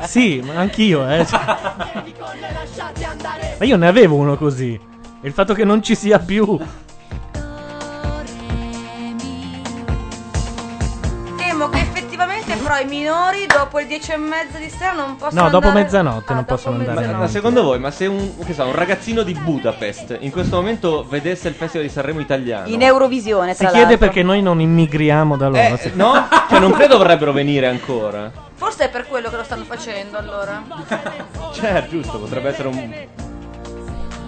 Sì, ma anch'io, eh. Cioè, Ma io ne avevo uno così. E il fatto che non ci sia più...
Temo che effettivamente però i minori dopo le 10 e mezza di sera non possono
No, dopo
andare-
mezzanotte non possono andare
Ma, ma
avanti.
secondo voi, ma se un, che so, un ragazzino di Budapest in questo momento vedesse il Festival di Sanremo italiano,
In Eurovisione,
Si
tra
chiede
l'altro.
perché noi non immigriamo da loro.
Eh, no? Cioè, non credo vorrebbero venire ancora.
Forse è per quello che lo stanno facendo allora.
Certo, giusto, potrebbe essere un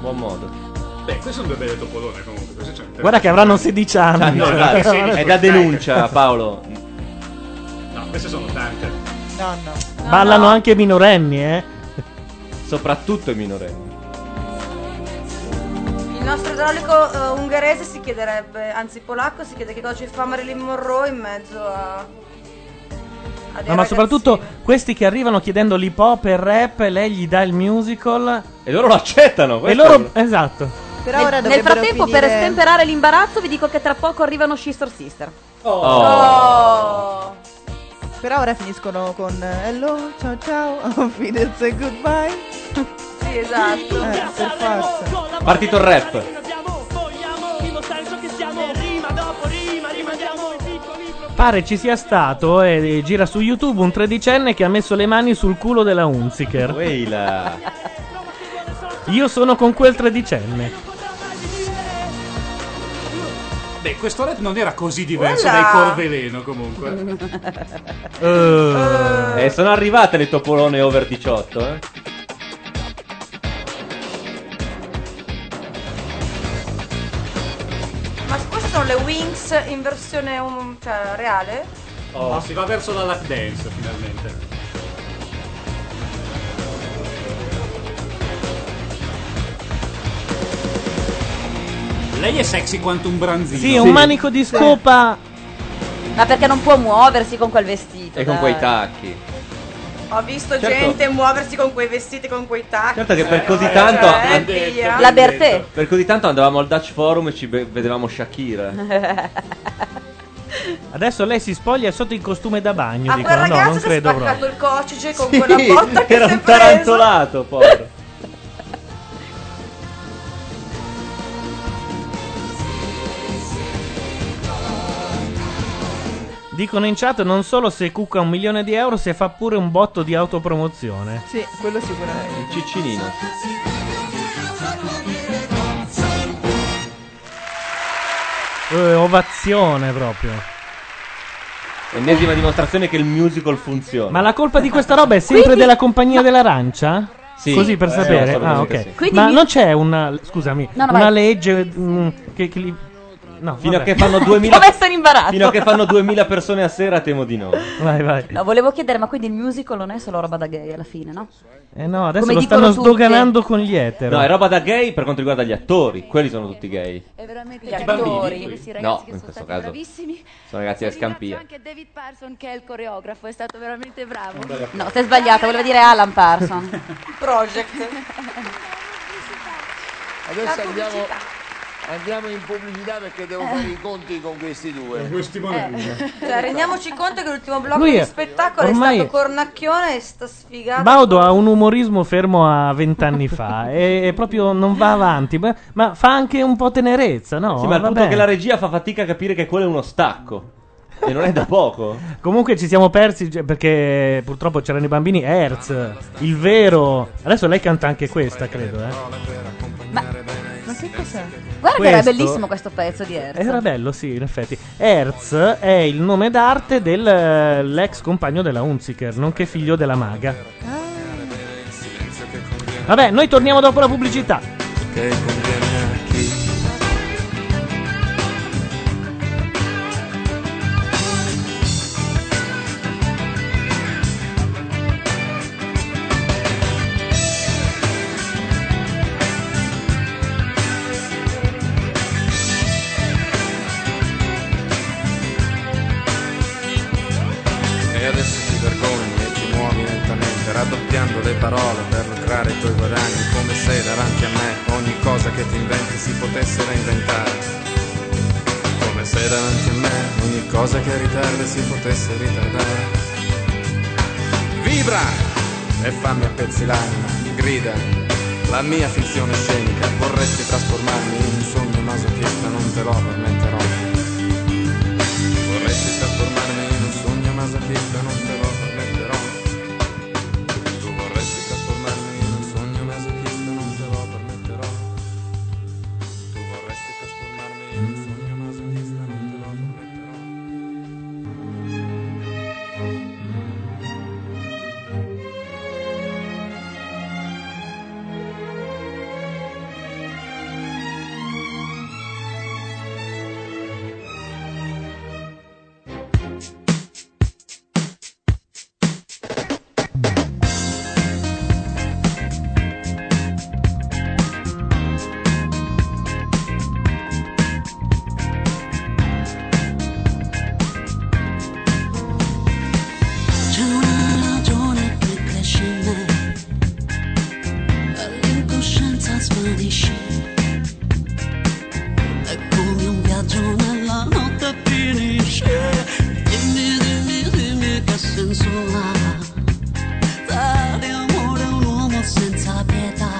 buon modo.
Beh, queste sono due belle topolone comunque. certo. Così c'è
Guarda che avranno 16 anni.
Ah, no,
Cioè,
dai,
guarda-
è da denuncia, Paolo.
No, queste sono tante.
No, no.
Ballano anche i minorenni, eh.
Soprattutto i minorenni.
Il nostro idraulico eh, ungherese si chiederebbe, anzi polacco, si chiede che cosa ci fa Marilyn Monroe in mezzo a... a dei
No, ma soprattutto questi che arrivano chiedendo l'hip hop e il rap, e lei gli dà il musical.
E loro lo accettano.
E loro. Esatto.
Però
nel,
ora
nel
dovrebbero
frattempo,
finire-
per stemperare l'imbarazzo, vi dico che tra poco arrivano Sister Sister.
Oh. Però ora finiscono con eh, hello, ciao ciao, Fidesz e goodbye.
Sì, esatto.
Eh, per forza.
Partito il rap.
Pare ci sia stato, e e gira su YouTube, un tredicenne che ha messo le mani sul culo della Unziker. Io sono con quel tredicenne.
Beh, questo rap non era così diverso
Voilà.
dai Corveleno comunque.
Eh, sono arrivate le topolone over 18, eh.
Ma queste sono le Wings in versione um, cioè, reale?
Oh, si va verso la lap dance finalmente. lei è sexy quanto un branzino.
Sì, un manico di scopa.
Ma perché non può muoversi con quel vestito?
E con
dai.
quei tacchi.
Ho visto
Certo.
gente muoversi con quei vestiti, con quei tacchi.
Certo che per così tanto-
cioè,
L'han detto,
via.
La Bertè.
Per cui di tanto andavamo al Dutch Forum e ci be- vedevamo Shakira.
Adesso lei si spoglia sotto il costume da bagno.
A
dicono,
Ah, quel
no, non
ragazzo che ha
credo proprio.
spaccato il coccige con quella botta che
era
si è
un
preso.
tarantolato, povero.
Dicono in chat non solo se cucca un milione di euro, se fa pure un botto di autopromozione.
Sì, quello sicuramente.
Il ciccinino.
Eh, ovazione proprio.
Ennesima dimostrazione che il musical funziona.
Ma la colpa di questa roba è sempre
Quindi-
della compagnia dell'arancia?
Sì.
Così per
Eh,
sapere.
assolutamente
Ah, ok.
sì.
Quindi
Ma
mi-
non c'è una. Scusami,
No, no,
una
vai.
legge. mm, che, che li- No,
Fino a
vabbè.
che fanno
Ti
2000
ho messo in imbarazzo.
Fino a che fanno 2000 persone a sera temo di no.
Eh,
Vai, vai.
No, volevo chiedere, ma quindi il musical non è solo roba da gay alla fine, no?
Eh no, adesso
Come
lo
dicono
stanno
tutte.
sdoganando con gli etero.
No, è roba da gay per quanto riguarda gli attori, quelli sono tutti gay.
È veramente
Gli
attori.
Questi Eh, ragazzi che
No, in
sono
questo
stati
caso.
bravissimi.
Sono ragazzi da Scampia.
Anche David Parson che è il coreografo, è stato veramente bravo.
No, sei sbagliata, voleva dire Alan Parson.
Project.
Adesso
La
andiamo,
pubblicità.
andiamo in pubblicità perché devo
Eh.
fare i conti con questi due.
Questi
Cioè, rendiamoci conto che l'ultimo blocco
Lui
di
è-
spettacolo è
ormai-
stato cornacchione e sta sfigata.
Baudo ha un umorismo fermo a vent'anni fa e, e proprio non va avanti, ma, ma fa anche un po' tenerezza, no?
sì, ma il
Va
punto è
bene.
che la regia fa fatica a capire che quello è uno stacco. E non è da poco.
Comunque ci siamo persi cioè, perché purtroppo c'erano i bambini Hertz, il vero. Adesso lei canta anche questa, credo, eh.
Ma che cos'è?
Guarda che era
Questo-
bellissimo questo pezzo di Erz.
Eh, Era bello, sì, in effetti. Hertz è il nome d'arte dell'ex compagno della Hunziker, nonché figlio della maga. Vabbè, noi torniamo dopo la pubblicità.
Che conviene a chi? E adesso ti vergogni e ti muovi lentamente Raddoppiando le parole per lucrare i tuoi guadagni Come se davanti a me ogni cosa che ti inventi si potesse reinventare Come se davanti a me ogni cosa che ritardi si potesse ritardare Vibra e fammi a pezzi l'anima Grida la mia finzione scenica Vorresti trasformarmi in un sogno masochista Non te lo permetterò Vorresti trasformarmi in un sogno masochista, non te lo permetterò. Tu vorresti trasformarmi in un sogno masochista, non te lo permetterò. Tu vorresti trasformarmi in un sogno masochista, non te lo permetterò.
C'è una ragione che cresce in me, all'incoscienza svanisce. È come un viaggio nella notte finisce. Dimmi, dimmi, dimmi che senso ha dare amore a un uomo senza pietà.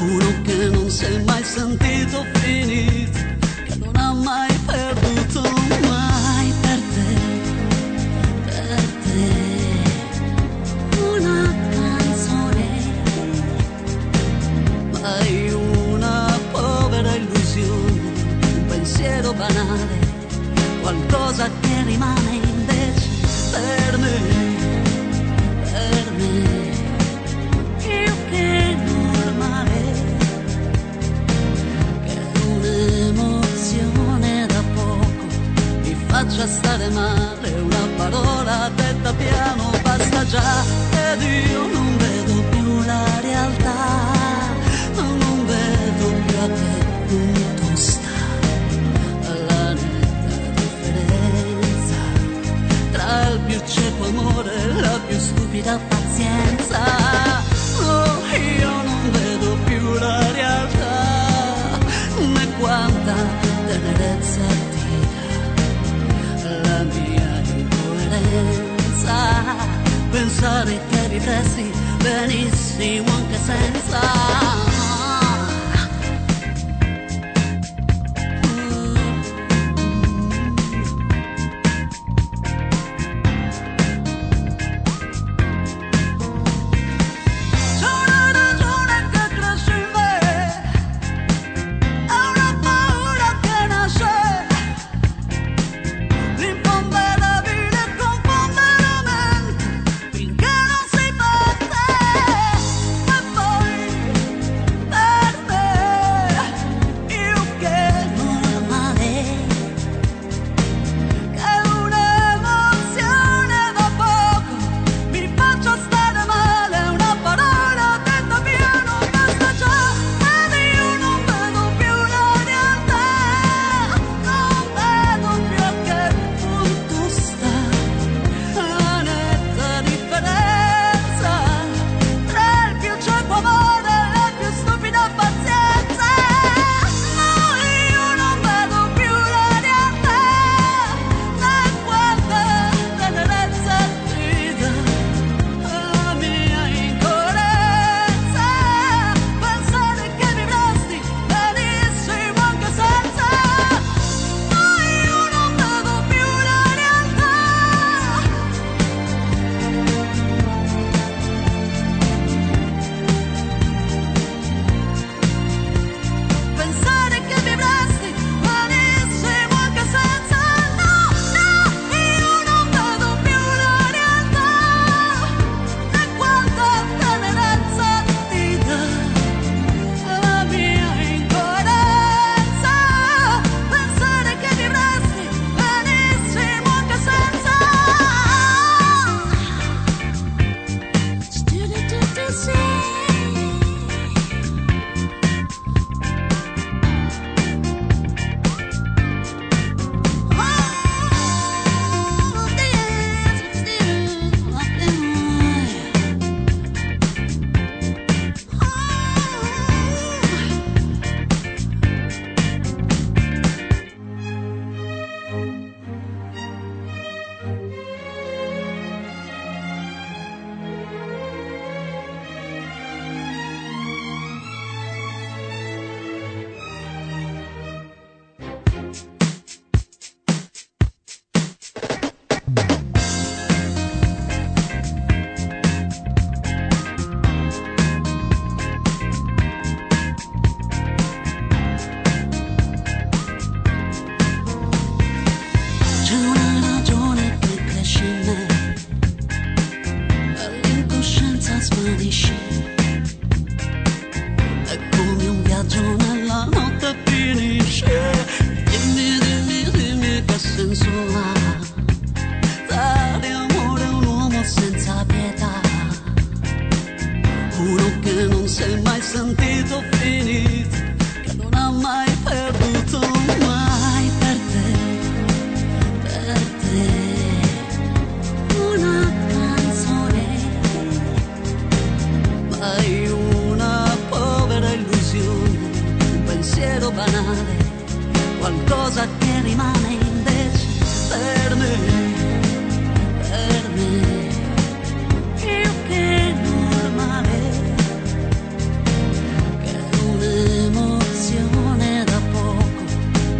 Uno che non si è mai sentito finito, che non ha mai perduto mai per te. Per te una canzone, mai una povera illusione, un pensiero banale, qualcosa che rimane invece per me, per me, più che normale, che un'emozione da poco mi faccia stare male una parola detta piano basta già ed io non vedo più la realtà non vedo più a te
Oh, potessi benissimo anche senza. C'è una ragione che cresce in me, è una paura che nasce Rimpomera vile con bombera men Finché non si batte E poi per me Io che non amare Che un'emozione da poco Mi faccia stare male Una parola detta via non basta già Ed io non vedo più la realtà Non vedo più a che punto sta La netta differenza Tra il più cieco amore e la più stupida pazienza No, io non vedo più la realtà Né quanta tenerezza ti dà La mia incoerenza Pensare che mi presti benissimo anche senza ma io non vedo più la realtà Pensare che mi presti benissimo anche senza No, no, io non vedo più la realtà Né quanta tenerezza ti dà La mia incoerenza Pensare che mi presti benissimo anche senza C'è una ragione che cresce in me E l'incoscienza svanisce È come un viaggio nella notte finisce Dimmi, dimmi, dimmi che senso ha Dare amore a un uomo senza pietà Uno che non si è mai sentito finito Che non ha mai perduto mai per te per te una canzone, ma è una povera illusione, un pensiero banale, qualcosa che rimane invece per me, per me, più che normale, che un'emozione da poco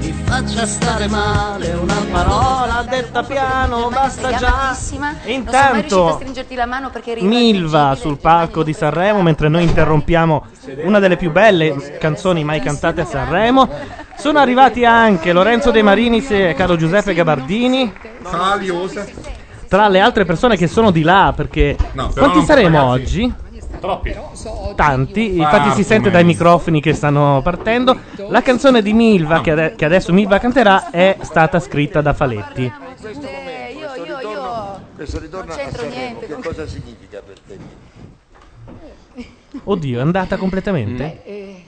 mi faccia stare male una parola detta piano basta già
riuscita a
Intanto
stringerti la mano perché eri
Milva sul palco di Sanremo mentre noi interrompiamo una delle più belle canzoni mai cantate a Sanremo. Sono arrivati anche Lorenzo De Marinis e Carlo Giuseppe Gabardini,
Saliosa.
tra le altre persone che sono di là perché
No, però
quanti
non-
saremo
ragazzi,
oggi?
Troppi.
Tanti, infatti si
Parto,
sente dai microfoni che stanno partendo. La canzone di Milva che, ade- che adesso Milva canterà è stata scritta da Faletti.
Questo momento, questo ritorno, questo ritorno a Sanremo, che cosa significa per te?
Oddio, è andata completamente.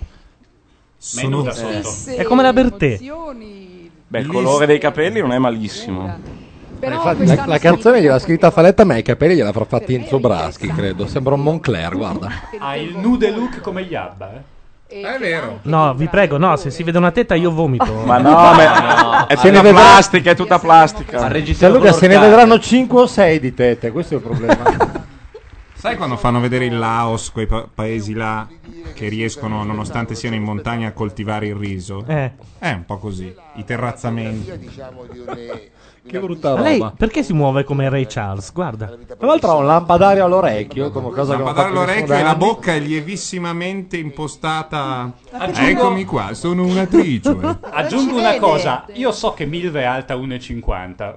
Sono da sotto.
È come la Bertè.
Beh, il colore dei capelli non è malissimo.
Infatti, la, la canzone gliel'ha scritta Faletta, ma i capelli gliel'ha fatti Enzo Braschi, credo. Sembra un Moncler, guarda.
Ha Ah, il nude look come gli Abba, eh. È vero.
No, vi prego, no, se si vede una tetta io vomito.
Ma no, ma- è
Se
tutta
ne vedrà-
plastica, è tutta plastica.
Gianluca, se ne vedranno 5 o 6 di tette, questo è il problema.
Sai quando fanno vedere il Laos, quei pa- paesi là che riescono, nonostante siano in montagna, a coltivare il riso?
Eh.
È un po' così. I terrazzamenti.
diciamo
Che brutta
Ma Lei perché si muove come Ray Charles? Guarda.
Tra l'altro ha un lampadario all'orecchio, come cosa che non
Lampadare
fa più
l'orecchio
nessuno
e
da
la
anni.
bocca è lievissimamente impostata.
Aggiungo-
Eccomi qua, sono un'attrice.
Aggiungo
ci
una
vede.
cosa, io so che Milve è alta 1,50.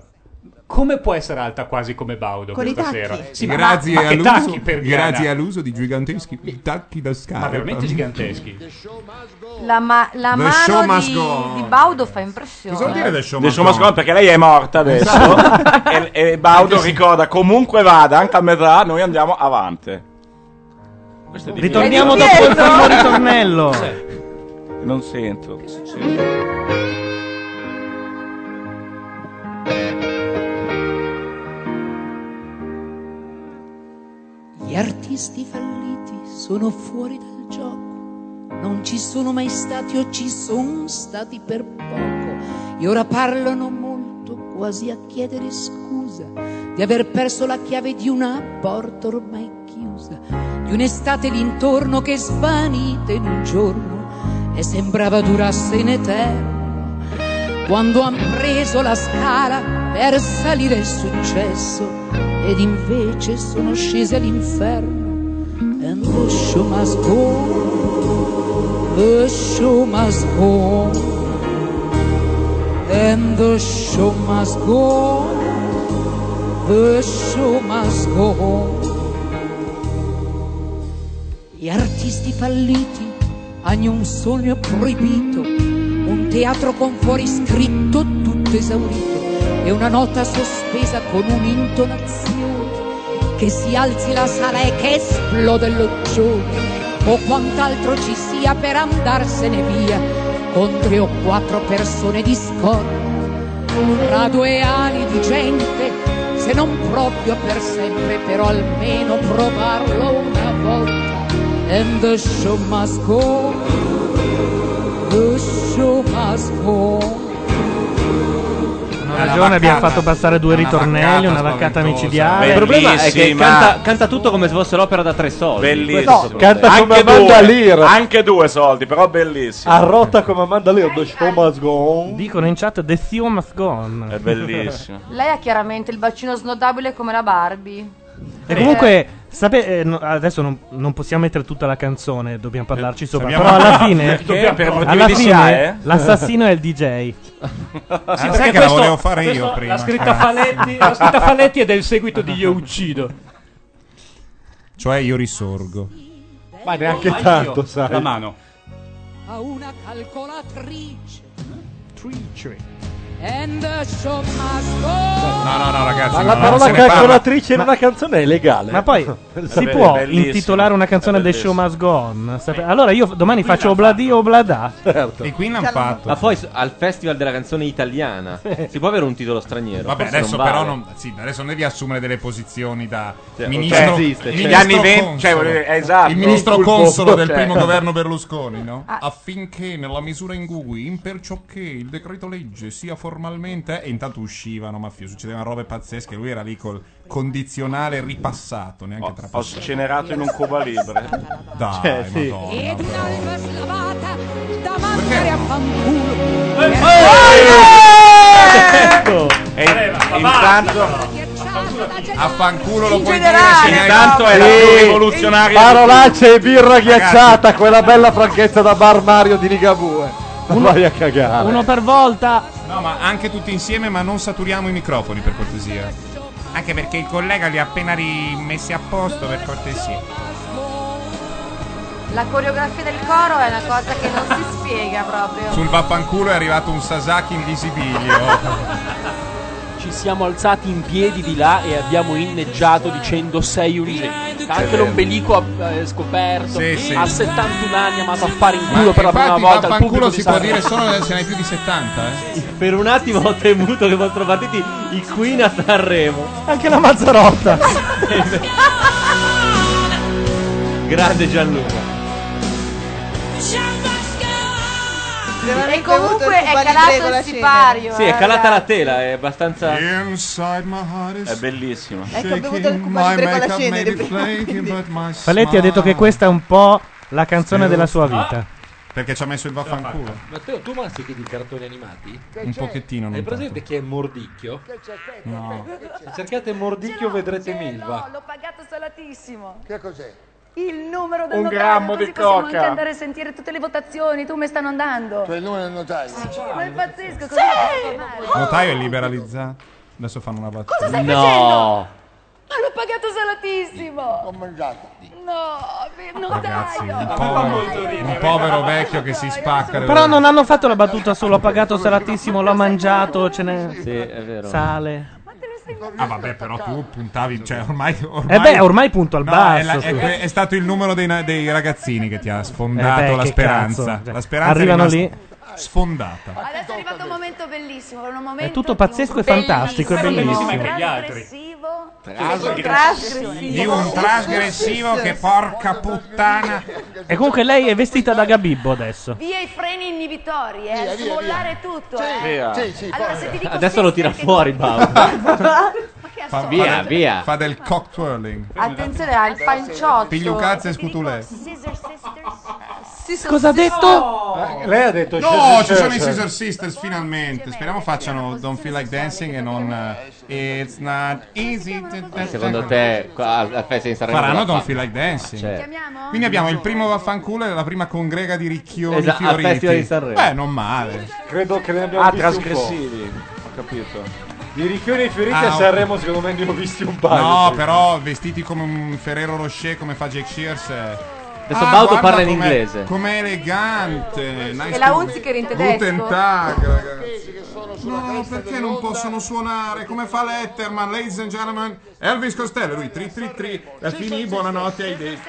Come può essere alta quasi come Baudo
Con i
questa
tacchi.
sera? ma-
grazie,
ma che
all'uso,
tacchi per
grazie
Diana?
all'uso di giganteschi tacchi da scarpa.
Ma veramente giganteschi.
La, ma- la
The show
mano
must
di,
go on.
di Baudo fa impressione.
Cosa vuol dire The Show Must
Must
Go
Go On, perché lei è morta adesso
Esatto.
e, e Baudo ricorda comunque vada, anche a metà, noi andiamo avanti. Questo è di
Ritorniamo
Pietro.
dopo il primo ritornello.
Non sento.
Gli artisti falliti sono fuori dal gioco, non ci sono mai stati o ci sono stati per poco e ora parlano molto quasi a chiedere scusa di aver perso la chiave di una porta ormai chiusa, di un'estate d'intorno che è svanita in un giorno e sembrava durasse in eterno. Quando han preso la scala per salire il successo ed invece sono scesi all'inferno. And the show must go, on, the show must go, on, and the show must go, on, the show must go. on. Gli artisti falliti hanno un sogno proibito, un teatro con fuori scritto tutto esaurito e una nota sospesa con un'intonazione che si alzi la sala e che esplode l'occhione o quant'altro ci sia per andarsene via con tre o quattro persone di scorta tra due ali di gente se non proprio per sempre però almeno provarlo una volta and the show must go on, the show must go on.
Ha ragione, abbiamo fatto passare due ritornelli, una vaccata micidiale.
Il problema è che canta, canta tutto come se fosse l'opera da tre soldi. Questo secondo me.
come Amanda Lear.
Anche due soldi, però bellissimo.
A rotta come Amanda Lear, the show must go on.
Dicono in chat The Theo Must Go On. È
bellissimo.
Lei ha chiaramente il bacino snodabile come la Barbie.
E comunque, sape- eh, no, adesso non, non possiamo mettere tutta la canzone, dobbiamo parlarci sopra.
sappiamo-
Però alla fine,
Perché? Dobbiamo
Certo.
per motivi
alla
di
fine
SIAE, eh?
l'assassino è il DJ.
Ah,
sai che la
perché questo-
volevo fare
questo-
io prima. Ah.
La scritta, Faletti, la scritta Faletti è del seguito di Io uccido.
Cioè io risorgo.
Ma neanche
Oddio,
tanto, sai.
La mano.
a una calcolatrice
Trice.
and the show must go on.
No, no, no, ragazzi.
Ma
no,
la
non
parola
se ne
calcolatrice in
parla.
una canzone è legale.
Ma poi si può intitolare una canzone The Show Must Go On? Sape- Allora io domani faccio Obladi Oblada.
Di qui l'hanno
Ma poi s- al Festival della canzone italiana si può avere un titolo straniero.
Vabbè,
Forse
adesso
non vale.
però non, sì, adesso non devi assumere delle posizioni da
Cioè,
ministro,
ok. Esiste,
il
cioè.
ministro
Gli anni venti,
consolo.
cioè, volevo dire, esatto,
il ministro
il pulpo,
consolo del
cioè.
primo governo Berlusconi, no? Affinché nella misura in cui, in perciò che il decreto legge sia formalmente e intanto uscivano mafiosi, succedevano robe pazzesche, lui era lì col condizionale ripassato, neanche
Ho, ho
trapassato.
scenerato in un Cuba Libre.
Dai,
Cioè, sì.
Madonna.
ed un'anima slavata da mandare a fanculo
Certo!
Eh,
E in- intanto,
a fanculo lo puoi dire
generale,
se ne hai-
intanto era
Sì.
più rivoluzionaria. di
Parolacce e birra ghiacciata, quella bella franchezza da bar Mario di Ligabue. Non vai a cagare.
per volta.
No, ma anche tutti insieme, ma non saturiamo i microfoni per cortesia. Anche perché il collega li ha appena rimessi a posto per cortesia.
La coreografia del coro è una cosa che non si spiega proprio.
Sul vaffanculo è arrivato un Sasaki invisibilio.
Ci siamo alzati in piedi di là e abbiamo inneggiato dicendo sei un genio. Anche l'ombelico ha- eh, scoperto.
sì.
A 71 anni è amato a fare in culo
Ma
per la prima
infatti
volta. al pubblico
vaffanculo
di
si può
Sanremo.
dire solo se ne hai più di 70, eh.
Per un attimo ho temuto che fossero partiti i Queen a Sanremo.
Anche la Mazzarotta.
Grande Gianluca.
The show must go on.
E comunque è calato il sipario.
Sì, è calata la tela, è abbastanza.
È bellissima.
Ecco, ho bevuto il cubo di
my
tre con la
makeup may
cenere
be
prima,
flaking,
quindi-
but my
Paletti ha detto che questa è un po' la canzone della sua vita.
Perché ci ha messo il vaffanculo.
Matteo, tu mastichi di cartoni animati?
Un pochettino, non
Hai presente chi è Mordicchio?
No.
Se cercate Mordicchio vedrete Milva.
Eh, L'ho pagato salatissimo.
Che cos'è?
Il numero del
Un
notaio,
grammo
così
di
possiamo
coca.
anche andare a sentire tutte le votazioni, tu mi stanno andando.
Cioè il numero del notaio.
Ah, cioè, Ma è pazzesco, cosa
Il notaio è liberalizzato. Adesso fanno una battuta.
Cosa stai No. facendo? Ma l'ho pagato salatissimo. Ho
mangiato.
No, be-
Ragazzi,
notaio.
un povero, un povero vecchio che si spacca. le
Però non hanno fatto la battuta solo ho pagato salatissimo, l'ho mangiato, ce n'è.
Sì, è vero.
Sale.
Ah vabbè, però tu puntavi, cioè ormai... ormai
Eh beh, ormai punto al
No, è, la-
basso.
è que- è stato il numero dei, na- dei ragazzini che ti ha sfondato
Eh beh,
la
che
speranza.
cazzo, cioè,
La speranza
arrivano
è rimasta sfondata.
Adesso è arrivato un momento bellissimo, un momento
È tutto pazzesco e fantastico, è bellissimo.
Di un trasgressivo che porca puttana.
E comunque lei è vestita da Gabibbo adesso.
Via i freni inibitori, eh,
Via, via,
smollare tutto. eh.
Via.
Sì, sì,
allora,
porca.
se ti dico
Adesso lo tira fuori, Paolo.
Fa,
Via,
fa del-
via.
Fa del cock twirling.
Attenzione, ha il panciotto.
Pigliucazze e scutulè.
Cosa ha
Oh,
detto?
eh.
Lei ha
detto
No,
Scissor
ci sono i
Sisters.
Scissor Sisters finalmente. Speriamo facciano Don't Feel Like Dancing e non eh, It's Not Easy. to-
Secondo te qua al al festival di Sanremo
Faranno
cosa
Don't
fa?
Feel Like Dancing.
Cioè,
Ah,
Quindi abbiamo il primo vaffanculo e la prima congrega di ricchioni
Esatto, al
fioriti.
Festival di Sanremo.
Beh, Eh, non male.
Credo che ne abbiamo
Ah,
visti un po'.
trasgressivi. Ho capito.
Di ricchioni e fioriti
Ah,
a
ok.
Sanremo secondo me ne ho visti un paio.
No,
Sì.
però vestiti come un Ferrero Rocher, come fa Jake Shears. Adesso
Baudo parla in inglese.
Com'è elegante. Nice
E la
to-
Hunziker in tedesco?
Guten Tag, ragazzi. No, perché non possono suonare? Come fa Letterman, ladies and gentlemen? Elvis Costello, lui tri tri tri. La finì, buonanotte ai dei.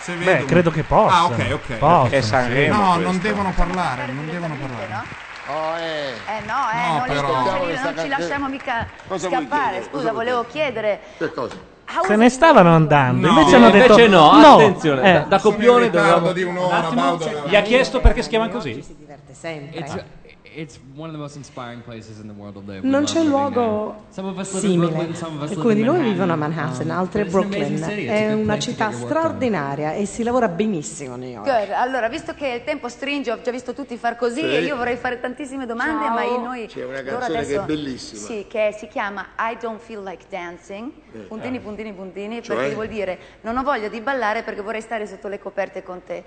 Se
Beh,
vedono.
credo che possa.
Ah, ok, ok.
Possa. È
No,
Sanremo
non
questo.
devono parlare, non devono parlare.
Oh, eh.
Eh no, eh,
No,
non, li
però-
possiamo lì, non
Cosa
ci lasciamo mica
Cosa vuoi
scappare.
chiedere?
Scusa, volevo chiedere.
Che cosa?
Se ne stavano andando.
No.
Invece hanno detto. Eh,
Invece no, attenzione, da- da Sono copione in ritardo dovevamo- di
Un attimo,
Gli ha chiesto
perché si chiama così?
It's, it's one of the most inspiring places in the world to live. We
Non
love
c'è
living
luogo
there. Some of us live in
simile.
Brooklyn, some of us live
Alcuni di
in
noi
Manhattan.
vivono a
Um,
Manhattan,
Ah.
altri a
but it's an amazing
Brooklyn.
city. It's a
È
good
una
place to
città
get your work done.
straordinaria e si lavora benissimo a New York.
Good. Allora, visto che il tempo stringe, ho già visto tutti far così
Sì.
e io vorrei fare tantissime domande,
Ciao.
ma i- noi
C'è una
loro
canzone
adesso-
che è bellissima.
Sì, che si chiama I don't feel like dancing.
Eh.
Puntini, puntini, puntini,
Cioè?
perché vuol dire non ho voglia di ballare perché vorrei stare sotto le coperte con te.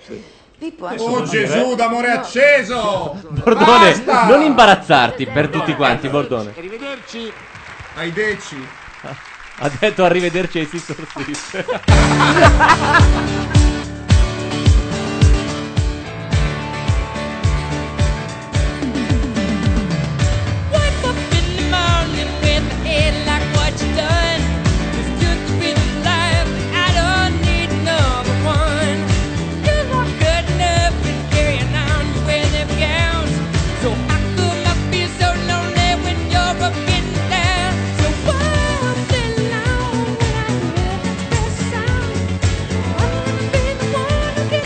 Pippo, eh? anche-
Oh
eh?
Gesù, d'amore acceso!
Bordone,
Basta!
non imbarazzarti per tutti quanti, Bordone.
Arrivederci.
Ai deci.
Ha detto arrivederci ai Sister Sisters.
Wake up in the morning with a head like what you done. It's good to be alive, but I don't need another one. You're not good enough to carry on with them gowns. So how come I feel so lonely when you're up and down? So what's the long when I hear that best sound? I wanna be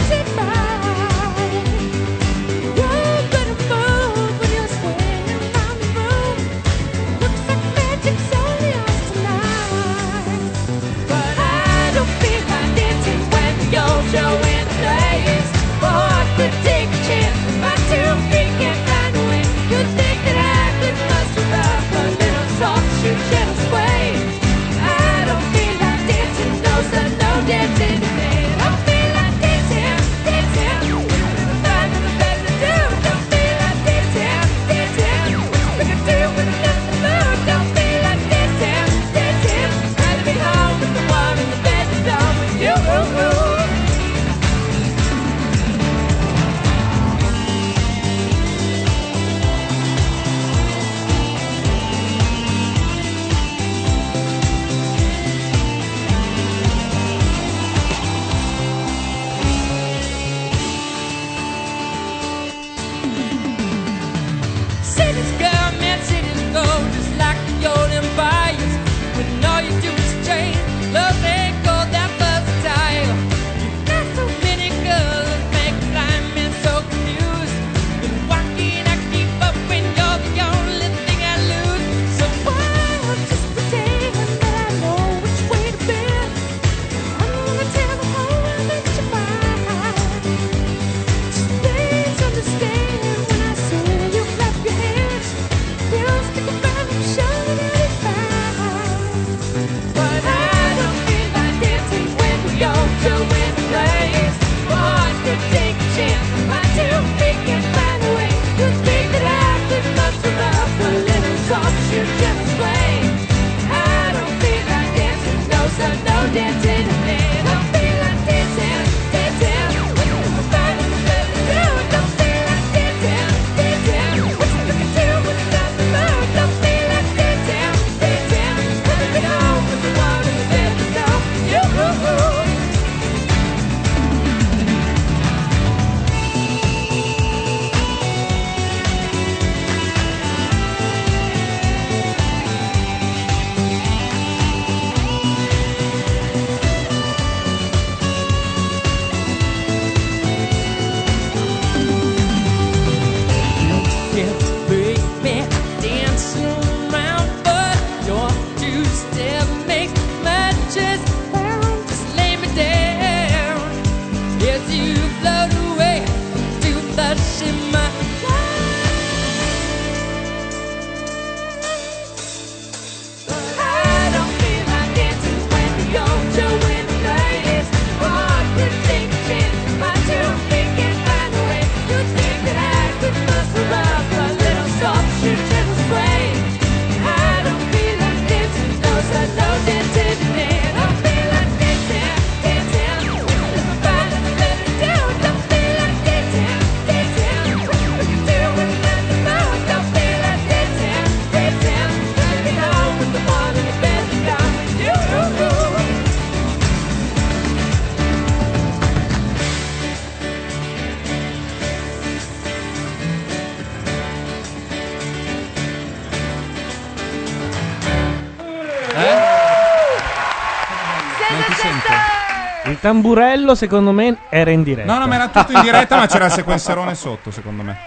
Tamburello, secondo me, era in diretta.
No, no, ma era tutto in diretta, ma c'era il sequencerone sotto, secondo me.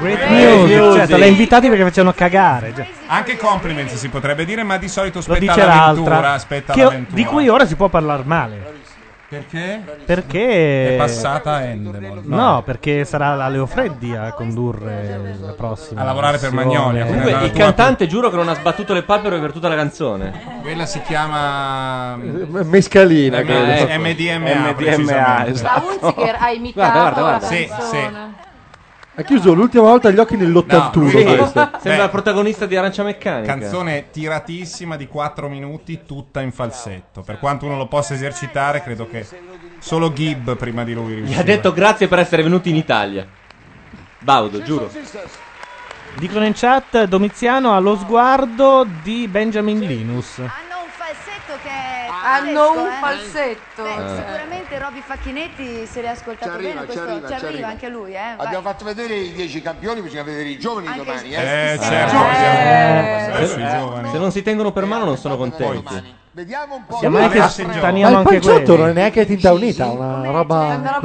Great
Great
Eh,
Cioè,
music,
Eh, music.
certo, l'hai invitati perché facevano cagare. cioè.
Anche compliments si potrebbe dire, ma di solito
Lo
aspetta
dice
l'avventura,
l'altra.
aspetta
che-
l'avventura.
Di cui ora si può parlare male.
Perché?
Perché
È passata Endemol.
No, perché sarà la Leofreddi a condurre la prossima.
A lavorare per
sessione.
Magnolia,
Comunque, il cantante giuro che non ha sbattuto le palpebre per tutta la canzone.
Quella si chiama mm,
Mescalina,
M-
credo.
eh, MDMA,
MDMA,
precisamente.
esatto.
Hunziker ha imitato
Guarda, guarda, guarda.
la
Sì,
canzone.
Ha chiuso l'ultima volta gli occhi
No,
nell'81.
lui-
Sembra il protagonista di Arancia Meccanica.
Canzone tiratissima di 4 minuti, tutta in falsetto. Per quanto uno lo possa esercitare, credo che solo Gibb prima di lui
Gli
riusciva.
ha detto grazie per essere venuti in Italia. Baudo, giuro.
Dicono in chat Domiziano ha lo sguardo di Benjamin Linus.
Hanno un falsetto.
Eh.
Sicuramente Roby Facchinetti, se l'è ascoltato
Ci arriva,
bene,
ci
questo,
arriva, ci arriva.
anche lui. Eh? Vai.
Abbiamo fatto vedere i 10 campioni, bisogna vedere i giovani domani.
Eh,
Eh,
certo,
Eh.
Eh,
sui giovani.
Se non si tengono per mano non sono contenti.
Vediamo un po'.
Siamo anche
Ma
strani.
signori,
Ma il
anche
panciotto
quelli.
non è neanche tinta unita, una roba.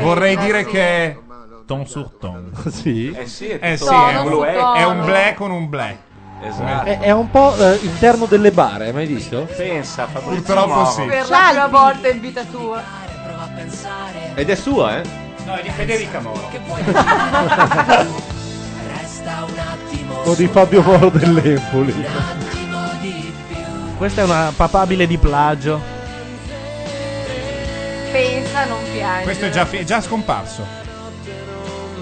Vorrei dire che è ton sur ton.
Sì.
Eh
sì,
sì,
è
è,
tono
un,
su tono.
è un black con un black.
Esatto.
È, è un po' eh, interno delle bare, hai mai visto?
Pensa, Fabrizio.
Purtroppo sì.
Per la prima volta in vita tua.
Ed è sua, eh?
No, è di Federica Moro.
Resta un attimo.
O di Fabio Moro dell'Empoli.
Questa è una papabile di plagio.
Pensa, non piange.
Questo è già, fi- è già scomparso.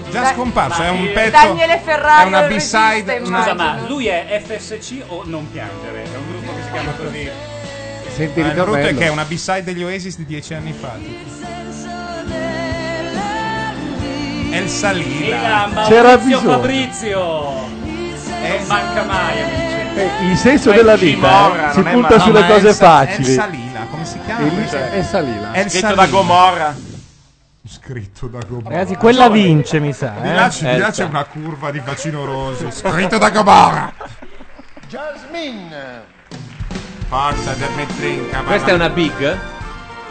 Già
Da-
scomparso, è un
Daniele
pezzo.
Ferrari
È una
il regista,
B-side.
immagino.
Scusa, ma lui è FSC o Non Piangere? È un gruppo che si chiama così.
Senti, il brutto è che è una B-side degli Oasis di dieci anni fa. È il Salila.
C'era
Maurizio
bisogno.
Fabrizio. Non manca mai, amici.
Eh, Il senso della vita eh, si punta sulle cose facili.
Salila, come si chiama?
Elisa- è Salila.
È
Scritto da Gomorra.
Scritto da Gomorra.
Ragazzi, quella vince, mi sa.
Di là,
eh.
c- di là c'è una curva di bacino rosso. Scritto da Gomorra.
Jasmine.
Forza, Dermetrinca.
Questa è una big?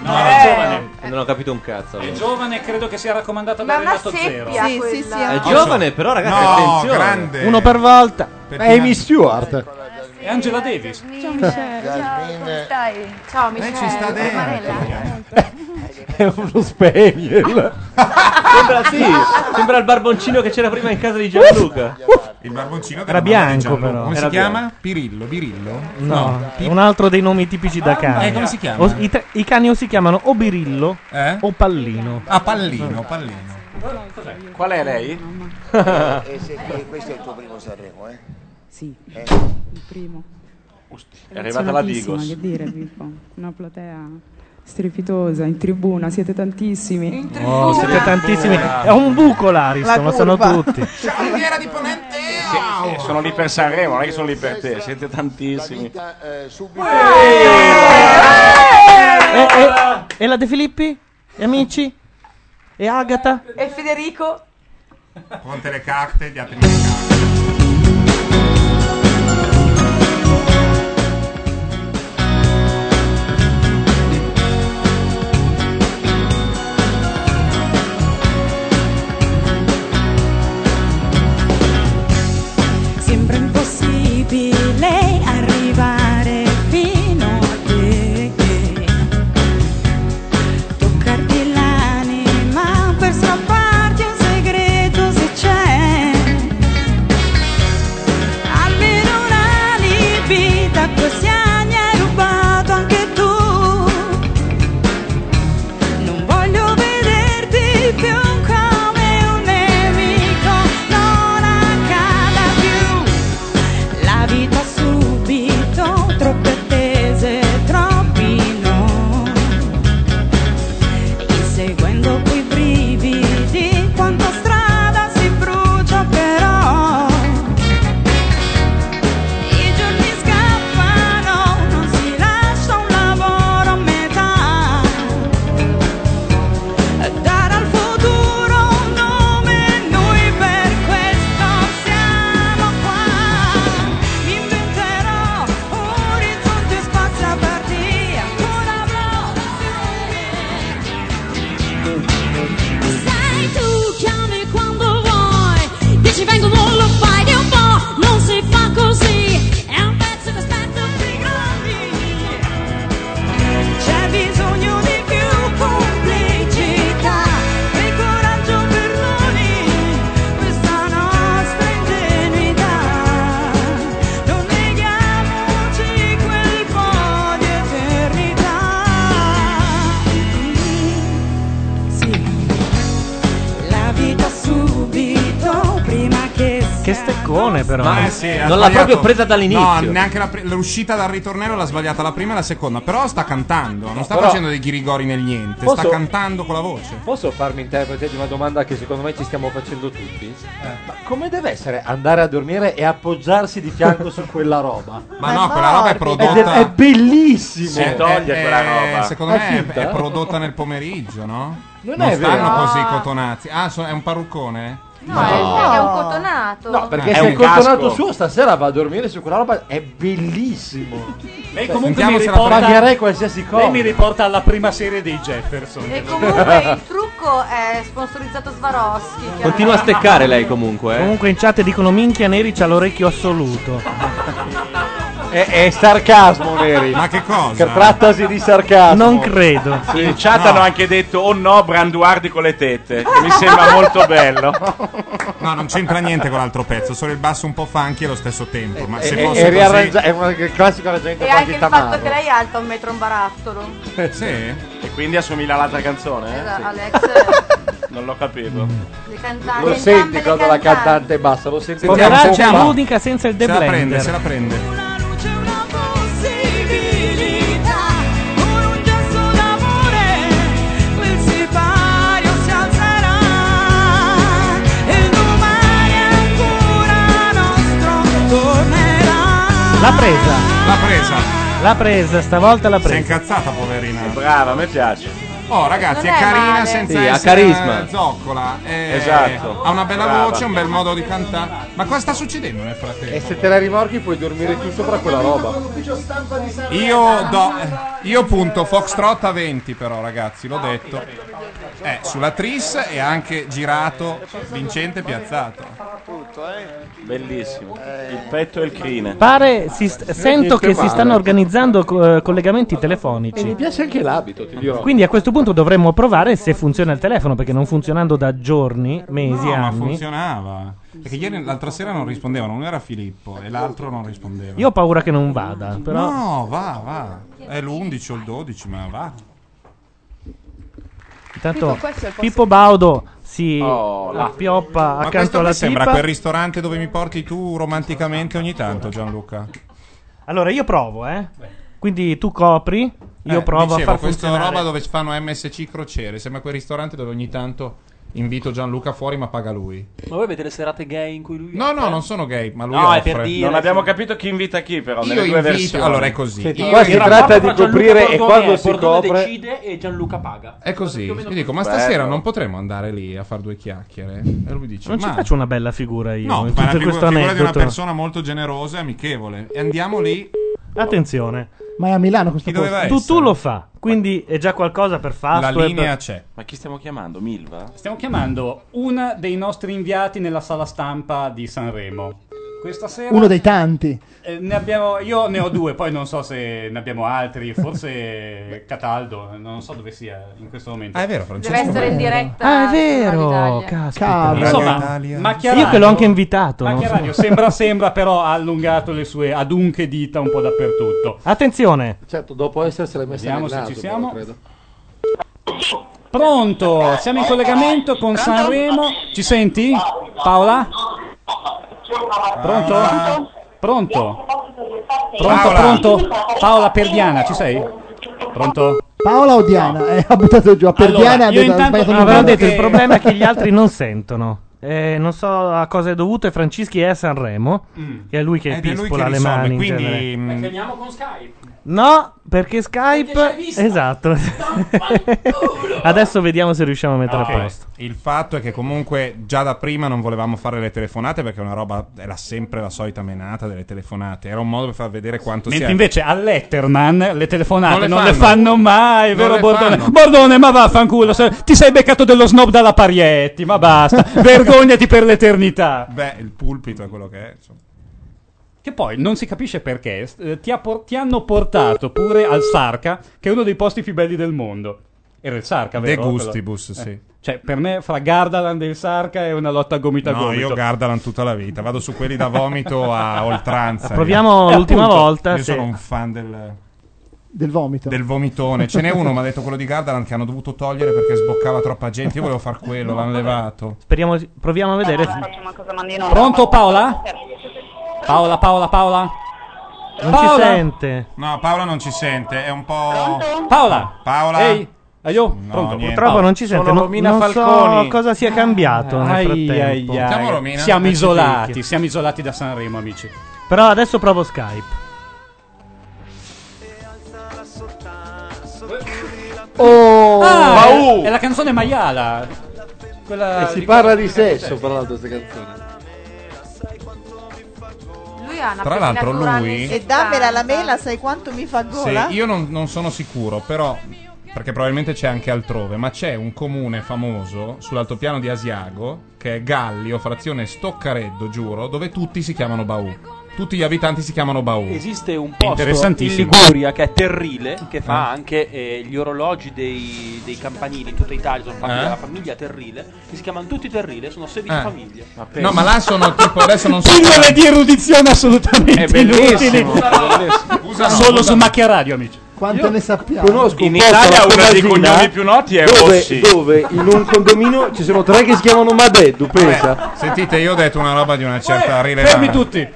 No, è giovane.
Eh, Non ho capito un cazzo.
È
allora.
giovane, credo che sia raccomandata
Ma
da
è una
Renato Zero.
seppia quella.
È
Eh,
giovane, però, ragazzi,
Ah, No,
attenzione.
grande.
Uno per volta.
Perché-
Amy Stewart.
È Angela Davis.
Ciao
Eh,
Michelle. Ciao, come stai? Ciao Michelle.
ci sta dentro.
È uno spaniel.
Sembra, sì, sembra il barboncino che c'era prima in casa di Gianluca.
Il barboncino
Era diciamo. bianco, però.
Come
Era
si chiama?
bianco.
Pirillo, Birillo?
No,
Pi-
è un altro dei nomi tipici da cane.
Eh, come si chiama? Eh?
O- i, tre- i cani o si chiamano o birillo o pallino.
Ah, Pallino, Pallino.
Qual è lei?
Eh, se- eh, questo è il tuo primo Sanremo, eh? Sì.
Il primo.
È arrivata la
Emozionatissima,
Digos.
Che dire, Pippo? Una platea strepitosa, in tribuna, siete tantissimi. In
Oh, siete tantissimi. È un buco l'Ariston, lo sanno tutti.
Riviera di Ponente!
Eh, sono lì per Sanremo, non è che sono lì per te, siete tantissimi.
Eh!
E, e- e la Eh, De Filippi? E amici? E Agata?
E Federico?
Conte le carte, gli altri le carte.
Sembra impossibile arrivare fino a te. Toccarti l'anima per strapparti un segreto se c'è. Almeno un alibi da questi anni hai rubato anche tu. Non voglio vederti più come un nemico, non accada più. La vita subito, troppe attese, troppi no. Inseguendo quei brividi, quanta strada si brucia però. I giorni scappano, non si lascia un lavoro a metà. Dare al futuro un nome, noi per questo siamo qua. Mi inventerò orizzonti e spazi aperti, ancora avrò Sarai tu, chiami quando vuoi. Dici vengo, non lo fai, di un po', non si fa così. È un pezzo che aspetto figli. C'è bisogno di più complicità. E coraggio per noi, questa nostra ingenuità. Non neghiamoci quel po' di eternità. Sì, la vita subito prima che
Che steccone, però.
Ma eh sì, ha
Non l'ha
sbagliato.
proprio presa dall'inizio.
No, neanche la pri- l'uscita dal ritornello l'ha sbagliata la prima e la seconda. Però sta cantando, non sta
Però-
facendo dei ghirigori nel niente.
Posso-
Sta cantando con la voce.
Posso farmi interprete di una domanda che secondo me ci stiamo facendo tutti?
Eh.
Ma come deve essere andare a dormire e appoggiarsi di fianco su quella roba?
Ma no, quella roba è prodotta.
Ed È, è bellissimo!
Sì, è- è- eh, Secondo me è,
finta?
è prodotta nel pomeriggio, no?
Non
Non,
è
stanno
vero.
così cotonazzi. Ah, so- è un parruccone?
No, è un cotonato.
No, perché
È
se
un
il contornato
casco.
suo stasera va a dormire su quella roba è bellissimo.
Lei
Cioè,
comunque
sentiamo
mi
se la
riporta,
pagherei qualsiasi cosa.
Lei mi riporta alla prima serie dei Jefferson.
E comunque il trucco è sponsorizzato Swarovski. chiaramente.
Continua a steccare lei comunque. eh.
Comunque in chat dicono minchia Neri c'ha l'orecchio assoluto.
È, è sarcasmo, Neri.
Ma che
Che
cosa?
trattasi di sarcasmo.
Non credo.
In chat
No.
hanno anche detto oh no, Branduardi con le tette. Che mi sembra molto bello.
No, non c'entra niente con l'altro pezzo, solo il basso un po' funky allo stesso tempo. Ma se fosse
È- è,
così-
Eh, riarrangia- è una- il classico arrangiamento
E anche il
partita a
fatto
mano.
che lei è alta un metro un barattolo.
sì. E quindi assomiglia all'altra canzone? eh?
Esatto,
Sì.
Alex,
Non lo capivo.
le cantanti.
Lo senti quando la cantante è bassa, lo senti
Sentiamo,
quando la
sentiamo.
pompa.
L'unica senza il
Se la
deblender.
prende, se
la prende.
possibilità con un gesto d'amore quel sipario si alzerà e il domani ancora nostro tornerà
L'ha presa.
L'ha presa.
L'ha presa, stavolta l'ha presa.
Si è incazzata, poverina.
Brava, a me piace.
Oh, ragazzi,
Non
è
è
carina
male.
senza
Sì, ha
essere
carisma.
zoccola. eh,
Esatto.
Ha una bella
Brava.
voce, un bel modo di cantare. Ma cosa sta succedendo nel frattempo?
E se te la rimorchi puoi dormire tu sopra quella roba.
Io do. Io punto Foxtrot a 20, però, ragazzi, l'ho detto. Eh, sulla Tris e anche girato, vincente e piazzato.
Bellissimo. Il petto e il crine.
Pare, si st-
Non è
sento
niente
che si
male.
stanno organizzando co- eh, collegamenti telefonici.
E mi piace anche l'abito, ti dirò.
Quindi a questo punto dovremmo provare se funziona il telefono, perché non funzionando da giorni, mesi,
No, ma
anni.
funzionava. Perché ieri l'altra sera non rispondevano, uno era Filippo e l'altro non rispondeva.
Io ho paura che non vada, però.
No, va, va. È l'11 o il 12, ma va.
Intanto
Dico, questo è il posto-
Pippo Baudo si
Oh. la
appioppa
Ma
accanto
questo
alla
mi sembra
tipa.
quel ristorante dove mi porti tu romanticamente ogni tanto, Gianluca.
Allora io provo, eh. Quindi tu copri, io
Eh,
provo
dicevo,
a far
questa
funzionare.
roba dove fanno MSC crociere, sembra quel ristorante dove ogni tanto invito Gianluca fuori ma paga lui.
Ma voi avete le serate gay in cui lui...
No, no, non sono gay, ma lui
No, è
offre.
per dire.
Non abbiamo capito chi invita chi, però.
Io
nelle due
invito-
versioni.
allora è così.
Senti, qua si tratta di coprire e quando si copre...
decide e Gianluca paga.
È così.
Più o meno
Io dico, ma
così.
stasera
Bello.
non potremmo andare lì a fare due chiacchiere? E lui dice,
Non
ma...
ci faccio una bella figura io.
No,
in tutto
fai la figura,
questo
figura di una
aneddoto.
persona molto generosa e amichevole. E andiamo lì.
Attenzione,
Ma è a Milano questo
Chi doveva
posto?
essere?
tu, tu lo fa, quindi è già qualcosa per Fasto. e per-
Ma chi stiamo chiamando? Milva?
Stiamo chiamando una dei nostri inviati nella sala stampa di Sanremo. Questa sera
Uno dei tanti.
Eh, ne abbiamo, io ne ho due, poi non so se ne abbiamo altri, forse Cataldo, non so dove sia in questo momento.
Ah, è vero, Francesco.
Deve essere in diretta.
Ah, è
Radio
vero,
Italia.
caspita.
Radio Insomma, Italia. Macchia
Io che l'ho
Radio-
anche invitato. non
Macchia
so.
Radio sembra sembra però ha allungato le sue adunche dita un po' dappertutto.
Attenzione.
Certo, dopo essersela messa
Vediamo
nel
se
naso,
ci siamo.
però, Esatto, credo.
Pronto, siamo in collegamento con Sanremo. Ci senti? Paola? Pronto? Pronto? Pronto, pronto? Paola Perdiana, ci sei? Pronto?
Paola o Diana? Eh, ha buttato giù. A per
Allora,
Diana ha
io
detto- ha
intanto-
sbagliato il
No, avevano
numero.
detto il problema è che gli altri non sentono. Eh, non so a cosa è dovuto. E Francischi è a Sanremo. E è lui che
Mm. Ed è lui che
pispola le
risolve,
mani. in
quindi,
genere.
mm,
Chiamiamo con Skype.
No, perché Skype. Esatto. Adesso vediamo se riusciamo a mettere
Ok.
a posto.
Il fatto è che comunque già da prima non volevamo fare le telefonate perché è una roba era sempre la solita menata delle telefonate. Era un modo per far vedere quanto
Mentre
si è.
invece a Letterman le telefonate
Non
non
le
le fanno, mai,
Non
vero
le
Bordone?
fanno.
Bordone, ma vaffanculo, se- ti sei beccato dello snob dalla Parietti, ma basta, vergognati per l'eternità.
Beh, il pulpito è quello che è. insomma.
Che poi non si capisce perché, s- eh, ti, ha por- ti hanno portato pure al Sarca, che è uno dei posti più belli del mondo. Era il Sarca,
De
vero?
gustibus,
Quello- eh.
sì.
Cioè, per me, fra Gardaland e il Sarca è una lotta a gomita a
No,
gomito.
io Gardaland tutta la vita. Vado su quelli da vomito a oltranza.
Proviamo
io.
l'ultima volta,
Io
se-
sono un fan del.
Del vomito.
Del vomitone. Ce n'è uno, mi ha detto quello di Gardaland, che hanno dovuto togliere perché sboccava troppa gente. Io volevo far quello, l'hanno levato.
Speriamo, proviamo a vedere.
Pronto Paola? Paola, Paola, Paola?
Non ci
Paola?
sente.
No, Paola non ci sente, è un po'.
Paola?
Paola?
Ehi, aiò, pronto?
Purtroppo non ci sente. non- non so cosa sia cambiato nel
Ai,
frattempo. Diciamo
ai, ai.
Eh,
Siamo isolati, siamo isolati da Sanremo, amici.
Però adesso provo Skype.
Oh,
Ah,
ma
è-
uh!
è la canzone Maiala. Quella
E Eh, si parla di sesso, tra l'altro, questa canzone.
Lui ha una
Tra l'altro
pettinatura
lui-
anni
E dammela la
70.
mela, sai quanto mi fa
Sì,
gola?
io non, non sono sicuro, però. Perché probabilmente c'è anche altrove, ma c'è un comune famoso sull'altopiano di Asiago, che è Gallio, frazione Stoccareddo, giuro, dove tutti si chiamano Baù. Tutti gli abitanti si chiamano Baù.
Esiste un posto in
Interessantissimo.
Liguria che è Terrile, che fa anche eh, gli orologi dei, dei campanili in tutta Italia, sono fatti
Eh?
dalla famiglia Terrile, che si chiamano tutti Terrile, sono 16
Eh.
famiglie.
No, ma là sono tipo adesso non so.
Pillole di erudizione assolutamente
È bellissimo,
inutili.
Usa no,
Solo
usa
su
no.
Macchia Radio, amici.
Quanto ne sappiamo?
Conosco
In
un posto
Italia
alla
uno dei
Comasina
cognomi più noti è
dove,
Rossi.
dove in un condominio ci sono tre che si chiamano Madeddu, pensa.
Eh, Sentite, io ho detto una roba di una certa rilevanza.
fermi
tutti.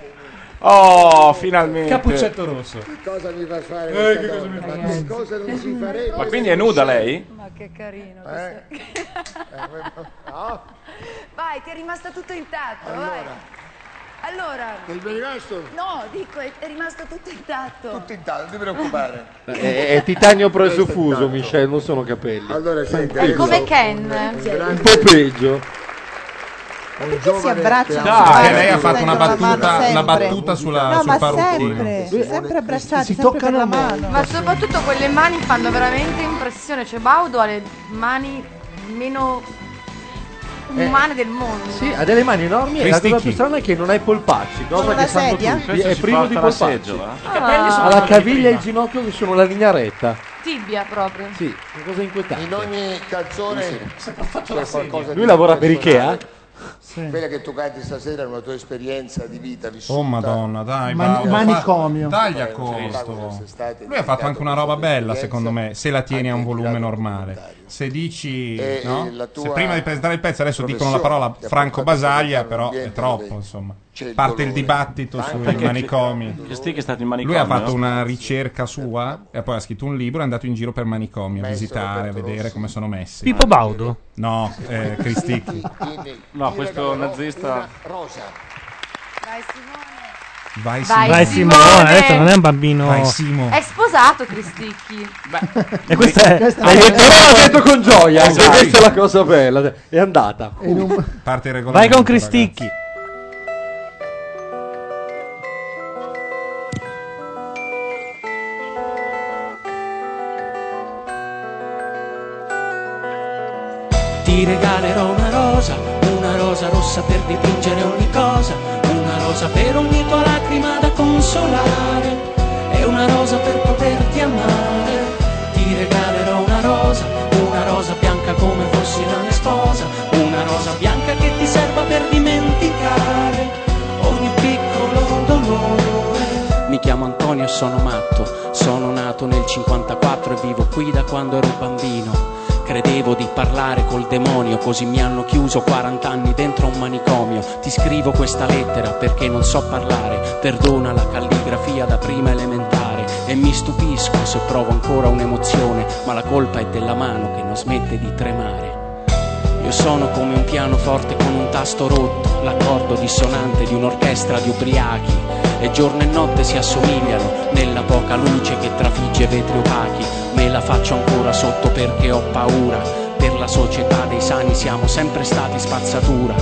Oh, finalmente.
Cappuccetto rosso.
Che cosa mi fa fare?
Eh,
questa
che cosa
donna?
mi fa
Ma
fare?
che cosa non si farebbe?
Ma quindi è nuda lei?
Ma che carino.
Eh?
questo-
oh.
Vai, ti è rimasto tutto intatto. vai. allora.
È rimasto?
No, dico, è è rimasto tutto intatto. Tutto
intatto, non ti preoccupare.
È, è titanio presuffuso, Michel, non sono capelli.
Allora, senti,
È
adesso-
come
Ken.
un po' peggio.
Un
si abbracciano?
Dai,
Dai,
lei ha
sì,
fatto
sì,
una
sì,
battuta,
sempre.
una battuta sulla,
No,
sul
ma
farottino.
sempre, sempre abbracciati, Si sempre per la toccano mano.
Ma soprattutto quelle mani fanno veramente impressione. Cioè, Baudo ha le mani meno umane del mondo.
Sì, ha delle mani enormi e la cosa più
Cristicchi.
strana è che non ha i polpacci, cosa
Sulla
che sanno
sedia?
tutti,
Questo
è
si
privo
porta
di
la
polpacci.
seggiola.
eh.
Ha
I
capelli sono
la
quelli
caviglia e
prima.
il ginocchio che sono la linea retta.
Tibia proprio.
Sì, una cosa inquietante.
In ogni canzone c'è qualcosa
Lui lavora per Ikea?
Quella che tu canti stasera è una tua esperienza di vita vissuta.
Oh madonna, dai,
Ma-
Paolo,
manicomio.
fa- Taglia
Eh,
costo.
quest'estate,
Lui Eh, ha fatto anche una roba bella, secondo me, se la tieni a un volume normale. Se dici,
E- e
no?
la tua
Se prima di presentare il pezzo adesso dicono la
professione
parola
ti ha
Franco
portato
Basaglia,
a
però è
ambiente
troppo,
dove
insomma.
c'è il
Parte il
dolore.
dibattito
Anche
sui
perché c'è-
manicomi.
Cristicchi è stato in
Lui
manicomio.
ha fatto una ricerca sua e poi ha scritto un libro e è andato in giro per manicomi a visitare, a vedere come sono messi.
Pippo Baudo?
No, eh, Cristicchi.
No, questo nazista.
Vai,
Vai,
Vai Simone,
Simone.
adesso non è un bambino.
Vai, Simo.
È sposato Cristicchi.
E
Eh,
questa è.
Hai detto, però eh, l'ha detto con gioia,
Esatto.
questa è la cosa bella, è andata.
Parte il
Vai
regolamento.
con Cristicchi.
Ti regalerò una rosa, una rosa rossa per dipingere ogni cosa, una rosa per ogni tua lacrima da consolare, e una rosa per poterti amare. Ti regalerò una rosa, una rosa bianca come fossi la mia sposa, una rosa bianca che ti serva per dimenticare ogni piccolo dolore. Mi chiamo Antonio e sono matto, sono nato nel 54 e vivo qui da quando ero bambino. Credevo di parlare col demonio, così mi hanno chiuso 40 anni dentro un manicomio. Ti scrivo questa lettera perché non so parlare, perdona la calligrafia da prima elementare e mi stupisco se provo ancora un'emozione, ma la colpa è della mano che non smette di tremare. Io Sono come un pianoforte con un tasto rotto, l'accordo dissonante di un'orchestra di ubriachi. E giorno e notte si assomigliano nella poca luce che trafigge vetri opachi. Me la faccio ancora sotto perché ho paura. Per la società dei sani siamo sempre stati spazzatura.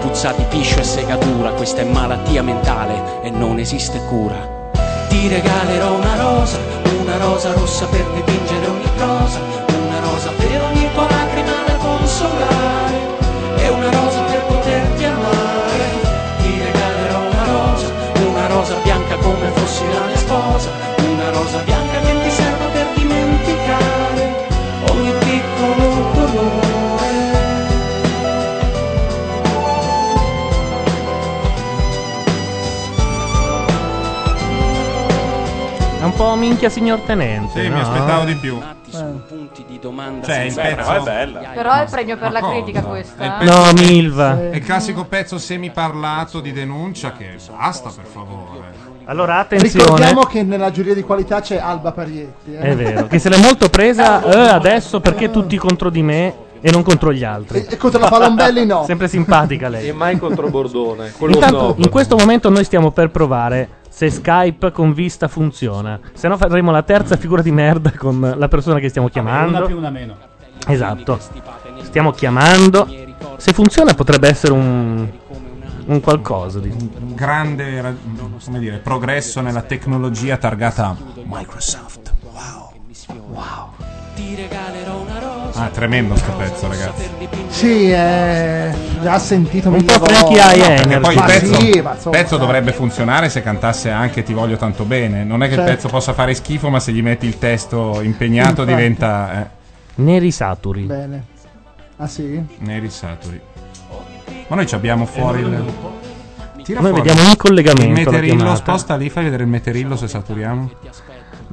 Puzza di piscio e segatura, questa è malattia mentale e non esiste cura. Ti regalerò una rosa, una rosa rossa per dipingere ogni cosa, una rosa per ogni tua lacrima da consolare, e una rosa per poterti amare. Ti regalerò una rosa, una rosa bianca come fossi la mia sposa, una rosa bianca che ti serva per dimenticare ogni piccolo dolore.
È un po' minchia signor tenente.
Sì, mi
no?
aspettavo di più.
Sono punti di domanda
Eh. Cioè, il
senza
pezzo
ragione.
Però è il premio per
Ma
la
cosa?
critica
È il
questa. eh?
pezzo-
No, Milva.
È il classico pezzo semiparlato di denuncia che basta, per favore.
Allora,
Ricordiamo che nella giuria di qualità c'è Alba Parietti. eh.
È vero, che se l'è molto presa eh, adesso perché tutti contro di me e non contro gli altri.
E contro la Palombelli no.
Sempre simpatica lei.
E mai contro Bordone. Quello
Intanto,
snob.
in questo momento noi stiamo per provare se Skype con vista funziona. Se no faremo la terza figura di merda con la persona che stiamo
Una
chiamando.
più, una meno.
Esatto. Stiamo chiamando. Se funziona potrebbe essere un, un qualcosa di
Un grande ra- come dire, progresso nella tecnologia targata Microsoft.
Wow. Ti regalerò una rosa.
Ah, è tremendo sto pezzo, ragazzi.
Sì, eh, già sentito un
po' Frankie
No, perché poi il pezzo,
sì, ma insomma,
il pezzo dovrebbe funzionare se cantasse anche Ti voglio tanto bene. Non è che
Certo.
il pezzo possa fare schifo, ma se gli metti il testo impegnato
Infatti.
diventa. eh,
Neri saturi.
Bene. Ah sì?
neri saturi. Ma noi ci abbiamo fuori il. Tira
Noi
fuori
vediamo in collegamento
Il
la
meterillo,
chiamata.
sposta lì, fai vedere il meterillo se saturiamo.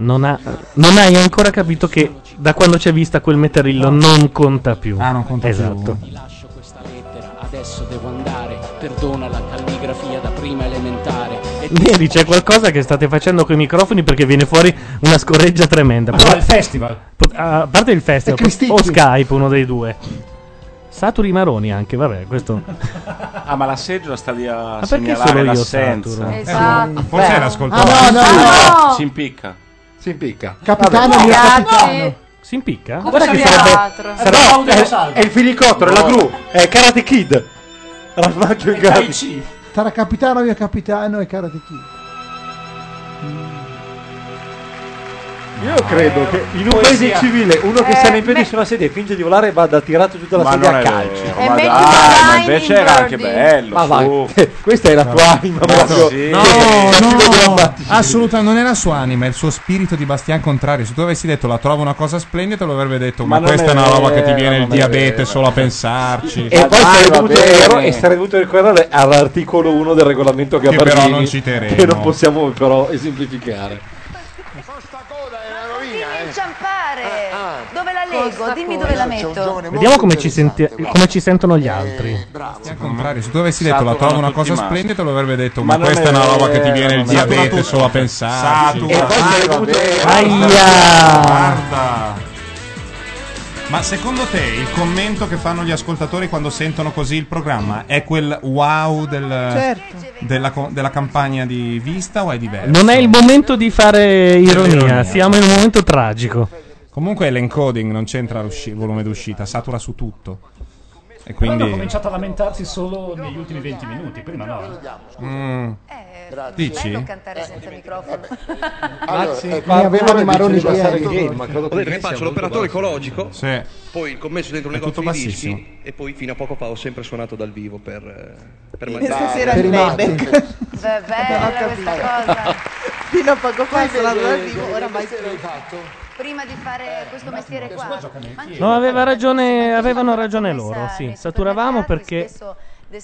Non, ha- non hai ancora capito che da quando c'è vista quel meterillo non conta più.
Ah, non conta più.
esatto.
Ti lascio questa lettera, adesso devo andare. Perdona la calligrafia da prima elementare. E ti
Neri, c'è qualcosa che state facendo con i microfoni perché viene fuori una scorreggia tremenda.
Ma no, Ah, il festival.
Pot- ah, a parte il
È
festival,
Cristicchi.
o Skype, uno dei due. Saturi Maroni anche, vabbè, questo...
Ah, ma la seggiola sta lì a
perché solo
segnalare
io
l'assenza.
saturo?
Esatto.
Forse
Eh, Beh.
era ascoltato.
Ah, no, no, no.
Si impicca.
Si impicca.
Capitano, mio capitano.
Si impicca?
Guarda
Guarda che
che
sarebbe...
teatro.
sarebbe-
Eh, Claudio
è-
lo salva.
è il
Elicottero, la gru, è Karate Kid. Ramaggio in grado.
Tra capitano, mio capitano e Karate Kid.
Io credo che in un paese
Poesia.
civile uno che
Eh,
si all'impedì su una sedia e finge di volare e vada tirato giù dalla
Ma
sedia
non
a
è
calci.
Eh,
vero, E ma metti dai, la ma line invece in era anche birdie. bello,
Ma va, questa è la tua anima.
Ma
proprio.
sì. No, no, assolutamente non è la sua anima, è il suo spirito di Bastian Contrario. Se tu avessi detto la trovo una cosa splendida, te lo avrebbe detto, ma,
Ma non
questa è
è
una roba che ti
vero,
viene il
non è
diabete
vero.
solo a pensarci.
E poi sarei dovuto, ero- e sarei dovuto ricordare all'articolo 1 del regolamento
Che però
Gabardini,
non citeremo.
Che non possiamo però esemplificare.
Devi inciampare. Dove la leggo? Dimmi dove la metto.
Vediamo come ci, senti- come ci sentono gli altri.
Al contrario, se tu avessi detto la
Saturano
trovo una
tutti
cosa
i maschi.
splendida, te lo avrebbe detto,
Ma non
ma, questa
è
è una roba che ti
vero,
viene il
non è vero.
diabete
Satura
solo a
tutto. Satura.
pensarci.
E poi
Ah,
sarei
va
dovuto-
bene.
Aia.
Guarda. Ma secondo te il commento che fanno gli ascoltatori quando sentono così il programma è quel wow del-
Certo.
della, co- della campagna di vista o è diverso?
Non è il momento di fare ironia, siamo in un momento tragico.
Comunque è l'encoding, non c'entra l'usci- il volume d'uscita, satura su tutto. E
Poi hanno
quindi...
cominciato a lamentarsi solo negli ultimi 20 minuti, prima no.
Mm.
Eh,
Dici?
Bello cantare senza microfono.
eh,
ne avevano i maroni dietro.
faccio l'operatore ecologico,
Sì.
poi il commesso dentro un
È tutto
negozio di dischi,
bassissimo.
e poi fino a poco fa ho sempre suonato dal vivo per, eh, per
Quindi
mandare-
stasera Per il i matti. playback.
Beh, bella
Ho
questa
capito.
cosa.
Fino a poco fa sono andato al vivo, ora mai
Prima di fare questo mestiere qua. Ma anche
No, aveva ragione, avevano ragione loro, sì. Saturavamo perché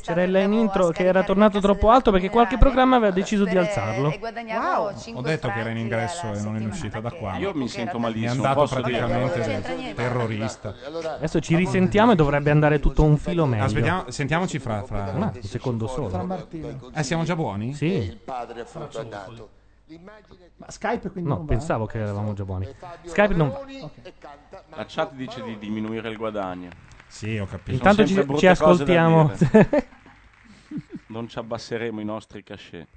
c'era il line intro che era tornato troppo alto perché qualche programma aveva deciso di alzarlo.
guadagnavo
Ho
5
detto che era in ingresso e non in uscita da qua.
Io mi sento
È
malissimo.
andato
posso dire?
praticamente terrorista.
Adesso ci risentiamo e dovrebbe andare tutto un filo meglio.
Aspettiamo, sentiamoci fra, fra...
Ma un secondo solo.
Eh, siamo già buoni?
Sì.
padre ha fronteggiato.
Ma Skype quindi
No,
non va? eh?
pensavo che eravamo già buoni. Skype non va.
La chat dice di diminuire il guadagno.
Sì, ho capito.
Intanto
Sono
ci-
sempre
ci
brutte cose da
ascoltiamo.
dire. non ci abbasseremo i nostri cachet.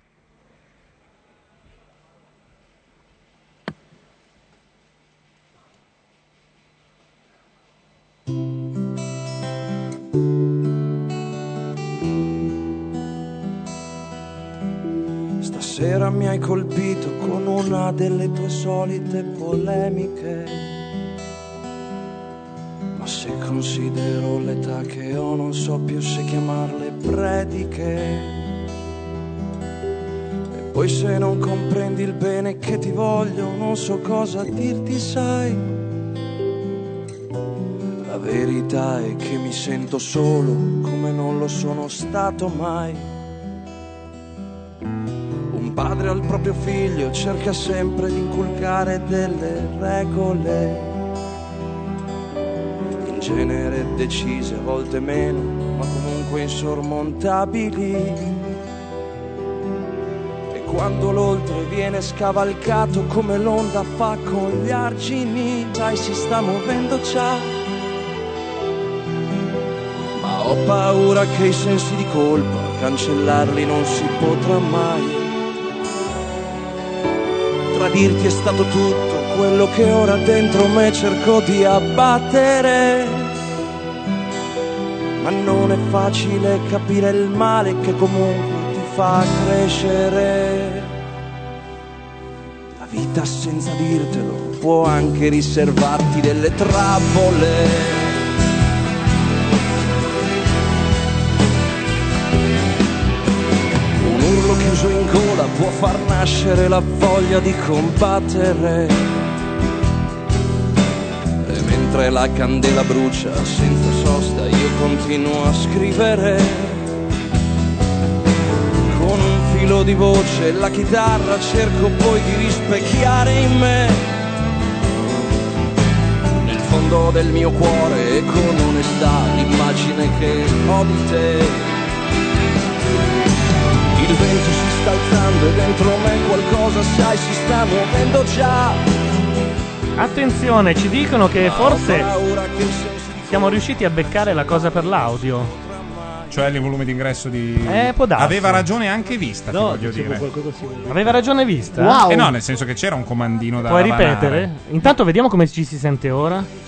Stasera mi hai colpito con una delle tue solite polemiche. Ma se considero l'età che ho, non so più se chiamarle prediche. E poi se non comprendi il bene che ti voglio, non so cosa dirti, sai. La verità è che mi sento solo come non lo sono stato mai. Un padre al proprio figlio cerca sempre di inculcare delle regole, in genere decise, a volte meno, ma comunque insormontabili. E quando l'oltre viene scavalcato come l'onda fa con gli argini, sai si sta muovendo già. Ma ho paura che i sensi di colpa cancellarli non si potrà mai. Tradirti è stato tutto quello che ora dentro me cerco di abbattere. Ma non è facile capire il male che comunque ti fa crescere. La vita senza dirtelo può anche riservarti delle trappole. Un urlo chiuso in gola può far nascere la voglia di combattere. E mentre la candela brucia senza sosta io continuo a scrivere. Con un filo di voce e la chitarra cerco poi di rispecchiare in me. Nel fondo del mio cuore e con onestà l'immagine che ho di te. Il vento si sta alzando e dentro me qualcosa, sai, si sta muovendo già.
Attenzione, ci dicono che forse siamo riusciti a beccare la cosa per l'audio.
Cioè il volume d'ingresso di.
Eh, può darsi.
Aveva ragione anche vista, ti
No,
voglio
dicevo
dire.
qualcosa Aveva ragione vista?
Eh no, nel senso che c'era un comandino da.
Puoi
ravanare.
ripetere? Intanto vediamo come ci si sente ora.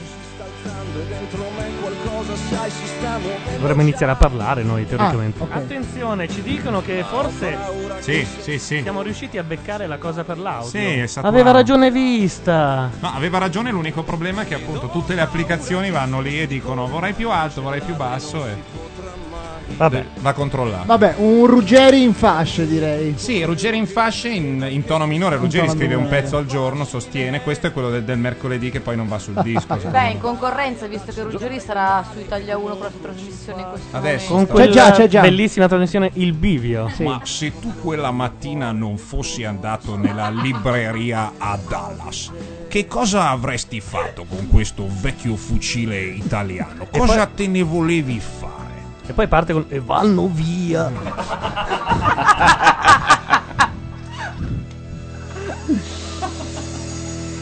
Dovremmo iniziare a parlare noi
Ah,
teoricamente. Attenzione, ci dicono che forse
Sì, sì, sì.
siamo riusciti a beccare la cosa per l'audio.
Sì, è stato
Aveva
una-
ragione vista.
No, aveva ragione, l'unico problema è che appunto tutte le applicazioni vanno lì e dicono vorrei più alto, vorrei più basso e
Vabbè.
va controllato.
Vabbè, un Ruggeri in fasce direi.
Sì, Ruggeri in fasce in, in tono minore, Ruggeri
tono
scrive un
minore.
pezzo al giorno, sostiene, questo è quello del, del mercoledì che poi non va sul disco.
Beh, in concorrenza, visto che Ruggeri sarà su Italia 1 con la sua trasmissione in questo
Adesso
Con
sta-
quella bellissima trasmissione Il Bivio.
Ma se tu quella mattina non fossi andato nella libreria a Dallas, che cosa avresti fatto con questo vecchio fucile italiano?
E
Cosa
poi-
te ne volevi fare?
E poi parte con E vanno via.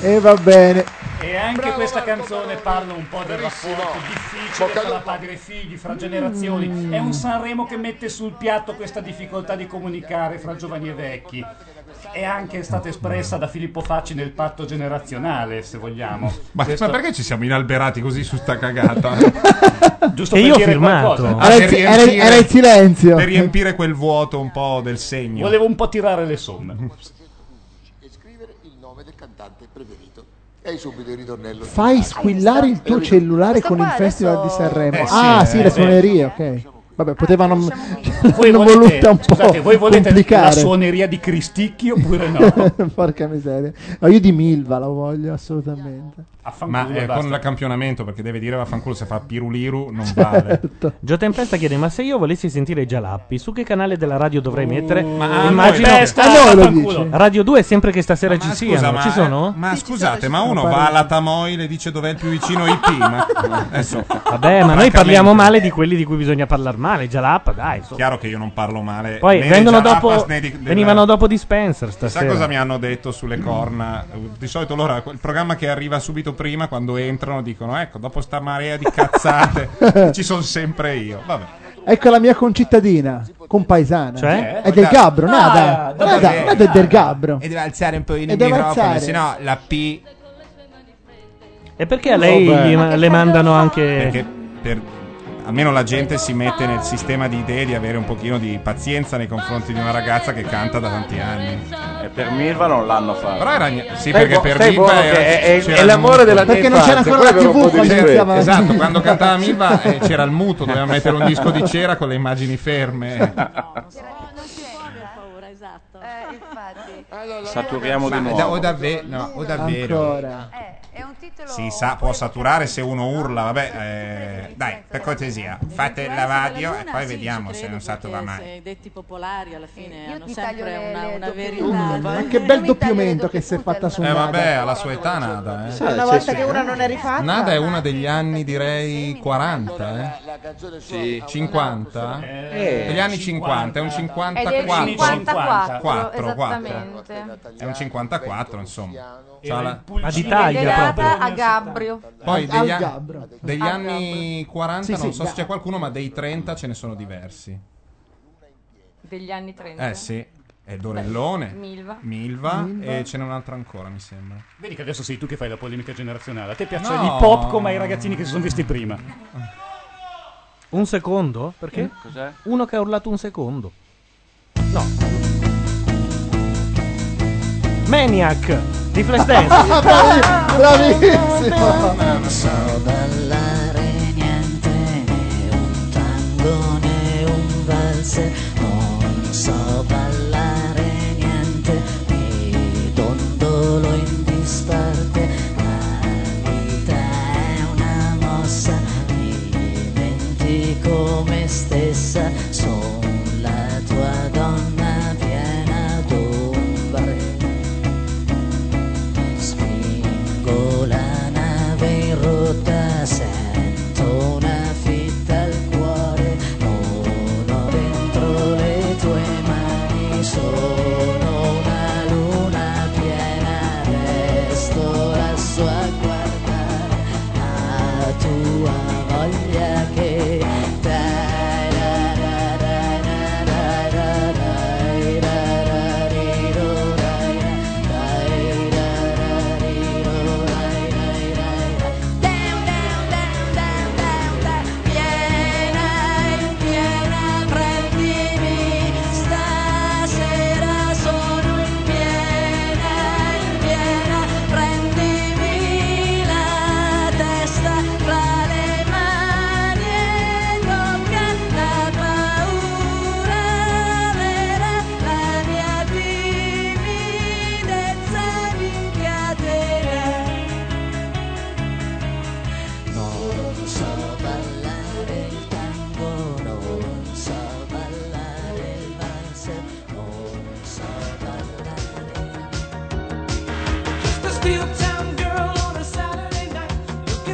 E va bene.
E anche questa canzone parla un po' del rapporto difficile tra padre e figli, fra generazioni.
Mm.
È un Sanremo che mette sul piatto questa difficoltà di comunicare fra giovani e vecchi. È anche stata espressa da Filippo Facci nel patto generazionale, se vogliamo.
Ma,
Questo-
ma perché ci siamo inalberati così su sta cagata?
Giusto per dire qualcosa.
Ah,
Era il- era il- era il silenzio.
Per riempire quel vuoto un po' del segno.
Volevo un po' tirare le somme.
E scrivere il nome del cantante preferito. E hai subito il ritornello. Ah,
Fai squillare il tuo cellulare con il Festival di Sanremo.
Eh
ah, sì, le suonerie, ok. Vabbè, potevano
Voi
l'hanno
volete,
voluta un po'
scusate, voi volete la
complicare.
suoneria di Cristicchi oppure no?
Porca miseria. No, io di Milva la voglio assolutamente.
Ma eh, con l'accampionamento, perché deve dire vaffanculo se fa piruliru non vale.
Gio Tempesta chiede: Ma se io volessi sentire i Gialappi, su che canale della radio dovrei mettere?
Uh, ma a
Immagino
noi- Testa, A noi lo vaffanculo. dici.
Radio 2 sempre che stasera ci
Scusa,
siano.
ma, eh,
ci sono?
ma scusate, ma uno va alla Tamoil e dice dov'è il più vicino IP? Ma, adesso,
Vabbè, ma noi parliamo male di quelli di cui bisogna parlare male. Gialappa, dai. insomma.
chiaro che io non parlo male.
Poi
né di
vengono
Jalapas
dopo,
né di- della-
venivano dopo Dispenser
Chissà
stasera.
cosa mi hanno detto sulle corna. Di solito loro, il programma che arriva subito prima, quando entrano, dicono: Ecco, dopo sta marea di cazzate, ci sono sempre io. Vabbè.
Ecco la mia concittadina, compaesana.
Cioè?
È del Gabbro,
Ah,
nada.
dopo
Nada,
che-
nada è del Gabbro.
Eh,
E deve alzare un po' il
E deve
microfono,
alzare.
se no la P.
E perché a lei
Vabbè.
gli ma- le mandano anche.
Perché per- almeno la gente si mette nel sistema di idee di avere un pochino di pazienza nei confronti di una ragazza che canta da tanti anni. E per Mirva non l'hanno fatto. Però era, sì,
Stai
perché
buo-
per
stai
Mirva
buono
era-
che è- è-
c'era
è l'amore
il muto.
della mia Perché non c'era infanzia, ancora la quello TV era un po' quando di rispetto. iniziava.
Esatto, quando cantava Mirva eh, c'era il muto, doveva mettere un disco di cera con le immagini ferme.
esatto. Eh, infatti.
Saturiamo di
Ma
nuovo.
da- o davvero, no, o davvero.
Ancora.
Eh, Si sa, può saturare se uno urla, vabbè, eh, dai, per cortesia, fate la radio e poi vediamo se non satura mai.
I detti popolari alla fine hanno
mi taglio
sempre
le-
una,
le
una
doppie
Mm,
verità.
Ma che bel doppiamento che si è fatta su
Eh
Nada.
vabbè, alla sua età Nada, eh.
Una volta che una non è rifatta.
Nada è una degli anni direi 40, eh. Sì. 50?
Eh,
Degli anni 50, è un
È del
54.
54,
4, 4.
esattamente.
È un 54, insomma. C'ha la-
Ma di taglia
Legata
proprio.
a Gabbrio.
Poi degli,
Al
an-
Gabbro.
degli
Al
anni 40,
Sì, sì,
non so se
Gabbro.
c'è qualcuno, ma dei 30 ce ne sono diversi.
Degli anni 30.
Eh sì, è Dorellone,
Beh, Milva.
Milva,
Milva.
e ce n'è un altro ancora, mi sembra.
Vedi che adesso sei tu che fai la polemica generazionale. A te piace
No.
l'hip hop come ai ragazzini che si sono visti prima.
Un secondo?
Eh,
Perché?
Mm, cos'è?
Uno che ha urlato un secondo. No. Maniac di Flashdance.
Ah,
Bravi- Bravissimo.
Non so ballare niente, né un tango né un valzer. Non so ballare niente, mi dondolo in disparte. La vita è una mossa, mi dimentico me stessa. Sono la tua donna piena d'ombre. Spingo la nave in rotta, sento una fitta al cuore, non ho dentro le tue mani, sono una luna piena, resto lassù a guardare la tua voglia che dai da da da da da da dai da da di do dai da.
Viena, Viena, prendimi stasera sono in Viena, in Viena, prendimi la testa tra le mani e tocca la paura vera, la mia timidezza mi piacerà.
Non so ballare il tango, non so ballare il valzer, non so ballare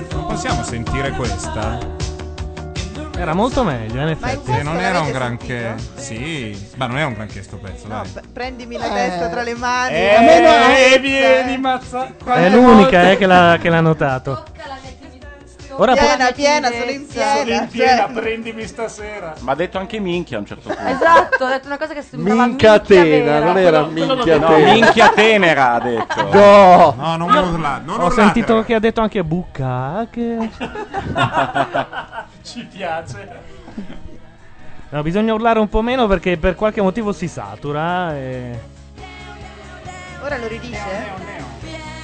Non possiamo sentire questa?
Era molto meglio, eh, in effetti.
Se non era un granché. Sì, ma non era un granché sto pezzo, dai.
Prendimi la testa tra le mani.
Eh,
Eh. A me non-
eh, vieni, mazza.
È l'unica eh, che, l'ha, che l'ha notato. Ora po-
piena, piena, sono in piena.
Sono in piena,
cioè.
prendimi stasera.
Ma ha detto anche minchia a un certo punto.
Esatto, ho detto una cosa che sembrava
Minchia tena, non era
minchia
minchia
vera.
tena. No, minchia tenera ha detto.
No.
No, non urlate, non
Ho
urlate,
sentito
ragazzi.
che ha detto anche Bucca. Che...
Ci piace.
No, bisogna urlare un po' meno perché per qualche motivo si satura. eh. E...
Ora lo ridice? eh.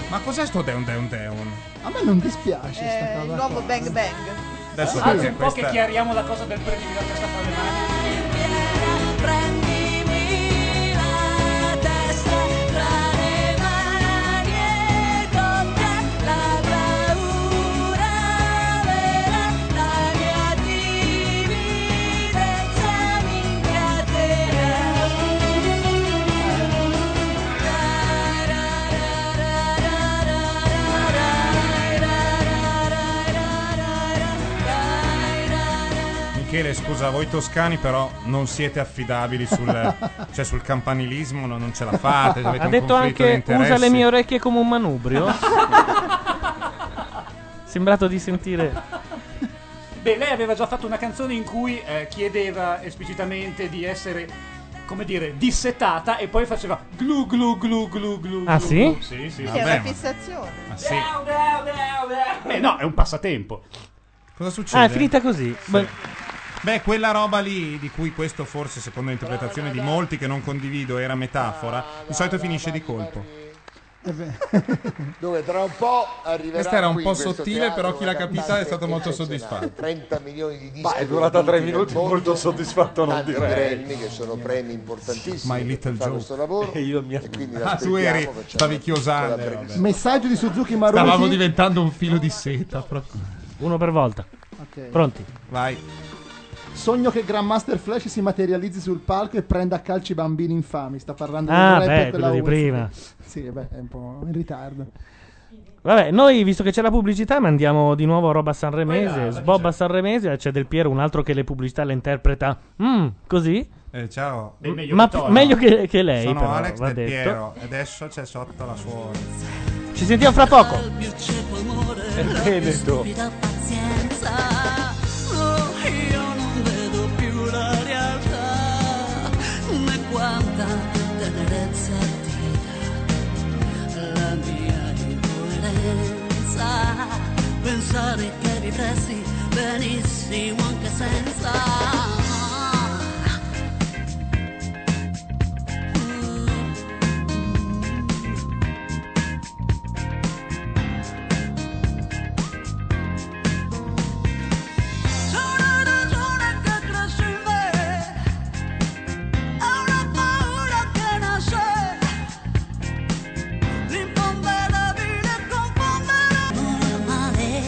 Ma cos'è sto down down down?
A me non dispiace sta
Eh, il
cosa.
nuovo Bang Bang.
Adesso perché
Anzi, Ah, un po'
questa-
che chiariamo la cosa del prendimi la testa tra le mani.
Prendimi la testa tra le mani e tocca la paura vera, la mia timidezza mi incatenerà.
Mi Michele, scusa, voi toscani però non siete affidabili sul, cioè sul campanilismo, no- non ce la fate. Avete
ha
un
detto
conflitto di
anche
interessi.
usa le mie orecchie come un manubrio. Sembrato di sentire.
Beh, lei aveva già fatto una canzone in cui eh, chiedeva esplicitamente di essere, come dire, dissetata e poi faceva glu glu glu glu glu.
Ah,
glu,
sì?
glu. Sì, sì,
Quindi
vabbè,
è una
ma-
fissazione.
Ah,
ma sì. Eh no, è un passatempo.
Cosa succede?
Ah, è finita così.
Sì. Beh, quella roba lì di cui questo forse, secondo l'interpretazione di molti che non condivido, era metafora, di solito finisce di colpo.
dove tra un po' arriverà
Questa era un
qui
po'
in questo
sottile,
teatro
però chi
una
l'ha capita
cantante
è stato molto
eccezionale. 30 milioni di dischi
Ma è durata tre
venduti
minuti,
nel mondo,
molto soddisfatto non
tanti
direi.
premi che sono premi importantissimi
My Little
per fare
Joe.
questo lavoro
E io mi-
e quindi
Ah, tu
l'aspettiamo,
eri-
facciamo
stavi chiosando,
la
eh,
pre-
Messaggio di Suzuki Maruti.
Stavamo diventando un filo di seta proprio.
Uno per volta.
Ok.
Pronti?
Vai.
Sogno che Grandmaster Flash si materializzi sul palco e prenda a calci i bambini infami. Sta parlando
Ah,
del
beh,
rap e
quello
quella
di
Uzi.
prima.
Sì, beh, è un po' in ritardo.
Vabbè, noi visto che c'è la pubblicità mandiamo di nuovo roba sanremese,
certo.
sbobba sanremese, c'è Del Piero, un altro che le pubblicità le interpreta mm, così.
Eh, ciao.
Beh, meglio Ma che Toro. meglio che- che lei,
Sono
però,
Alex
va
Del
detto.
Piero. e Adesso c'è sotto la sua.
Ci sentiamo fra poco.
Veneto.
stupida pazienza. Oh, io non vedo più la realtà, né quanta tenerezza ti dà la mia incoerenza. Pensare che vivresti benissimo anche senza. C'è una ragione che cresce in me, è una paura che nasce, l'inconvenabile confondere non è male,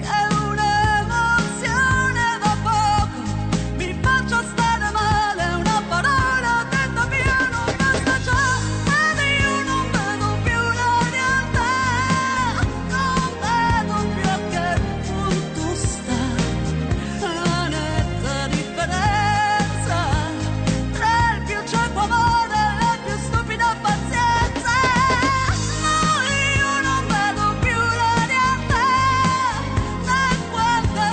che è un'emozione da poco, mi faccia stare male, una parola detta piano basta già, ed io non vedo più la realtà, non vedo più a che punto sta la netta differenza tra il più cieco amore e la più stupida pazienza. No, io non vedo più la realtà, né quanta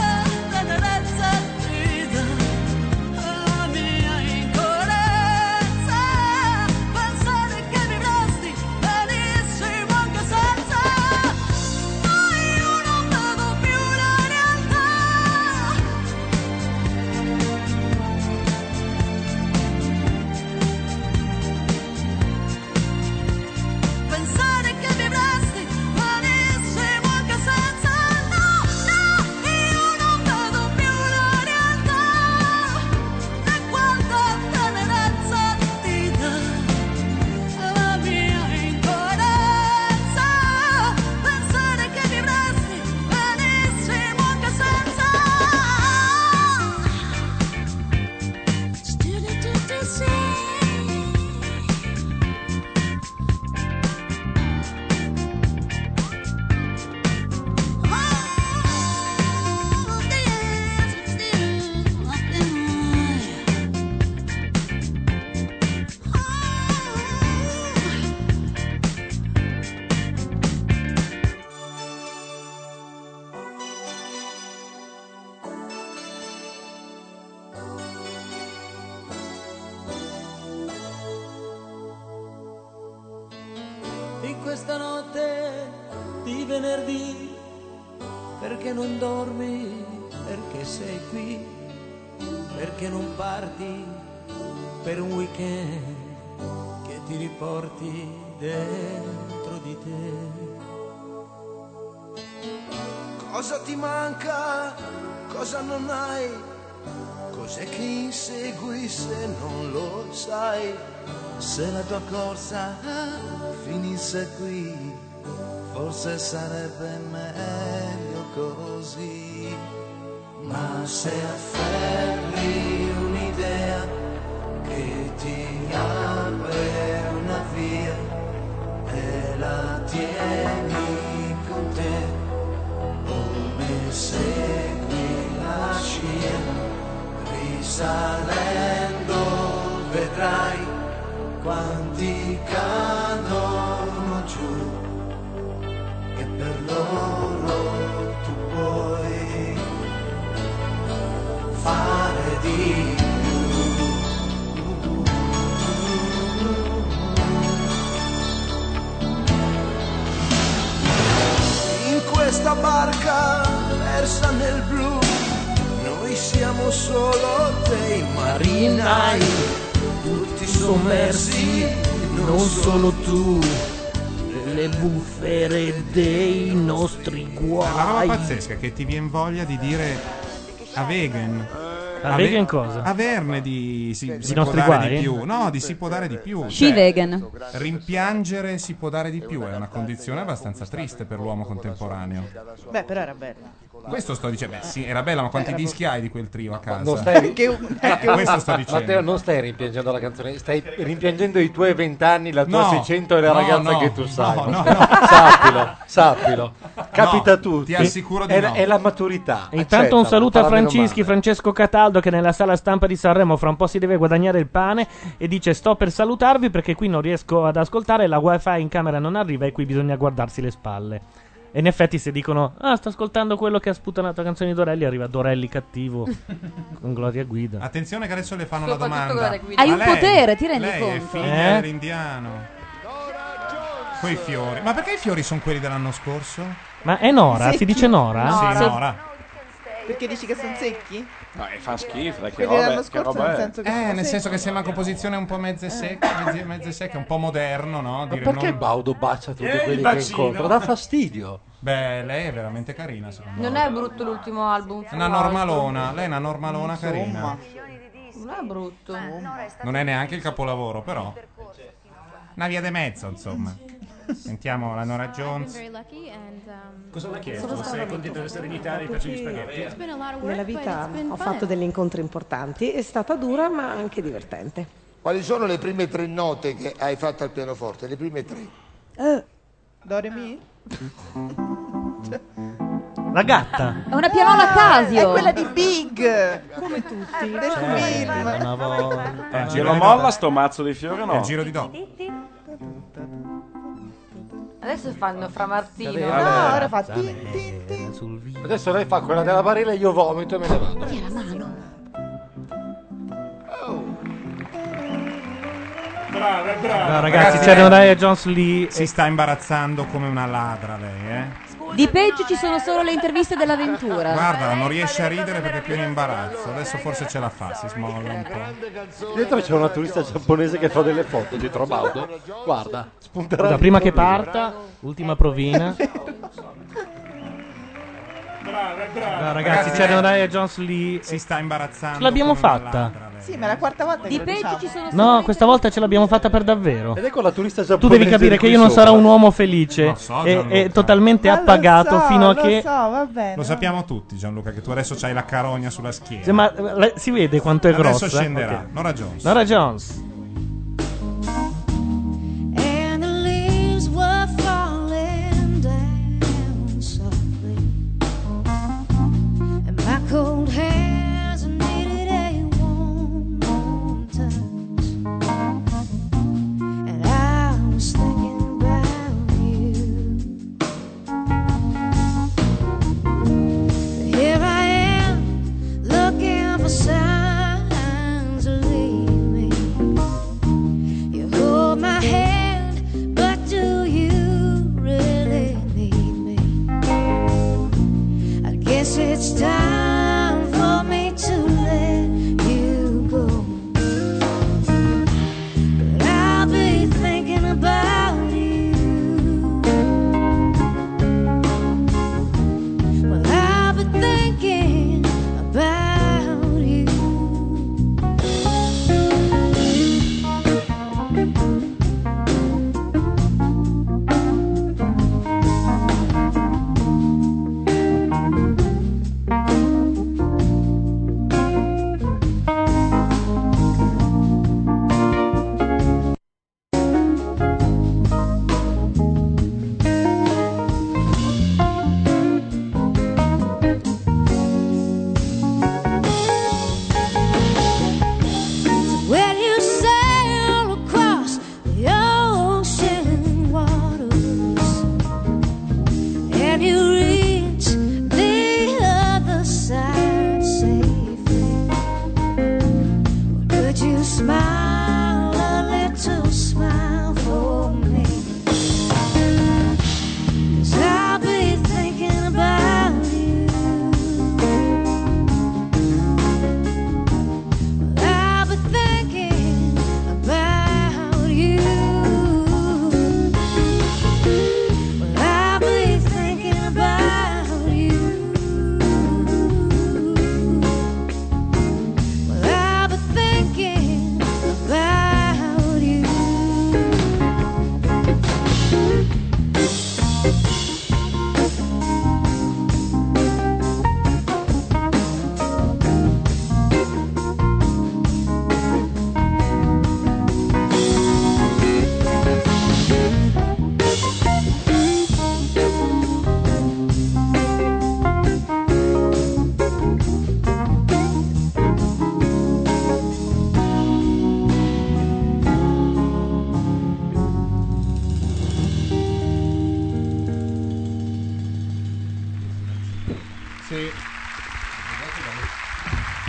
tenerezza ti dà la mia incoerenza. Pensare che vivresti benissimo anche senza. No, io non vedo più la realtà. Pensare che vivresti benissimo anche senza no, no, io non vedo più la realtà né quanta tenerezza ti dà la mia incoerenza. Pensare che vivresti benissimo anche senza.
in questa notte di venerdì, perché non dormi, perché sei qui, perché non parti per un weekend che ti riporti dentro di te.
Cosa ti manca? Cosa non hai? Cos'è che insegui se non lo sai? Se la tua corsa finisse qui, forse sarebbe meglio così. Ma se afferri un'idea che ti apre una via e la tieni con te, come seguila salendo vedrai quanti cadono giù e per loro tu puoi fare di più. In questa barca versa nel blu noi siamo solo dei marinai, tutti sommersi, non solo tu, nelle bufere dei nostri
È una roba
guai.
pazzesca che ti viene voglia di dire a vegan.
A vegan cosa?
Averne di si, si può
nostri
dare
guai?
di più. No, di si può dare di più. Cioè,
Sci vegan.
Rimpiangere si può dare di più, è una condizione abbastanza triste per l'uomo contemporaneo.
Beh, però era bella.
Questo sto dicendo, beh, sì, era bella, ma quanti
Era
dischi hai di quel trio a casa?
Non stai,
Eh, questo sto dicendo.
Matteo, non stai rimpiangendo la canzone, stai rimpiangendo i tuoi vent'anni, la tua
No,
600 e
no,
la ragazza
no,
che tu sai.
no, no,
Matteo.
no.
Sappilo, sappilo. Capita a
ti
tutti.
assicuro di
è,
no.
è la maturità.
E intanto un
Accettalo,
saluto a
fammelo
Francischi, Francesco Cataldo che nella sala stampa di Sanremo fra un po' si deve guadagnare il pane e dice sto per salutarvi perché qui non riesco ad ascoltare, la wifi in camera non arriva e qui bisogna guardarsi le spalle. E in effetti se dicono ah sto ascoltando quello che ha sputanato canzoni di Dorelli arriva Dorelli cattivo con Gloria Guida.
Attenzione che adesso le fanno la
Soprattutto
domanda.
guarda qui. Hai
Ma
un potere, ti rendi
lei
conto?
È figlia
Eh?
dell'indiano. Quei fiori. Ma perché i fiori sono quelli dell'anno scorso?
Ma è Nora?
Sì.
Si dice Nora?
Nora.
Sì, Nora.
Perché dici che sono secchi?
No, e fa schifo, dai, che
Quelli
roba,
dell'anno
che
scorso
roba
nel
è?
senso che
Eh,
sono
nel senso
secchi.
che sembra una composizione un po' mezza secca, mezza- mezza secca, un po' moderno, no? Dire
Eh. perché
non-
Baudo bacia tutti
Eh,
quelli
il
che
bacino.
incontra? Dà fastidio.
Beh, lei è veramente carina, secondo me.
Non è brutto l'ultimo album.
È una normalona, lei è una normalona carina.
Non è brutto.
Non è neanche il capolavoro, però. Una via di mezzo, insomma. Sentiamo la Nora Jones.
Cosa l'ha chiesto? Se è contenta di essere in Italia e faccio gli spaghetti.
Nella vita ho fatto degli incontri importanti, è stata dura ma anche divertente.
Quali sono le prime tre note che hai fatto al pianoforte? Le prime tre.
Eh, Doremi?
La gatta.
È una pianola
È
Casio.
quella di Big! Come tutti. Del film.
Eh, glielo molla sto mazzo di fiori o no?
È il giro di do.
Adesso fanno fra Martino.
Vabbè, vabbè. Adesso lei fa quella della barilla e io vomito e me ne vado.
Brava, brava.
No, ragazzi,
Ragazzi,
c'è
eh,
Nora Jones lì.
Si sta imbarazzando come una ladra lei, eh.
Di peggio ci sono solo le interviste dell'avventura.
Guarda, non riesce a ridere perché è pieno imbarazzo. Adesso forse ce la fa, si smolla un po'.
Dietro c'è una turista giapponese che fa delle foto dietro Baudo. Guarda, spunterà.
Scusa,
di
prima che
provino.
parta, ultima provina.
Ah,
Brava,
No,
brava.
ragazzi, c'è Nora Jones lì.
eh, Si sta imbarazzando.
Ce l'abbiamo
come una
fatta.
Sì, ma è la quarta volta
Di
che lo
peggio
diciamo.
ci sono
No, questa volta ce l'abbiamo fatta per davvero.
Ed ecco la turista
Tu
giapponese.
devi capire
di
che
qui
io non sarò
sopra.
un uomo felice
Lo so,
e,
Gianluca.
e totalmente
Ma lo
appagato
so,
fino a
lo
che.
so, va bene.
Lo sappiamo tutti, Gianluca, che tu adesso hai la carogna sulla
Eh, Sì,
schiena.
Ma eh, la- si vede quanto è
Adesso
grosso. eh?
scenderà. Nora Jones.
Nora Jones.
And the leaves were falling down softly. And my cold hands needed a warm, warm touch. And I was thinking about you. But here I am, looking for signs to leave me. You hold my hand, but do you really need me? I guess it's time for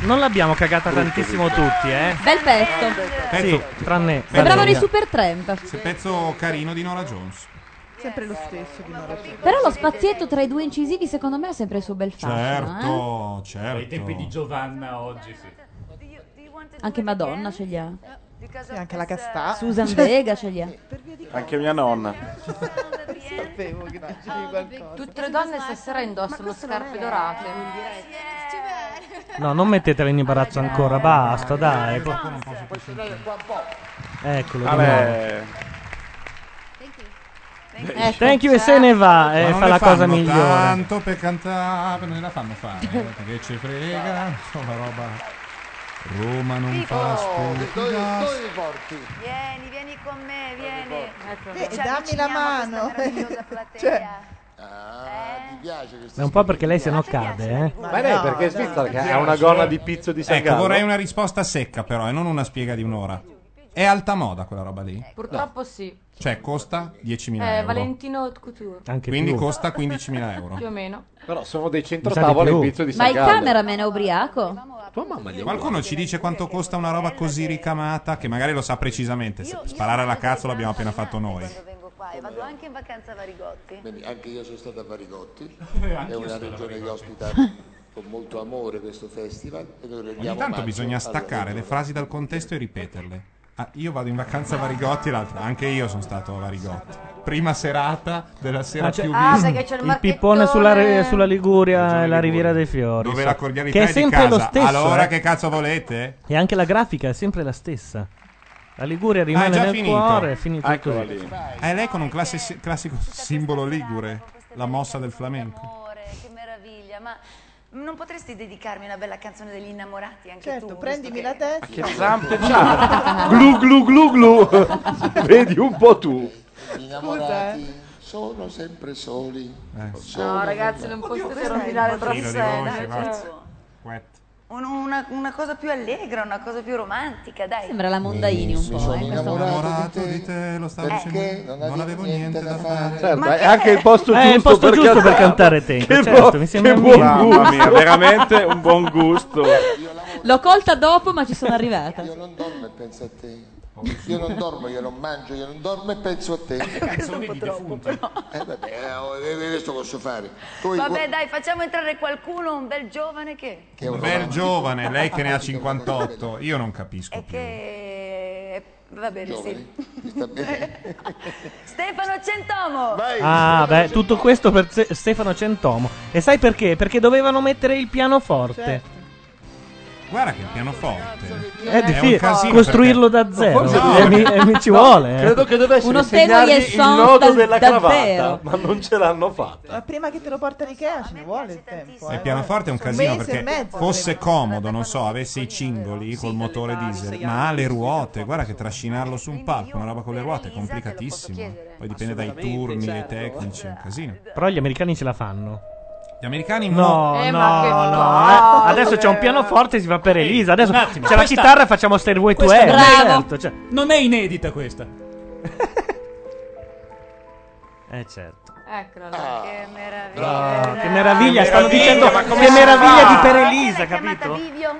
non l'abbiamo cagata tantissimo tutti, eh.
Bel pezzo.
Sì, tranne
Sembravano i Super Tramp.
Pezzo carino di Nora Jones.
Sempre lo stesso di Nora Jones.
Però lo spazietto tra i due incisivi secondo me ha sempre il suo bel fascino.
Certo, certo.
Ai tempi di Giovanna oggi, sì.
eh. Anche Madonna ce li ha.
Sì, anche la castà.
Susan Vega ce li ha.
Anche mia nonna.
Sapevo che
Ah,
dicevi qualcosa.
Tutte le donne stasera indossano scarpe dorate.
No, non mettetela in imbarazzo ancora, basta, dai. po- Eccolo, di nuovo.
Vabbè.
Eh,
Ecco. Thank you e se ne va, eh,
Ma non
fa
le
la cosa
fanno
migliore.
Tanto per cantare, non la fanno fare. eh, Perché ci frega, insomma, roba. Roma non fa
Dove,
sconfigas.
dove li porti?
Vieni, vieni con me, vieni. Ecco.
Eh,
Ci
dammi la
avviciniamo a
mano.
questa meravigliosa platea.
Cioè,
Ah, ti piace questa
È
eh,
un po' perché lei se no cade, eh.
Ma lei perché è svizzera che ha una gonna di pizzo di San
Ecco, vorrei una risposta secca, però, e non una spiega di un'ora. È alta moda quella roba lì?
Purtroppo sì.
Cioè, costa 10.000
Eh,
euro.
Valentino Haute Couture.
Quindi
più.
costa 15.000 euro.
Più o meno.
Però sono dei centro
Mi sa di
tavolo in
più.
pizzo di
Ma
San
il cameraman è ubriaco?
Qualcuno ci dice quanto costa una roba così ricamata che magari lo sa precisamente. Se- Sparare alla cazzo l'abbiamo appena fatto noi.
Qua, e vado anche in vacanza a Varigotti.
Bene, anche io sono stato a Varigotti,
Eh,
è
anch'io
una
sono a
regione che ospita con molto amore questo festival. E noi rendiamo ecco,
Ogni tanto
omaggio
bisogna
alla
staccare le
regione.
frasi dal contesto e ripeterle. Ah, io vado in vacanza a Varigotti, l'altra. Anche io sono stato a Varigotti. Prima serata della sera
Ah, c'è-
più
ah,
vista.
perché Il pippone sulla,
eh,
re- sulla Liguria e la Riviera dei Fiori.
Dove
so.
la cordialità
che è
è di
sempre lo
casa.
stesso.
Allora
eh.
che cazzo volete?
E anche la grafica è sempre la stessa. La Liguria rimane
ah, è già
nel
finito.
cuore, è finito così.
È lei con un classi- classico simbolo ligure, la mossa del flamenco.
Amore, che meraviglia, ma non potresti dedicarmi una bella canzone degli innamorati anche tu?
Certo,
visto
prendimi
che-
la testa.
Che zampe c'ha! glu glu glu glu! Vedi un po' tu.
eh.
Gli innamorati sono sempre soli.
Eh,
Sono
No, ragazzi, non potete rovinare
Oddio,
certo.
Bruxelles.
Dio,
cioè.
Un- una, una cosa più allegra, una cosa più romantica, dai.
Sembra la Mondaini un po', eh, questo
Innamorato di te, lo stavo
Eh,
dicendo. Non, avevo niente da fare.
Certo, è anche il posto
Eh, È
giusto,
il posto giusto per cantare
te.
tempo, certo, mi sembra
che
un
buon
minimo.
gusto.
Mamma mia, veramente un buon gusto.
L'ho colta dopo, ma ci sono arrivata.
Dormo e penso a te. Io non dormo, io non mangio, io non dormo e penso a te.
Canzoni di defunto.
Eh, vabbè, eh, oh, eh, questo posso fare. Tu hai-
Vabbè, dai, facciamo entrare qualcuno, un bel giovane che,
Che è un
Bel
romantico.
giovane, lei che ne ha 58. Io non capisco.
che... Va bene,
Giovane,
sì. Stefano Centomo!
Ah, beh, tutto questo per Se- Stefano Centomo. E sai perché? Perché dovevano mettere il pianoforte.
Cioè,
Guarda che il pianoforte.
È difficile
un casino
costruirlo
perché-
da zero.
Forse-
E mi- e mi ci vuole, eh.
Credo che dovessero
Uno
insegnargli
Stevoli e
il
Son
nodo
dal-
della
dal
cravatta,
vero.
ma non ce l'hanno fatta.
Ma prima che te lo porta l'Ikea ce ne vuole il tempo.
Il
eh.
pianoforte è un
Sono
casino
mesi e
perché
mezzo,
fosse comodo, non so, avesse i cingoli col motore diesel, ma ha le ruote. Guarda che trascinarlo su un palco, una roba con le ruote è complicatissimo. Poi dipende dai turni, dai tecnici, è un casino.
Cioè,
Però gli americani ce la fanno.
Gli americani
No,
Eh,
no,
ma che
no.
palle.
eh. Adesso c'è un pianoforte e si va per Elisa. Adesso
un attimo,
c'è la
questa-
chitarra e facciamo Stairway to
Questa
Heaven.
non è-
Certo, cioè-
Non è inedita questa.
Eh, certo.
Eccola là. che meraviglia.
Che meraviglia, stanno
Ah, meraviglia,
dicendo
ma come
che
si
meraviglia
fa?
di per Elisa,
Chiamata
capito?
Vivio.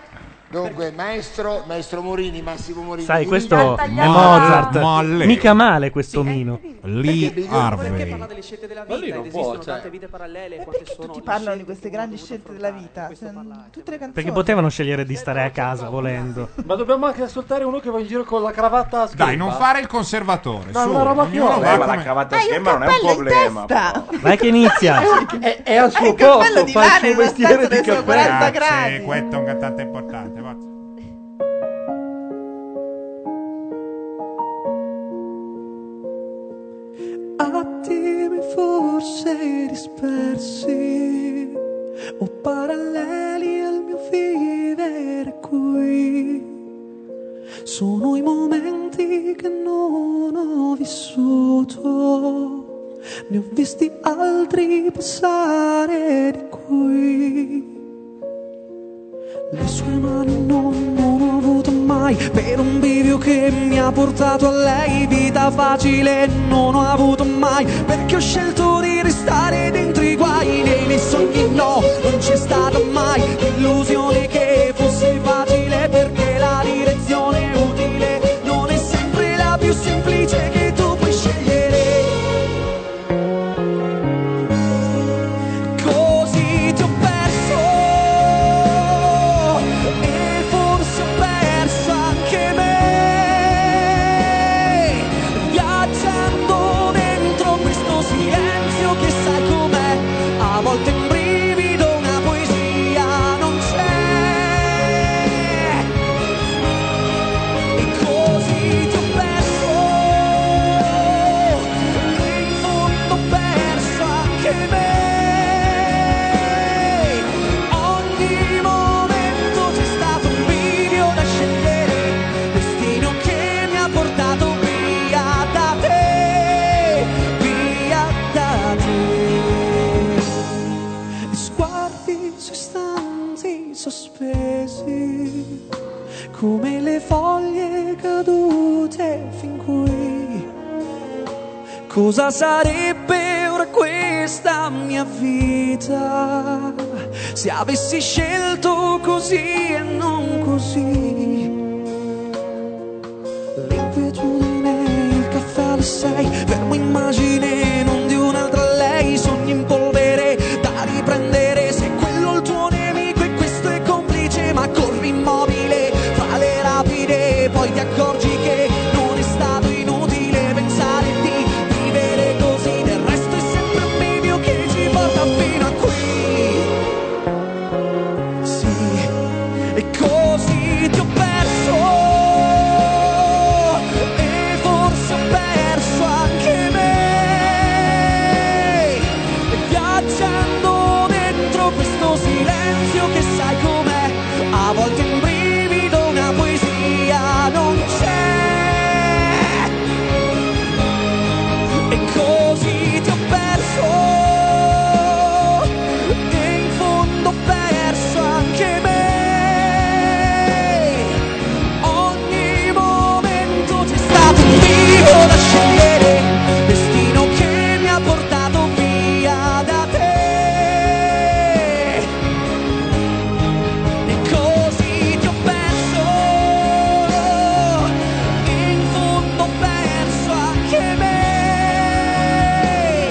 Dunque, maestro, maestro Morini, Massimo Morini.
Sai,
mi
questo è
ricanta-
Mozart.
Molle.
Mica male questo omino.
Lee
Perché
Harvey.
parla delle scelte della
Ma lì
vita
non
ed
può,
esistono
cioè.
tante vite parallele. Perché tutti parlano di queste grandi scelte della vita? Cioè, Tutte le canzoni.
Perché potevano scegliere di stare a casa volendo.
Ma dobbiamo anche ascoltare uno che va in giro con la cravatta a scherma.
Dai, non fare il conservatore.
No,
su,
una roba
ognuno
più-
va
Eh, ma la
come-
Cavata scherma non è un problema.
Vai che inizia.
è, è al suo
cappello
posto,
di
fa il
Lana,
suo mestiere di cappello.
Grazie, questo è un cantante importante. va.
attimi forse dispersi o paralleli al mio vivere qui. Sono i momenti che non ho vissuto, ne ho visti altri passare di qui. Le sue mani non, non ho avuto mai Per un bivio che mi ha portato a lei Vita facile non ho avuto mai Perché ho scelto di restare dentro i guai Nei miei sogni no, non c'è stata mai L'illusione che fosse sospesi come le foglie cadute fin qui. Cosa sarebbe ora questa mia vita se avessi scelto così e non così? L'inquietudine, il caffè alle sei, fermo immagine non di un'altra lei, sogni in polvere da riprendere se quello è il tuo nemico e questo è complice, ma corri immobile, fa le rapide, poi ti accorgi che non è stato inutile pensare di vivere così, del resto è sempre un bivio che ci porta fino a qui. Sì, e così ti ho perso e forse ho perso anche me e viaggiando dentro questo silenzio che sai com'è a volte un brivido una poesia non c'è e così ti ho perso e in fondo ho perso anche me ogni momento c'è stato un vivo da scegliere destino che mi ha portato via da te e così ti ho perso e in fondo ho perso anche me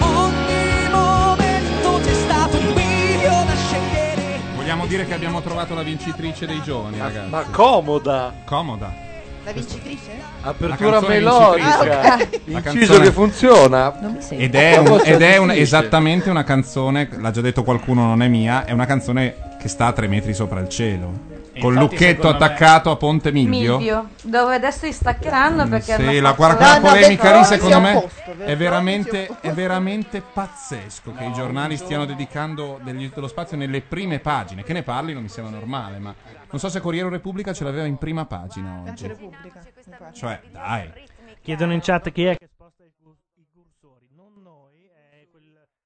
ogni momento c'è stato un video da scegliere
Vogliamo dire che abbiamo trovato la vincitrice dei giorni, ragazzi.
Ma comoda!
Comoda.
La vincitrice?
Apertura
canzone
melodica.
vincitrice.
Ah, ok.
La
Inciso
canzone-
che funziona.
Non mi sento.
Ed è,
La
un-
voce
ed è un-
finisce.
esattamente una canzone, l'ha già detto qualcuno, non è mia, è una canzone che sta a tre metri sopra il cielo. Col
infatti,
lucchetto
secondo me-
attaccato a Ponte Miglio.
Miglio, dove adesso li staccheranno perché hanno
Mm, Sì, la,
fatto-
guarda, quella polemica lì secondo me è,
vero?
veramente, è veramente pazzesco che i giornali stiano dedicando degli- dello spazio nelle prime pagine. Che ne parli non mi sembra normale, ma non so se Corriere o Repubblica ce l'aveva in prima pagina
Anche
oggi.
Repubblica. mi pare.
Cioè, dai.
Chiedono in chat chi è che sposta i cur- i cursori, non noi, è quel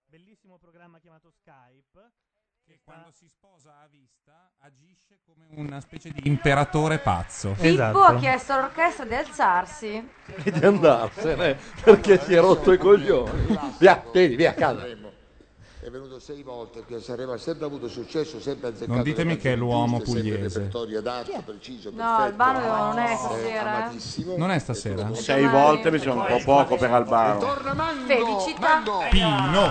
bellissimo programma chiamato Skype che quando si sposa a vista agisce come
Una specie di imperatore pazzo.
Esatto.
Pippo
Esatto.
ha chiesto all'orchestra di alzarsi.
E di andarsene perché si è rotto i coglioni. Via, tieni, via a casa.
Sanremo. È venuto sei volte qui a Sanremo, ha sempre avuto successo, sempre azzeccato.
Non ditemi
le
che è l'uomo
giuste, sempre
pugliese.
il repertorio adatto, preciso,
No,
perfetto.
Albano non è
Eh,
stasera, eh.
amatissimo.
Non è stasera?
Sei volte mi sono un po' poco per Albano.
Felicità.
Pino,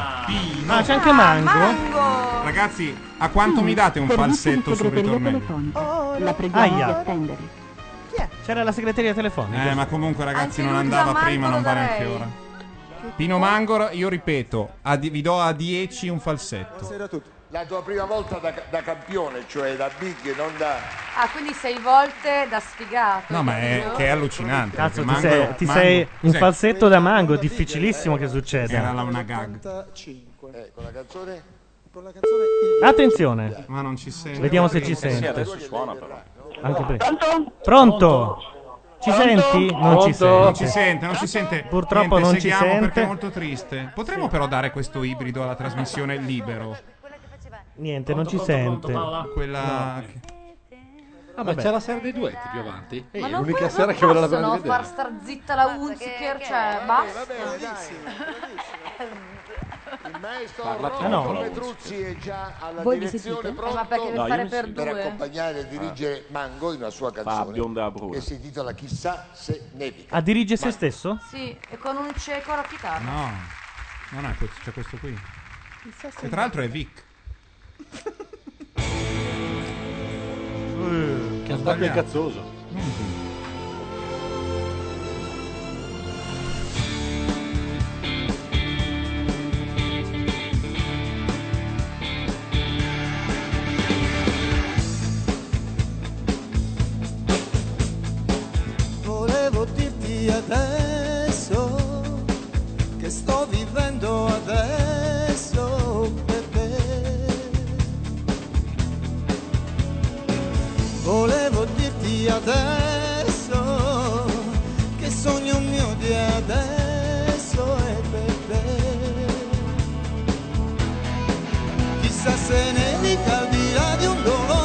Pino.
Ah, c'è anche Mango?
Ragazzi, a quanto mi date un falsetto sul ritornello?
La
preghiamo di
attendere. C'era la segreteria telefonica.
Eh, ma comunque, ragazzi, non
lui
andava
Giammanco
prima, non
lo
vale
darei.
anche ora. Pino Mangor, io ripeto, a di- vi do a 10 un falsetto.
Buonasera a tutti. La tua prima volta da, da campione, cioè da big, non da...
Ah, quindi sei volte da sfigato.
No, ma è, che è allucinante.
Cazzo, ti
perché Mango-
sei, ti
Mango-
sei un
sì.
falsetto da mango, difficilissimo che
Era la-
succeda.
una gag.
Eh, con la canzone... Con la
Attenzione.
Ma non ci sente. Eh,
Vediamo se ci
Sì,
sente.
adesso suona però.
Anche prima. Pronto? Ci senti? Non ci sente.
Non ci sente, non ci sente.
Purtroppo
Niente,
non ci
seguiamo perché
sente.
è molto triste. Potremmo però dare questo ibrido alla trasmissione libero.
Niente, non ci
Pronto, pronto,
sente.
Paola? Quella che-
Ah,
Ah,
ma Vabbè. c'è
ma c'è
la
la serra dei duetti più avanti.
Eh,
Ma
è
non,
l'unica
puoi-
sera
non
che ve la
possono
dobbiamo vedere.
far star zitta la Unziker, cioè, basta.
Il maestro
Parla
Ah,
Rocco
tu, Nicola
Petruzzi è già alla
Voi vi
direzione
sentite?
pronto
Eh, ma perché vi No, io fare mi per sento.
per
due?
accompagnare e dirigere Mango in una sua canzone che si intitola Chissà se nevica.
Ah, dirige se
Ma-
stesso?
Sì, e con un cieco alla chitarra.
No, non è questo, c'è questo qui.
Chissà se-
Che tra l'altro è Vic.
Che attacco è cazzoso.
Volevo dirti adesso che sto vivendo adesso per te. Volevo dirti adesso che il sogno mio di adesso è per te. Chissà se ne dica al di là di un
Oh,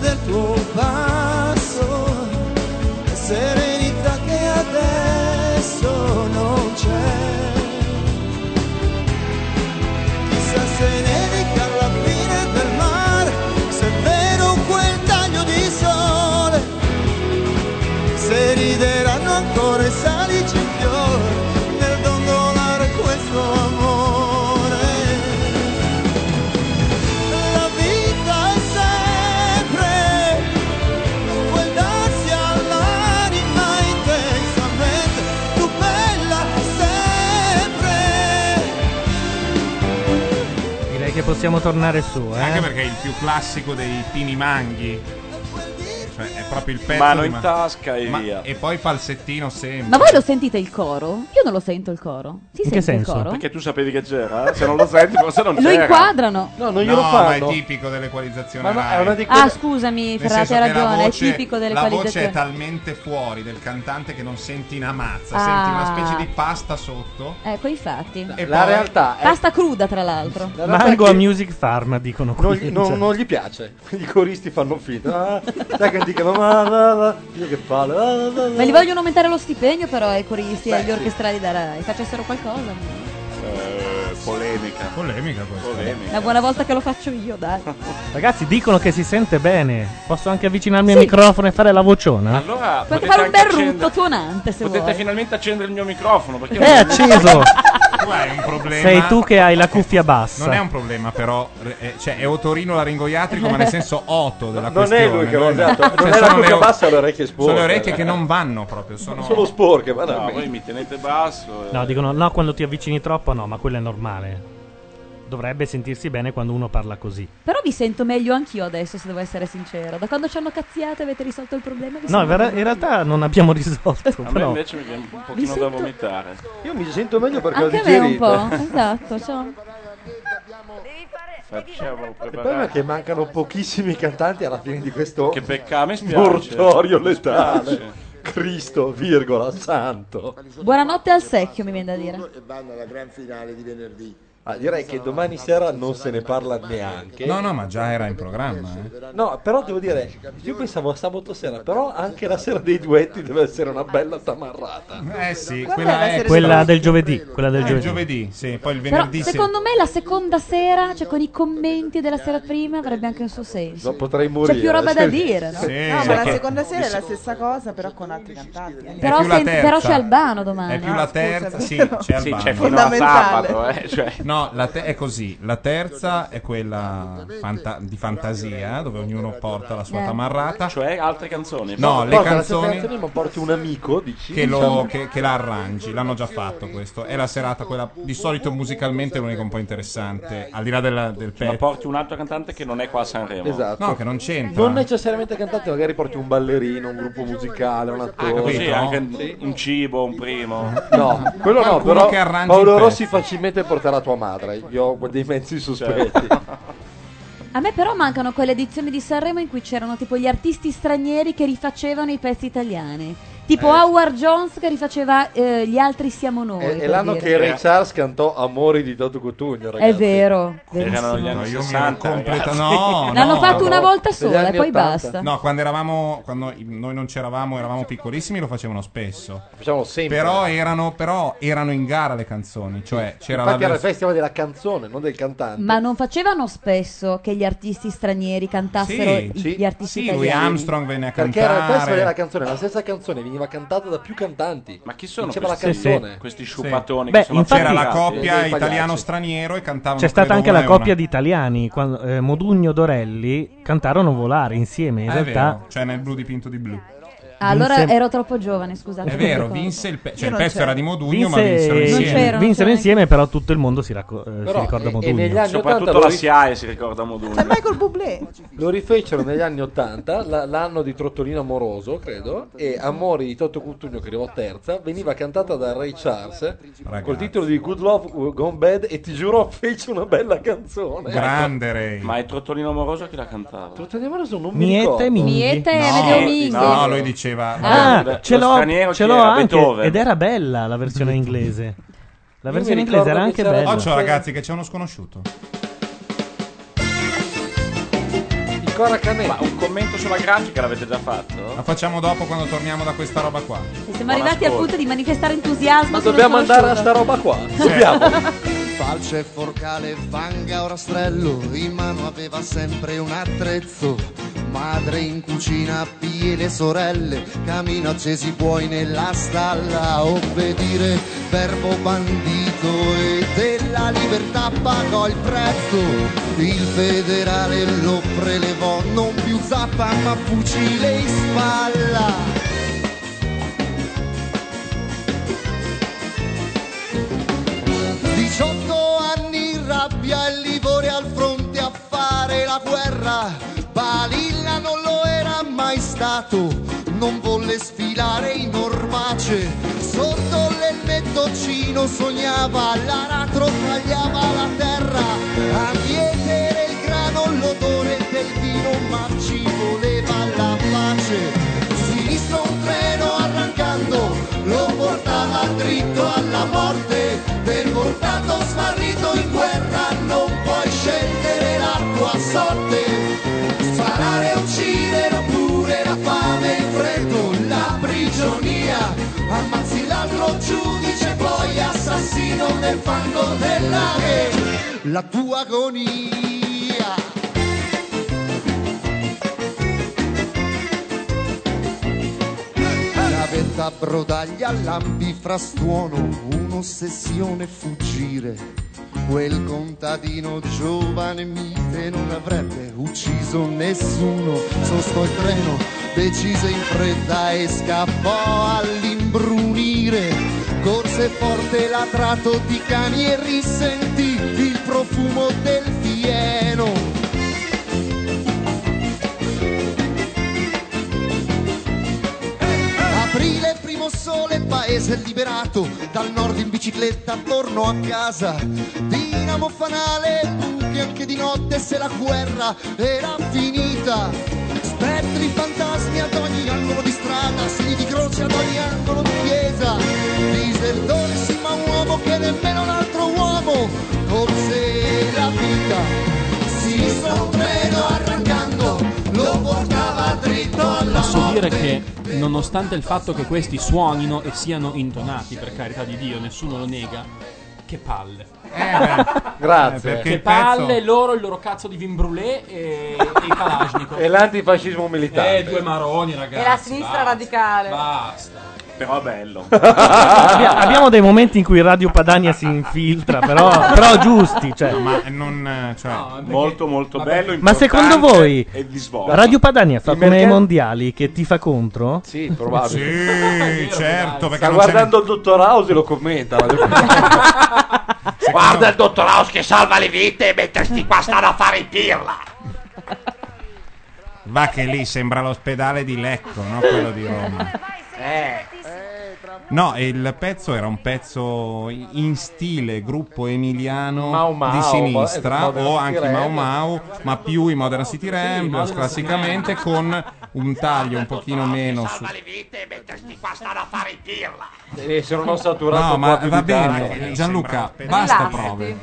del tuo passo, la serenità che adesso non c'è. Chissà se nevica alla fine del mare, se è vero quel taglio di sole, se rideranno ancora i salici in fiore nel dondolare questo amore. La vita è sempre quel darsi all'anima intensamente, tu bella sempre.
Direi che possiamo tornare su, eh.
Anche perché è il più classico dei pini manghi. Cioè, è proprio il pezzo.
Mano
di
in
ma-
tasca e
ma-
via.
E poi falsettino sempre.
Ma voi lo sentite il coro? Io non lo sento il coro. Si sente il coro?
Perché tu sapevi che c'era? eh? Se non lo senti, forse non
Lo
c'era.
inquadrano.
No,
No,
non glielo fanno.
ma è tipico dell'equalizzazione.
Ma no,
Rai.
è una di
Ah, scusami,
Nel
Fra,
senso
c'è
che la
ragione,
voce-
è tipico delle
La voce è
qualità.
talmente fuori del cantante che non senti una mazza,
Ah.
senti una specie di pasta sotto.
Ecco, infatti.
E La poi- realtà è-
Pasta cruda, tra l'altro.
Mango a Music Farm, dicono
Non,
qui.
gli- non- non gli piace. I coristi fanno finta. Ah, Sai che dicono, ma la, la, io che palle. ah, la, la, la.
Ma gli vogliono aumentare lo stipendio, però, ai coristi e
Beh,
agli
sì.
orchestrali da Rai. Facessero qualcosa.
Eh, polemica.
Polemica questa.
Polemica.
Una buona volta che lo faccio io, dai.
Ragazzi, dicono che si sente bene. Posso anche avvicinarmi al
Sì.
microfono e fare la vociona?
Allora, potete,
Potete fare un
anche
bel rutto
accendere-
tuonante, se
potete
vuoi.
finalmente accendere il mio microfono. Perché
È Eh, acceso.
Tu hai un problema.
Sei tu che hai la cuffia bassa.
Non è un problema, però. re- eh, Cioè, è otorino laringoiatrico, ma nel senso otto della
Non
questione.
è lui che l'ha
non
usato,
Cioè,
non è la
sono
cuffia
le-
bassa, le orecchie sporche.
Sono le orecchie che non vanno proprio. Sono,
Sono sporche, ma
No,
dai.
voi mi tenete basso. eh.
No, dicono no quando ti avvicini troppo, no, ma quello è normale. Dovrebbe sentirsi bene quando uno parla così.
Però vi sento meglio anch'io adesso, se devo essere sincera. Da quando ci hanno cazziate avete risolto il problema? Vi sento
No, in vera-
meglio.
in realtà non abbiamo risolto.
A me
però.
invece mi viene un
Mi
pochino
sento-
da vomitare.
Io mi sento meglio perché
Anche
ho
a me un
digerito.
po', esatto. ciao.
Facciamo
Il problema
preparare.
è che mancano pochissimi cantanti alla fine di questo
Che peccato, mi spiace.
mortorio
Mi spiace.
letale. Cristo, virgola, santo.
Buonanotte al secchio, mi viene da dire.
E vanno alla gran finale di venerdì.
Ah, direi che domani sera non se ne parla neanche.
No, no, ma già era in programma. eh.
No, però devo dire, io pensavo a sabato sera, però anche la sera dei duetti deve essere una bella tamarrata.
Eh sì,
Qual
quella
è la
è
serie
Quella del giovedì, quella del
Ah, il
giovedì.
giovedì, sì, poi il
Però
venerdì. sì.
secondo me la seconda sera, cioè con i commenti della sera prima, avrebbe anche un suo senso.
No, potrei morire.
C'è più roba da dire, no?
Sì.
No,
Sai
ma la
che-
seconda sera è la stessa cosa, però con altri cantanti. eh.
Però,
più la
sen-
terza.
però c'è Albano domani.
È più la terza, sì, c'è
Sì,
Albano.
c'è fino a sabato, eh, cioè.
No, la te- è così. La terza è quella fanta- di fantasia, dove ognuno porta la sua
Eh.
tamarrata.
Cioè, altre canzoni.
No, le
Porta la
canzoni
separazione, ma porti un amico, dici? Diciamo.
che, lo, che, che la arrangi, l'hanno già fatto questo. È la serata quella, di solito musicalmente è l'unica un po' interessante, al di là della- del
Ma
pezzo.
porti un altro cantante che non è qua a Sanremo.
Esatto.
No, che non c'entra.
Non necessariamente cantanti, magari porti un ballerino, un gruppo musicale,
Ah,
un attore.
Così
no?
anche un- un cibo, un primo.
No, quello no,
Qualcuno
però
che arrangi
Paolo
il
Rossi facilmente porterà tua madre. Io ho dei mezzi sospetti.
A me però mancano quelle edizioni di Sanremo in cui c'erano tipo gli artisti stranieri che rifacevano i pezzi italiani. Tipo
Eh.
Howard Jones che rifaceva eh, Gli altri siamo noi.
È, è
per
l'anno
dire.
che Ray Charles cantò Amori di Toto
È
Cotugno, ragazzi.
vero.
Erano gli anni
No, io mi
60,
ero completa-
ragazzi.
no,
L'hanno
no,
fatto
no.
una volta sola e poi basta.
No, quando eravamo quando i- noi non c'eravamo, eravamo piccolissimi, lo facevano spesso.
Facciamo sempre.
Però erano, però erano in gara le canzoni, cioè c'era la
Infatti era
versione
il festival della canzone, non del cantante.
Ma non facevano spesso che gli artisti stranieri cantassero
Sì,
i-
sì.
gli artisti
Sì, lui
italiani.
Armstrong venne a
Perché era il festival
cantare.
della canzone, la stessa canzone veniva cantata da più cantanti. Ma chi
sono
Diceva la
questi-
canzone.
sì, questi sciupatoni
Beh, che sono infatti-
c'era la coppia
Dei pagliacci.
italiano-straniero e cantavano
C'è stata
credo,
anche
una
la
e una.
coppia di italiani. Quando, eh, Modugno Dorelli cantarono Volare insieme. In
Eh, È
realtà,
vero, cioè nel blu dipinto di blu.
Ah, allora
Vinse-
ero troppo giovane, scusate.
È
non mi
vero,
ricordo.
vinse il, pe-
Io
cioè, il
non
pezzo
c'ero.
era di Modugno, ma
vinse,
vinsero insieme.
c'ero, non
vinsero
c'era
insieme, però tutto il mondo si, racco- eh, si
Però,
ricorda
e- e
Modugno.
negli anni
Soprattutto
80
la
lo ri-
SIAE si ricorda Modugno.
Michael Bublé.
Lo rifecero negli anni 80, la- l'anno di Trottolino Amoroso, credo, e Amori di Toto Cutugno, che arrivò terza, veniva cantata da Ray Charles col titolo di Good Love Gone Bad e ti giuro fece una bella canzone.
Grande Ray.
Ma è Trottolino Amoroso che la cantava.
Trottolino Amoroso non
Miete e Minghi.
Miete e
No,
Amedeo
no,
Minghi.
no,
lui diceva-
Ah,
Lo
ce l'ho,
straniero
ce
chi
l'ho
era?
anche.
Beethoven.
Ed era bella la versione inglese. La
Io
versione inglese
mi ricordo
era
che
anche
c'era-
bella.
Oh, ciao ragazzi, che c'è uno sconosciuto.
Il ancora Canè.
Ma un commento sulla grafica l'avete già fatto?
La facciamo dopo quando torniamo da questa roba qua.
E siamo arrivati al punto di manifestare entusiasmo.
Ma
sullo
dobbiamo andare a sta
sconosciuto.
roba qua.
Falce, forcale, vanga o rastrello, in mano aveva sempre un attrezzo. Madre in cucina, piene sorelle, camino accesi buoi nella stalla, obbedire, verbo bandito e della libertà pagò il prezzo. Il federale lo prelevò, non più zappa ma fucile in spalla. Diciotto anni in rabbia e livore al fronte a fare la guerra. Balilla non lo era mai stato, non volle sfilare in ormace. Sotto l'elmettoncino sognava, l'aratro tagliava la terra. A mietere il grano l'odore del vino, ma ci voleva la pace. Sinistro un treno arrancando, lo portava dritto alla morte. Deportato smarrito in guerra, non puoi scegliere la tua sorte. Sparare, uccidere oppure la fame, il freddo, la prigionia. Ammazzi l'altro giudice, poi assassino nel fango della La tua agonia. Navetta brodaglia, lampi frastuono, un'ossessione fuggire. Quel contadino giovane mite non avrebbe ucciso nessuno. Sostò il treno, decise in fretta e scappò all'imbrunire. Corse forte latrato di cani e risentì il profumo del fieno. Aprile, primo sole, paese liberato, dal nord in bicicletta torno a casa. Dinamo fanale, buchi anche di notte se la guerra era finita. Spettri fantasmi ad ogni angolo di strada, segni di croce ad ogni angolo di chiesa. Disertore sì ma un uomo che nemmeno un altro uomo forse la vita. Sinistra un treno arrancando, lo portava dritto alla
Posso dire
morte.
che, nonostante il fatto che questi suonino e siano intonati, per carità di Dio, nessuno lo nega, che palle.
beh, grazie. Eh, perché
Che
il pezzo-
palle loro, il loro cazzo di vin brûlé e, e i Kalashnikov.
E l'antifascismo militare.
Eh, due maroni, ragazzi.
E la sinistra radicale.
Basta.
Però Eh, bello.
Abbia- abbiamo dei momenti in cui Radio Padania si infiltra, però, però giusti. Cioè.
ma non. Cioè,
molto, molto bello.
Ma secondo
importante
voi
E di svolta.
Radio Padania fa
Il
come ai
mercato-
mondiali che ti fa contro?
Sì, probabile.
Sì, certo, perché
Sta
non c'è-
guardando il dottor House e lo commenta. Guarda il dottor House che salva le vite mentre sti qua stanno a fare i pirla.
Va che lì sembra l'ospedale di Lecco, no? Quello di Roma.
Eh.
No, e il pezzo era un pezzo in stile gruppo emiliano
Mau Mau, eh,
di sinistra
Modern
o
City
anche
Rap.
Mau Mau, ma più i Modern City Ramblers classicamente con un taglio un pochino meno su.
E se Eh, non ho saturato
No,
un
ma
po' più
va
di tanto.
bene, Gianluca, basta prove.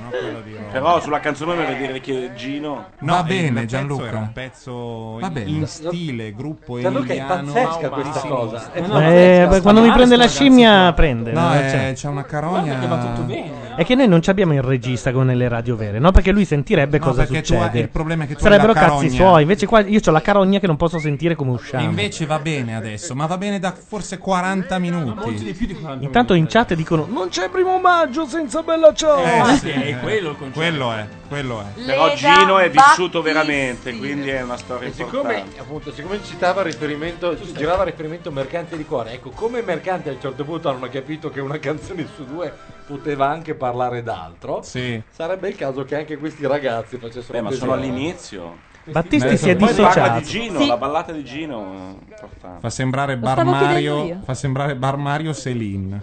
Però sulla canzone deve dire che Gino.
No,
Va
Va
bene,
bene,
Gianluca.
Gianluca. Era un pezzo
Va
in-
bene.
in stile gruppo
Gianluca, è
emiliano.
pazzesca
Mau
questa
Mau.
cosa.
Eh,
Eh,
no,
Eh, beh, quando mi prende la
ragazzi,
scimmia, prende. cioè.
No,
non
eh,
c'è.
c'è una carogna.
È che noi non ci abbiamo il regista come nelle radio vere, no? Perché lui sentirebbe
No,
cosa
perché tu hai-
succede.
il problema è che tu hai
Sarebbero
la
cazzi
carogna.
suoi. Invece, qua io ho la carogna che non posso sentire come usciamo.
Invece va bene adesso, ma va bene da forse
Eh,
40 minuti. Molti di più di 40
Intanto in chat dicono: Non c'è primo maggio senza bella ciao.
Oh. quello il Eh, Quello è, quello è.
Però
Lega
Gino è
Battisti.
vissuto veramente, quindi è una storia
E siccome,
importante.
appunto, siccome citava riferimento, girava riferimento mercante di cuore, ecco, come mercante a un certo punto hanno capito che una canzone su due poteva anche parlare d'altro, sarebbe il caso che anche questi ragazzi facessero
Beh, ma
un
sono
tesoro.
all'inizio.
Battisti si è
Poi parla
dissociato.
di Gino,
Sì.
la ballata di Gino. è importante.
Fa sembrare
Lo
Bar
stavo chiedendo
Mario,
io.
fa sembrare Bar Mario Selin.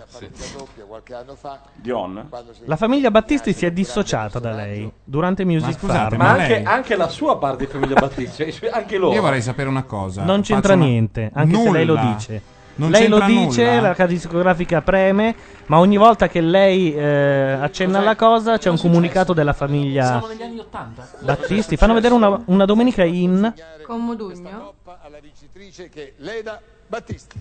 doppia qualche anno fa.
Dion.
La famiglia Battisti si è dissociata da lei durante Music Farm.
ma anche, anche la sua parte di famiglia Battisti, cioè, anche loro.
Io vorrei sapere una cosa.
Non c'entra
Faccio una-
niente, anche se lei lo dice. Non lei lo
c'entra
dice,
nulla.
la casa discografica preme, ma ogni volta che lei eh, accenna alla cosa c'è un comunicato della famiglia
Siamo negli anni 80.
Battisti. Fanno vedere una, una domenica in...
Con Modugno?
alla vincitrice che Leda Battisti.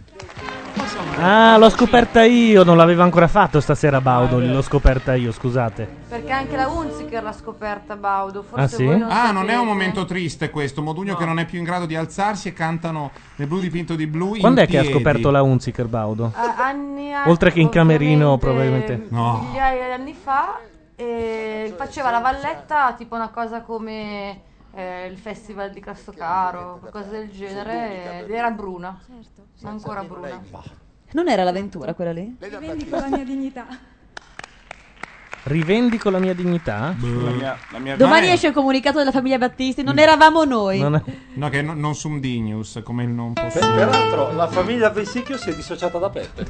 Ah, l'ho scoperta io, non l'avevo ancora fatto stasera Baudoli, l'ho scoperta io, scusate.
Perché anche la Hunziker l'ha scoperta, Baudo. Forse
Ah, sì?
voi non
Ah, non è
eh.
un
sapete.
momento triste questo. Modugno che non è più in grado di alzarsi e cantano nel blu dipinto di blu. in
Quando è che ha
piedi.
scoperto la Hunziker Baudo?
Ah, anni a-
Oltre che in camerino
ovviamente,
probabilmente.
Migliaia di anni fa e faceva la valletta tipo una cosa come eh, il festival di Cassocaro, qualcosa del genere. Ed era bruna, ancora bruna.
Non era l'avventura quella lì?
Rivendico la mia dignità.
Rivendico la mia dignità?
mia- la mia-
Domani
Ma è-
esce il comunicato della famiglia Battisti,
Mm.
non eravamo noi.
No, che no- non sum dignus, come il non posso.
Peraltro, la famiglia Vessicchio si è dissociata da Peppe.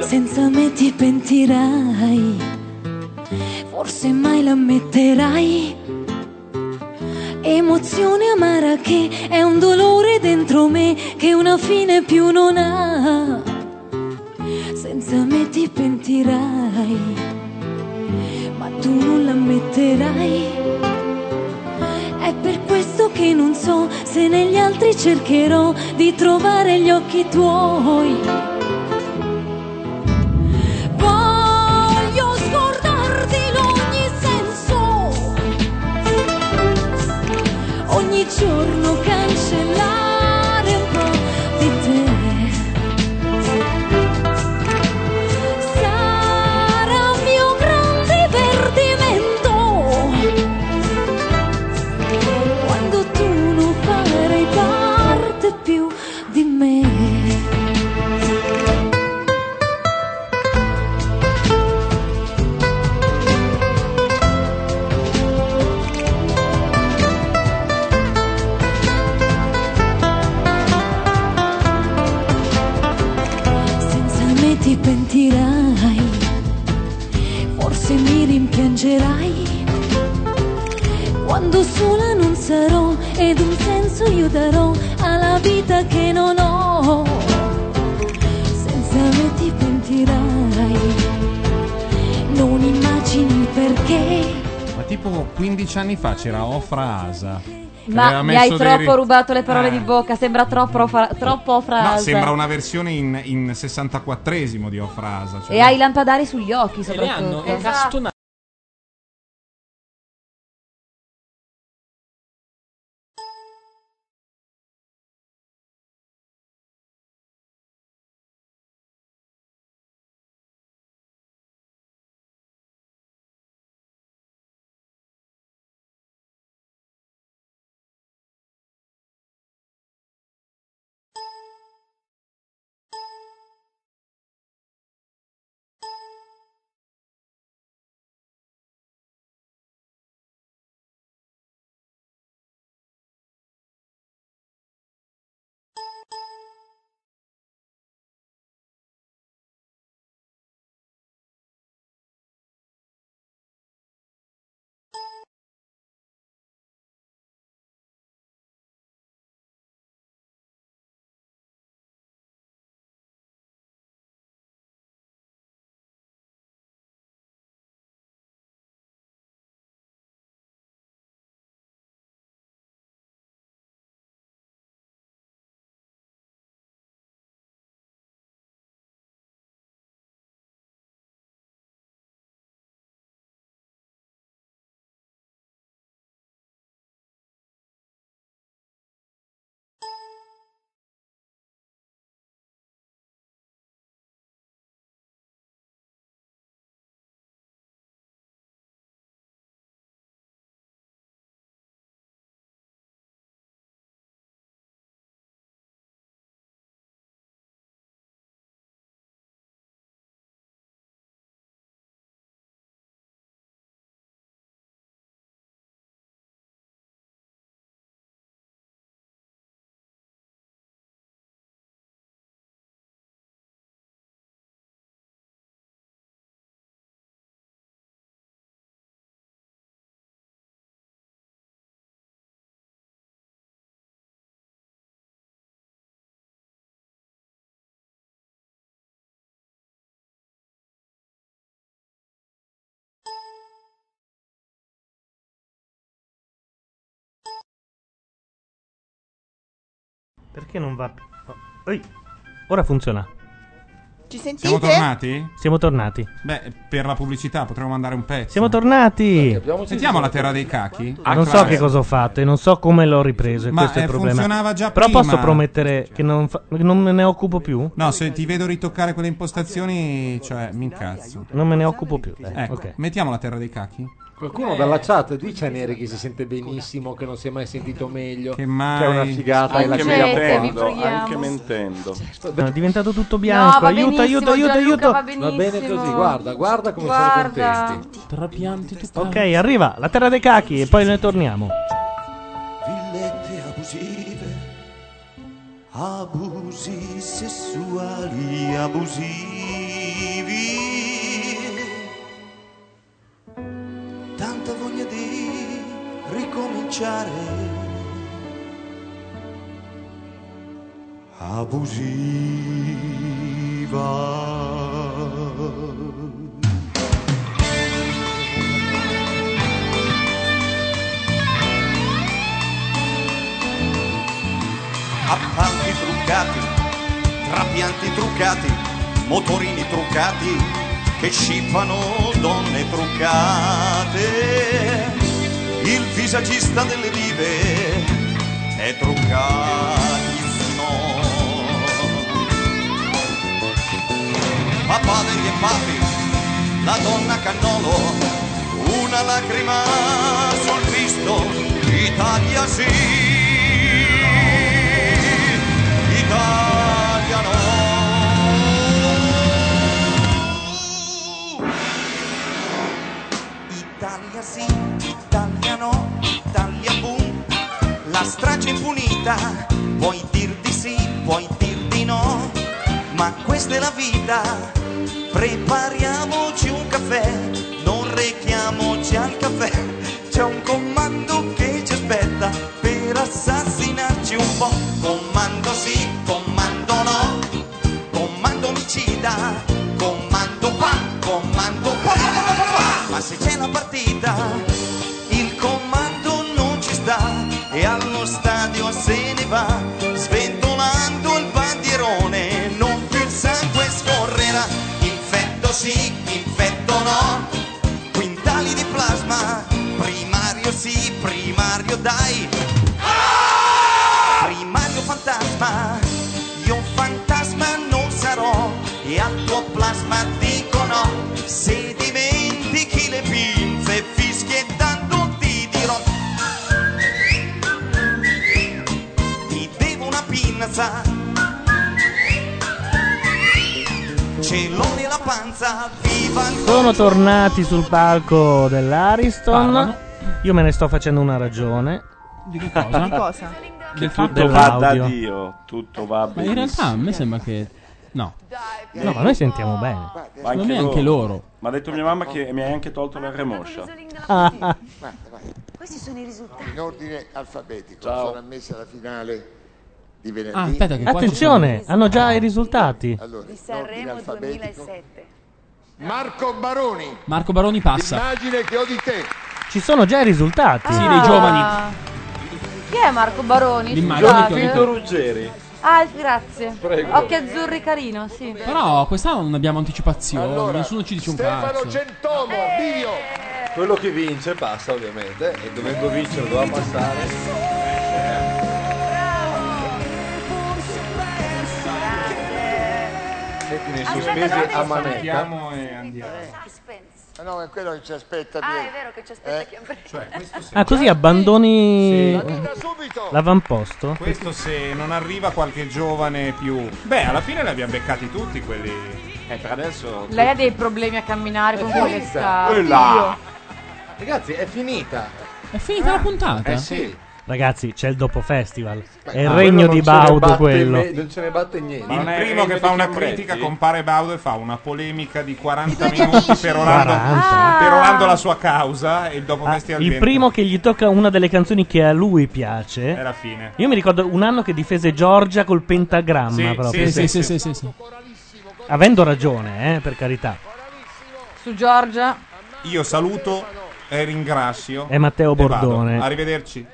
Senza me ti pentirai, forse mai l'ammetterai. Emozione amara che è un dolore dentro me che una fine più non ha. Senza me ti pentirai, ma tu non l'ammetterai. È per questo che non so se negli altri cercherò di trovare gli occhi tuoi.
Voglio scordarti in ogni senso.
ogni giorno cancellare un po' di te. Sarà un mio grande perdimento quando tu non farai parte più di me. senza me ti pentirai, forse mi rimpiangerai. Quando sola non sarò ed un senso io darò alla vita che non ho. Senza me ti pentirai, non immagini perché.
Ma tipo 15 anni fa c'era Ofra Asa. Eh,
Ma mi hai troppo rubato le parole
Ah.
di bocca, sembra troppo, fra- troppo frase.
No, sembra una versione in, in 64esimo di Ofra Asa. cioè-
E hai i lampadari sugli occhi
E le hanno
soprattutto. Esatto.
incastonato.
Perché non va più? Oh, ehi, Ora funziona.
Ci sentite?
Siamo tornati?
Siamo tornati.
Beh, per la pubblicità potremmo mandare un pezzo.
Siamo tornati.
Sentiamo la terra dei cachi?
non so che cosa ho fatto e non so come l'ho ripreso. e
Ah, Ma,
questo è il
eh,
problema.
funzionava già
Però
prima.
posso promettere che non, fa- che non me ne occupo più?
No, se ti vedo ritoccare quelle impostazioni, cioè, mi incazzo.
Non me ne occupo più. dai.
Ecco,
Ok.
mettiamo la terra dei cachi.
Qualcuno dalla chat dice a Neri che si sente benissimo, che non si è mai sentito meglio,
Che
che è una
mai-
figata.
Anche
è la
mentendo,
vi preghiamo.
anche mentendo.
No, è diventato tutto bianco.
va
aiuto,
benissimo,
aiuto,
Gianluca,
aiuto.
va benissimo. Va bene così, guarda, guarda come sono Guarda. contenti.
Tra pianti Ok, arriva la terra dei cachi e poi ne torniamo.
villette abusive, abusi sessuali abusivi. Tanta voglia di ricominciare. Abusiva.
appalti truccati, trapianti truccati, motorini truccati che scippano donne truccate. Il visagista delle dive è truccatissimo. Papà degli empati, la donna cannolo, una lacrima sul visto, Italia sì. Italia no.
Italia sì, Italia no, Italia boom,
La strage impunita, puoi dir di sì, puoi dir di no, ma questa è la vita. Prepariamoci un caffè, non rechiamoci al caffè. C'è un comando che ci aspetta per assassinarci un po'. Comando sì, comando no, comando omicida, comando qua, comando qua. Ma se c'è la partita, il comando non ci sta e allo stadio se ne va, sventolando il bandierone, non più il sangue scorrerà. Infetto sì, infetto no, quintali di plasma, primario sì, primario dai. Primario fantasma, io un fantasma non sarò e al tuo plasma dico no. Se dimentichi le pinze, fischiettando ti dirò. Ti devo una pinza, ce l'ho nella panza, viva il
Sono tornati sul palco dell'Ariston.
Parlano.
Io me ne sto facendo una ragione.
Di che
cosa?
Di cosa?
Che
Del fatto
tutto va da
dell'audio.
Dio, tutto va
Ma
bene.
in realtà a me sembra che. No.
No, ma noi sentiamo bene.
Secondo me anche loro.
Mi ha detto mia mamma che mi hai anche tolto la remoscia.
Ah.
Questi sono i risultati. In ordine alfabetico,
Ciao.
sono ammessa alla finale di venerdì.
Ah, aspetta che qua Attenzione, ci sono- hanno già i risultati.
Allora, in ordine
Sanremo
alfabetico.
2007.
Marco Baroni,
Marco Baroni passa.
l'immagine che ho di te.
Ci sono già i risultati.
Sì, dei giovani.
Chi è Marco Baroni? Scusate.
Ruggeri.
Ah, grazie.
Prego.
Occhi azzurri carino, sì.
Però quest'anno non abbiamo anticipazioni. nessuno ci dice un cazzo.
Gentomo, Dio!
Quello che vince passa ovviamente e dovendo vincere doveva passare.
Eh,
Senti
nei suoi Aspetta, mesi guarda, a manetta.
Chiamo e andiamo.
Ah, no, è quello che ci aspetta di...
Ah, è vero che ci aspetta chi
Cioè, questo
Ah, così abbandoni
Sì.
eh, l'avamposto?
Questo se non arriva qualche giovane più. Beh, alla fine li abbiamo beccati tutti quelli. Eh, per adesso.
Lei ha dei problemi a camminare con quelle scarpe.
Quella.
Ragazzi, è finita.
È finita la puntata?
Eh sì.
Ragazzi, c'è il dopo festival. È il
ma
regno
quello
di
non ce ne
Baudo
batte
quello.
me- non ce ne batte niente.
Il primo che fa una critica compare Baudo e fa una polemica di 40 minuti
amici.
per orando,
40.
per orando la sua causa e il dopo festival
Ah, Il
viene.
primo che gli tocca una delle canzoni che a lui piace.
È la fine.
Io mi ricordo un anno che difese Giorgia col pentagramma
Sì,
proprio.
Sì, sì, sì, sì, sì, sì.
Avendo ragione, eh, per carità.
Su Giorgia.
Io saluto e ringrazio.
E Matteo
vado.
Bordone.
Arrivederci.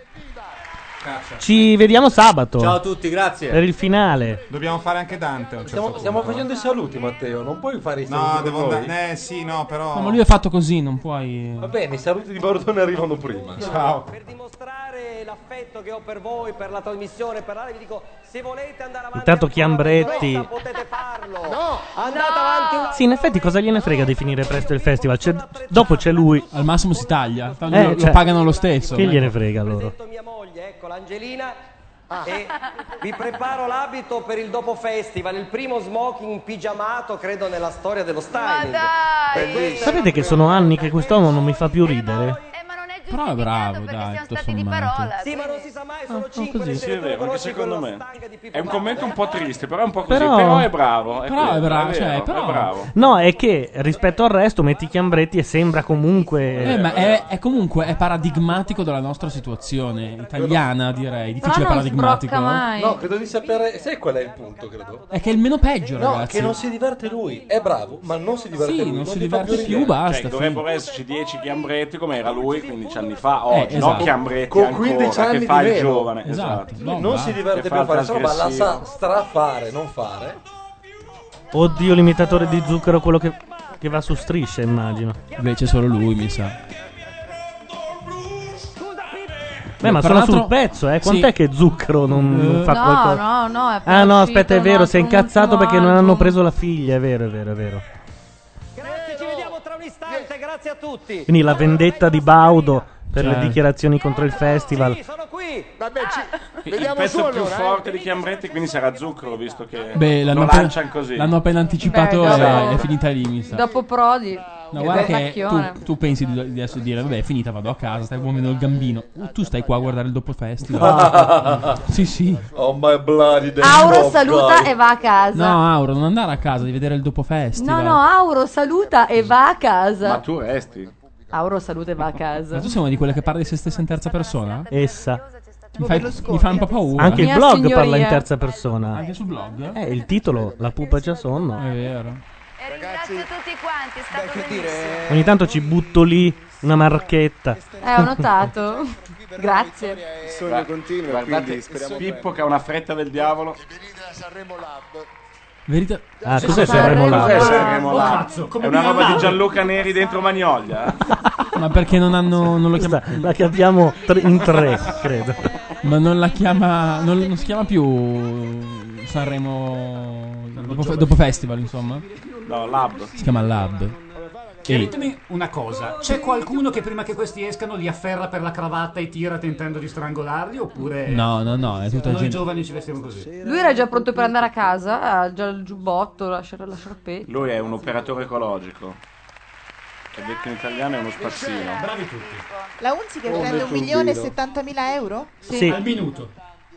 Ci vediamo sabato.
Ciao a tutti, grazie.
Per il finale.
Dobbiamo fare anche Dante. a un certo
Stiamo,
punto.
stiamo facendo i saluti, Matteo. Non puoi fare i saluti.
No,
con
devo
noi?
andare. Eh sì, no, però.
No, ma lui è fatto così, non puoi.
Va bene, i saluti di Bordone arrivano prima.
Ciao.
Per dimostrare l'affetto che ho per voi, per la trasmissione, per l'area, vi dico, se volete andare avanti,
Intanto Chiambretti.
potete farlo. Andate avanti un
Sì, in effetti cosa gliene frega di finire presto il festival? C'è- dopo c'è lui. Al massimo si taglia.
Tanto lo- lo pagano lo stesso,
Che
ecco.
gliene frega loro?
Ecco l'Angelina e vi preparo l'abito per il dopo festival, il primo smoking pigiamato credo nella storia dello styling. Per cui-
Sapete che sono anni che quest'uomo non mi fa più ridere? Però è bravo, dai, tutto sommato.
Sì, ma non si sa mai,
sono
cinque
così.
le
Sì, è vero, anche secondo me. È un commento un po' triste, però è un po' così.
Però-
Però, è bravo.
però è
vero,
bravo,
vero,
cioè,
è
però-
bravo.
No, è che rispetto al resto metti Chiambretti e sembra comunque...
Eh, ma è, è comunque è paradigmatico della nostra situazione italiana, direi. Difficile paradigmatico.
No, credo di sapere. Sai qual è il punto, credo?
È che è il meno peggio,
No,
ragazzi.
che non si diverte lui. È bravo, ma non si diverte
Sì,
lui.
non si
ti fa
diverte più,
ridere.
basta,
Cioè, dovrebbero esserci 10 chiambretti come era lui 15 anni fa,
Eh,
oggi,
esatto.
no chiambretti
Con
ancora,
15 anni
che fa
di
il
meno.
giovane.
Esatto.
Esatto.
Non si diverte più a fare solo, ma la sa strafare, non fare.
Oddio, l'imitatore di zucchero, quello che, che va su strisce, immagino.
Invece solo lui, mi sa.
Beh, ma
Tra
sono
l'altro-
sul pezzo, eh. Quant'è
Sì.
che zucchero non, Mm, non fa
No,
qualcosa?
no, no, è appena
Ah, no,
uscito
aspetta, è
un
vero,
altro,
si è
un
incazzato
ultimo
perché non
album.
hanno preso la figlia, è vero, è vero, è vero.
Grazie, ci vediamo tra un istante, grazie a tutti.
Quindi la vendetta di Baudo per
Cioè.
le dichiarazioni contro il festival.
Sono qui.
Ah. Il
Vediamo
pezzo
su
più
allora, eh.
forte di Chiambretti quindi sarà Zucchero, visto che
Beh, l'hanno,
lo
appena-
lanciano così.
l'hanno appena anticipato
Beh,
e
dopo-
è finita lì, mi sa.
Dopo Prodi.
No, guarda che
Macchione.
tu, tu pensi di, di adesso dire, vabbè, è finita, vado a casa, stai muovendo il gambino. Uh, tu stai qua a guardare il dopo festival. sì, sì.
Oh my bloody day.
Auro
oh,
saluta
God.
e va a casa.
No, Auro, non andare a casa, di vedere il dopo festival.
No, no, Auro saluta e va a casa.
Ma
tu resti.
Auro saluta e va a casa.
Ma tu sei una di quelle che parla di se stessa in terza persona?
Essa.
Mi, fai- mi fa un po' paura.
Anche il
Mia
blog
signoria.
parla in terza persona.
Anche sul blog?
Eh, il titolo, La pupa già sonno.
È vero.
E ringrazio tutti quanti, è stato bellissimo.
Ogni tanto ci butto lì una marchetta.
Eh, ho notato. Grazie.
Il sogno continua, guardate, Pippo che ha una fretta del diavolo.
Verità.
Ah, cos'è Sanremo Lab?
Cos'è Sanremo
Oh,
Lab?
cazzo, come
È una
mi
roba di
chiamavo?
Gianluca Neri dentro Magnolia.
Ma perché non hanno. Non lo chiama...
La capiamo tre- in tre, credo.
Ma non la chiama. Non, non si chiama più Sanremo. Dopo, dopo festival, insomma.
No, Lab.
Si chiama Lab. E
Ditemi una cosa, c'è qualcuno che prima che questi escano li afferra per la cravatta e tira tentando di strangolarli oppure
No, no, no, è tutta
noi
gente.
giovani ci vestiamo così?
Lui era già pronto per andare a casa, ha già il giubbotto, la, sciar- la sciarpetta.
Lui è un operatore ecologico. È detto in italiano è uno spazzino.
Bravi tutti.
La Unziker
Come
prende 1.070.000
turbino.
euro?
Sì. Al minuto.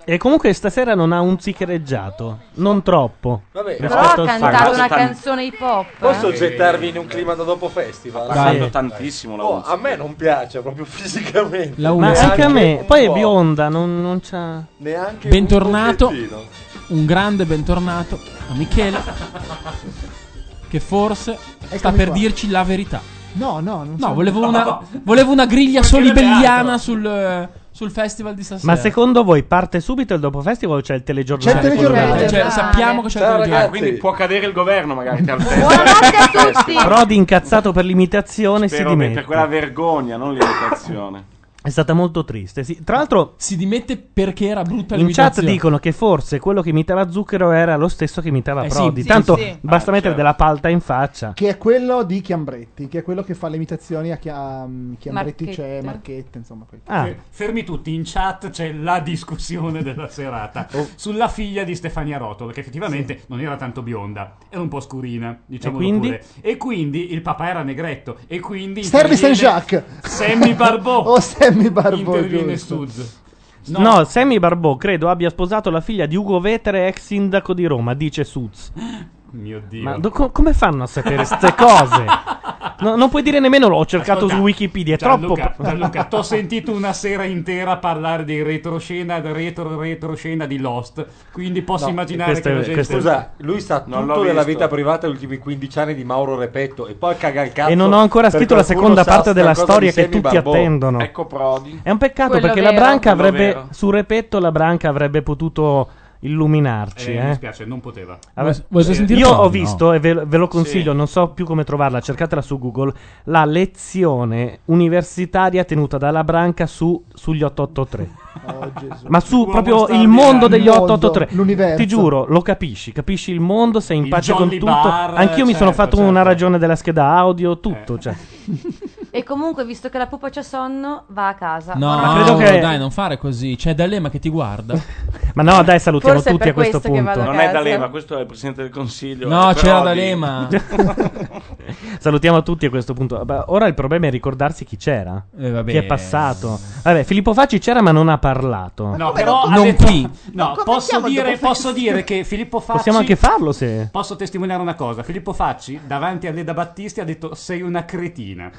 E comunque stasera non ha un zichereggiato. Non troppo.
Vabbè.
Però
rispetto
ha
al
cantato
fatto.
una canzone hip hop.
Posso
eh.
gettarvi in un clima da dopo festival?
Ha parlato Dai. tantissimo la
Oh,
voce.
A me non piace proprio fisicamente.
La Eh,
Ma
Unzi.
anche a me.
un
Poi è
po'.
bionda, non, non c'ha.
Neanche un
Bentornato.
pochettino.
Un grande bentornato a Michele. Che forse sta per
qua.
dirci la verità.
No, no, non
No,
so.
volevo una, volevo una griglia solibelliana
Beato.
sul, eh, sul festival di stasera.
Ma secondo voi parte subito il dopo festival o c'è il telegiornale?
C'è il telegiornale. Cioè, sappiamo che c'è il Ciao, telegiornale.
Ah, quindi può cadere il governo magari che al tempo.
Prodi incazzato per l'imitazione si
Spero che
dimette.
per quella vergogna, non l'imitazione.
È stata molto triste. sì. Tra l'altro,
Si dimette perché era brutta
in chat
l'imitazione.
dicono che forse quello che imitava Zucchero era lo stesso che imitava
Eh sì,
Prodi.
sì,
Tanto
sì.
basta
Ah,
mettere
certo.
della palta in faccia.
Che è quello di Chiambretti, che è quello che fa le imitazioni a Chia- um, Chiambretti, c'è
Marchetta.
Marchetta, insomma. quel-
Ah.
Fer- Eh, Fermi tutti, in chat c'è la discussione della serata
Oh.
sulla figlia di Stefania Rotolo, che effettivamente non era tanto bionda, era un po' scurina, diciamo
quindi?
pure. E quindi il papà era negretto, e quindi...
Sterling St.
interviene
Jacques!
Sammy Barbò!
oh, Sammy Barbò!
Interviene
giusto.
Suz.
No, Sammy Barbò credo abbia sposato la figlia di Ugo Vetere, ex sindaco di Roma, dice Suz.
Mio Dio.
Ma do- co- come fanno a sapere ste cose? No, non puoi dire nemmeno l'ho cercato
Ascolta,
su Wikipedia, è troppo.
Gianluca, Gianluca, t'ho sentito una sera intera parlare di retroscena, del retro retroscena di Lost, quindi posso
No,
immaginare che la gente...
Scusa, lui sa
Non l'ho
tutto della
visto.
vita privata degli ultimi 15 anni di Mauro Repetto e poi caga il cazzo.
E non ho ancora
per
scritto la
qualcuno
seconda
sa
parte
sta
della
cosa
storia
di
che
Sammy
tutti
Barbò.
attendono.
Ecco Prodi.
È un peccato
Quello
perché la
vero,
branca
quello
avrebbe.
vero.
Su Repetto la branca avrebbe potuto illuminarci.
Eh,
Eh,
Mi spiace, non poteva.
Avre-
Vuoi sentire
Io
Prodi?
ho
No.
visto, e ve, ve lo consiglio, non so più come trovarla, cercatela su Google, la lezione universitaria tenuta dalla branca su, sugli 883.
Oh,
Ma su
L'uomo
proprio
stabile,
il mondo degli
il mondo,
883.
l'universo.
Ti giuro, lo capisci, capisci il mondo, sei in
Il
pace con
Jolly
tutto.
Bar,
Anch'io mi sono
certo,
fatto
certo.
una ragione della scheda audio, tutto, cioè.
E comunque, visto che la pupa c'ha sonno, va a casa.
No,
Ma credo che-
dai, non fare così. C'è D'Alema che ti guarda.
Ma no, dai, salutiamo
Forse è
tutti
per
a questo
questo che
punto.
vado a
Non è D'Alema, questo è il presidente del consiglio. Eh,
No,
è
c'era
Prodi.
D'Alema.
Salutiamo tutti a questo punto. Beh, Ora il problema è ricordarsi chi c'era.
Eh, vabbè.
Chi è passato. Vabbè, Filippo Facci c'era ma non ha parlato.
No, però ha
non
detto-
qui.
No, posso dire, posso dire che Filippo Facci...
Possiamo anche farlo se...
Posso testimoniare una cosa, Filippo Facci davanti a Leda Battisti ha detto sei una cretina.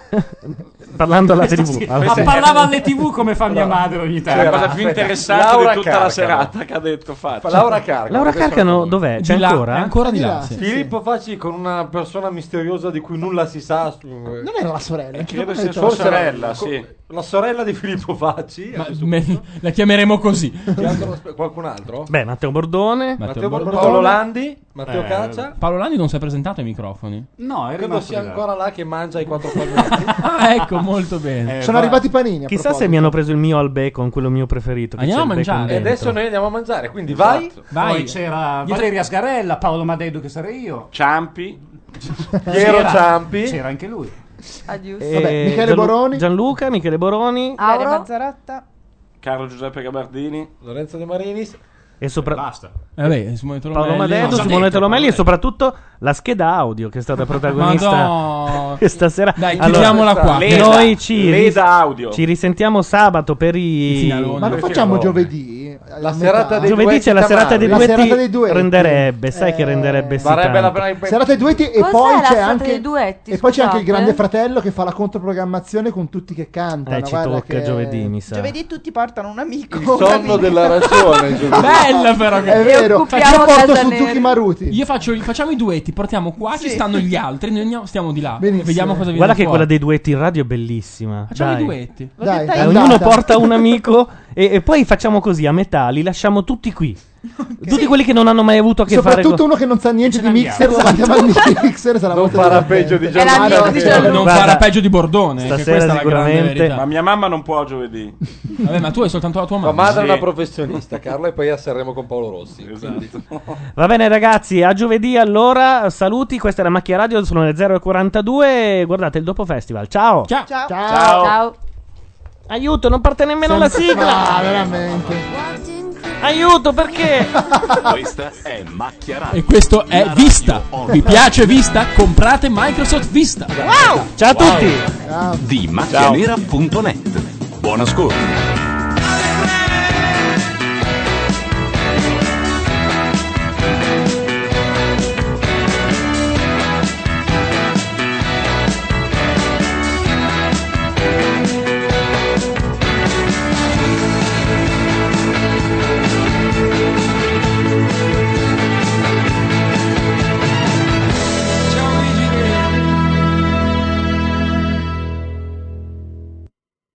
Parlando alla TV.
Ah, Sì,
Ah,
Vabbè.
ma parlava alle tv come fa mia madre ogni tanto.
È la cosa più interessante
Laura
di tutta
Carcano.
la serata che ha detto Facci.
Laura Carcano.
Laura Carcano dov'è? C'è
Di là,
ancora?
è
ancora
di
là,
sì,
Filippo Facci con una persona misteriosa di cui nulla si sa. Non
era la sorella.
Eh,
credo
sia
sua
sorella,
sì.
La sorella di Filippo Facci. a questo
Me- la chiameremo così.
punto. Chi altro aspe- Qualcun altro?
Beh, Matteo Bordone.
Matteo Bordone. Paolo Landi, Matteo Caccia.
Eh, Paolo Landi non si è presentato ai microfoni.
No, è
Credo
rimasto
sia
di là.
ancora là che mangia i quattro Eh, palmetti.
Ah, ecco, molto bene.
Sono arrivati i panini. a
Chissà se
proposito.
mi hanno preso il mio al bacon, quello mio preferito. che
Andiamo
c'è il
a
bacon
mangiare.
E
dentro.
adesso noi andiamo a mangiare, quindi vai.
Esatto. Poi c'era
Dietro-
Valeria Sgarella, Paolo Madeido che sarei io.
Ciampi.
Piero Ciampi.
C'era anche lui.
Ah,
Eh,
Vabbè, Michele
Gianlu-
Boroni.
Gianluca, Michele Boroni.
Auro.
Mazzarotta.
Carlo Giuseppe Gabardini.
Lorenzo De Marinis.
E sopra-
Basta.
Eh, Vabbè, Simone Tolomelli.
Paolo Madeddu,
No, già
Simone
detto,
Tolomelli e soprattutto la scheda audio che è stata protagonista
Madò.
questa sera.
Dai, chiudiamola qua. Leda-
Noi ci, ris-
Leda audio.
ci risentiamo sabato per i.
Ma lo facciamo giovedì?
La serata dei
Giovedì c'è la serata dei
La
duetti.
serata dei Eh, duetti.
Renderebbe, sai che renderebbe sì.
varrebbe la
tanto.
pena-
Serata dei duetti e
Cos'è
poi
la
c'è
serata
anche
dei duetti,
e poi c'è anche il
scusate?
Grande Fratello che fa la controprogrammazione con tutti che cantano.
Eh, ci
guarda
tocca
che-
giovedì, mi sa.
Giovedì tutti portano un amico.
Il sonno della ragione. Giuseppe.
Bella però che-
È vero, facciamo
Occupiamo
porto
Casanera.
Suzuki Maruti.
Io faccio, facciamo i duetti, portiamo qua, ci stanno gli altri, noi andiamo, stiamo di là.
Benissimo.
Vediamo cosa viene
Guarda che
fuori.
quella dei duetti in radio è bellissima.
Facciamo
Dai.
i duetti.
Dai.
Eh,
Dai,
ognuno
andata.
porta un amico e, e poi facciamo così a metà, li lasciamo tutti qui. Tutti quelli che non hanno mai avuto a che fare
Soprattutto
con
uno che non sa niente di
n'abbiamo.
mixer, davanti al mixer sarà
Non
molto
farà
divertente.
peggio di
Era
Gianluca.
amico di
Gianluca.
Non
Guarda,
farà peggio di Bordone, eh, che
stasera
questa è la grande
sicuramente-
verità.
Ma mia mamma non può giovedì.
Vabbè, ma tu hai soltanto la tua
Tua
madre.
madre è una
Sì.
professionista, Carlo, e poi a Sanremo con Paolo Rossi.
Esatto.
Va bene ragazzi, a giovedì allora, saluti, questa è la Macchia Radio, sono le 0.42, guardate il dopo festival, ciao!
Ciao!
Ciao.
Ciao. Aiuto, non parte nemmeno la sigla!
Ah, veramente.
Aiuto, perché?
Questa è Macchia Radio.
E questo
La
è
radio
Vista.
online.
Vi piace Vista? Comprate Microsoft Vista.
Ciao a tutti!
di macchianera.net. Buon ascolto.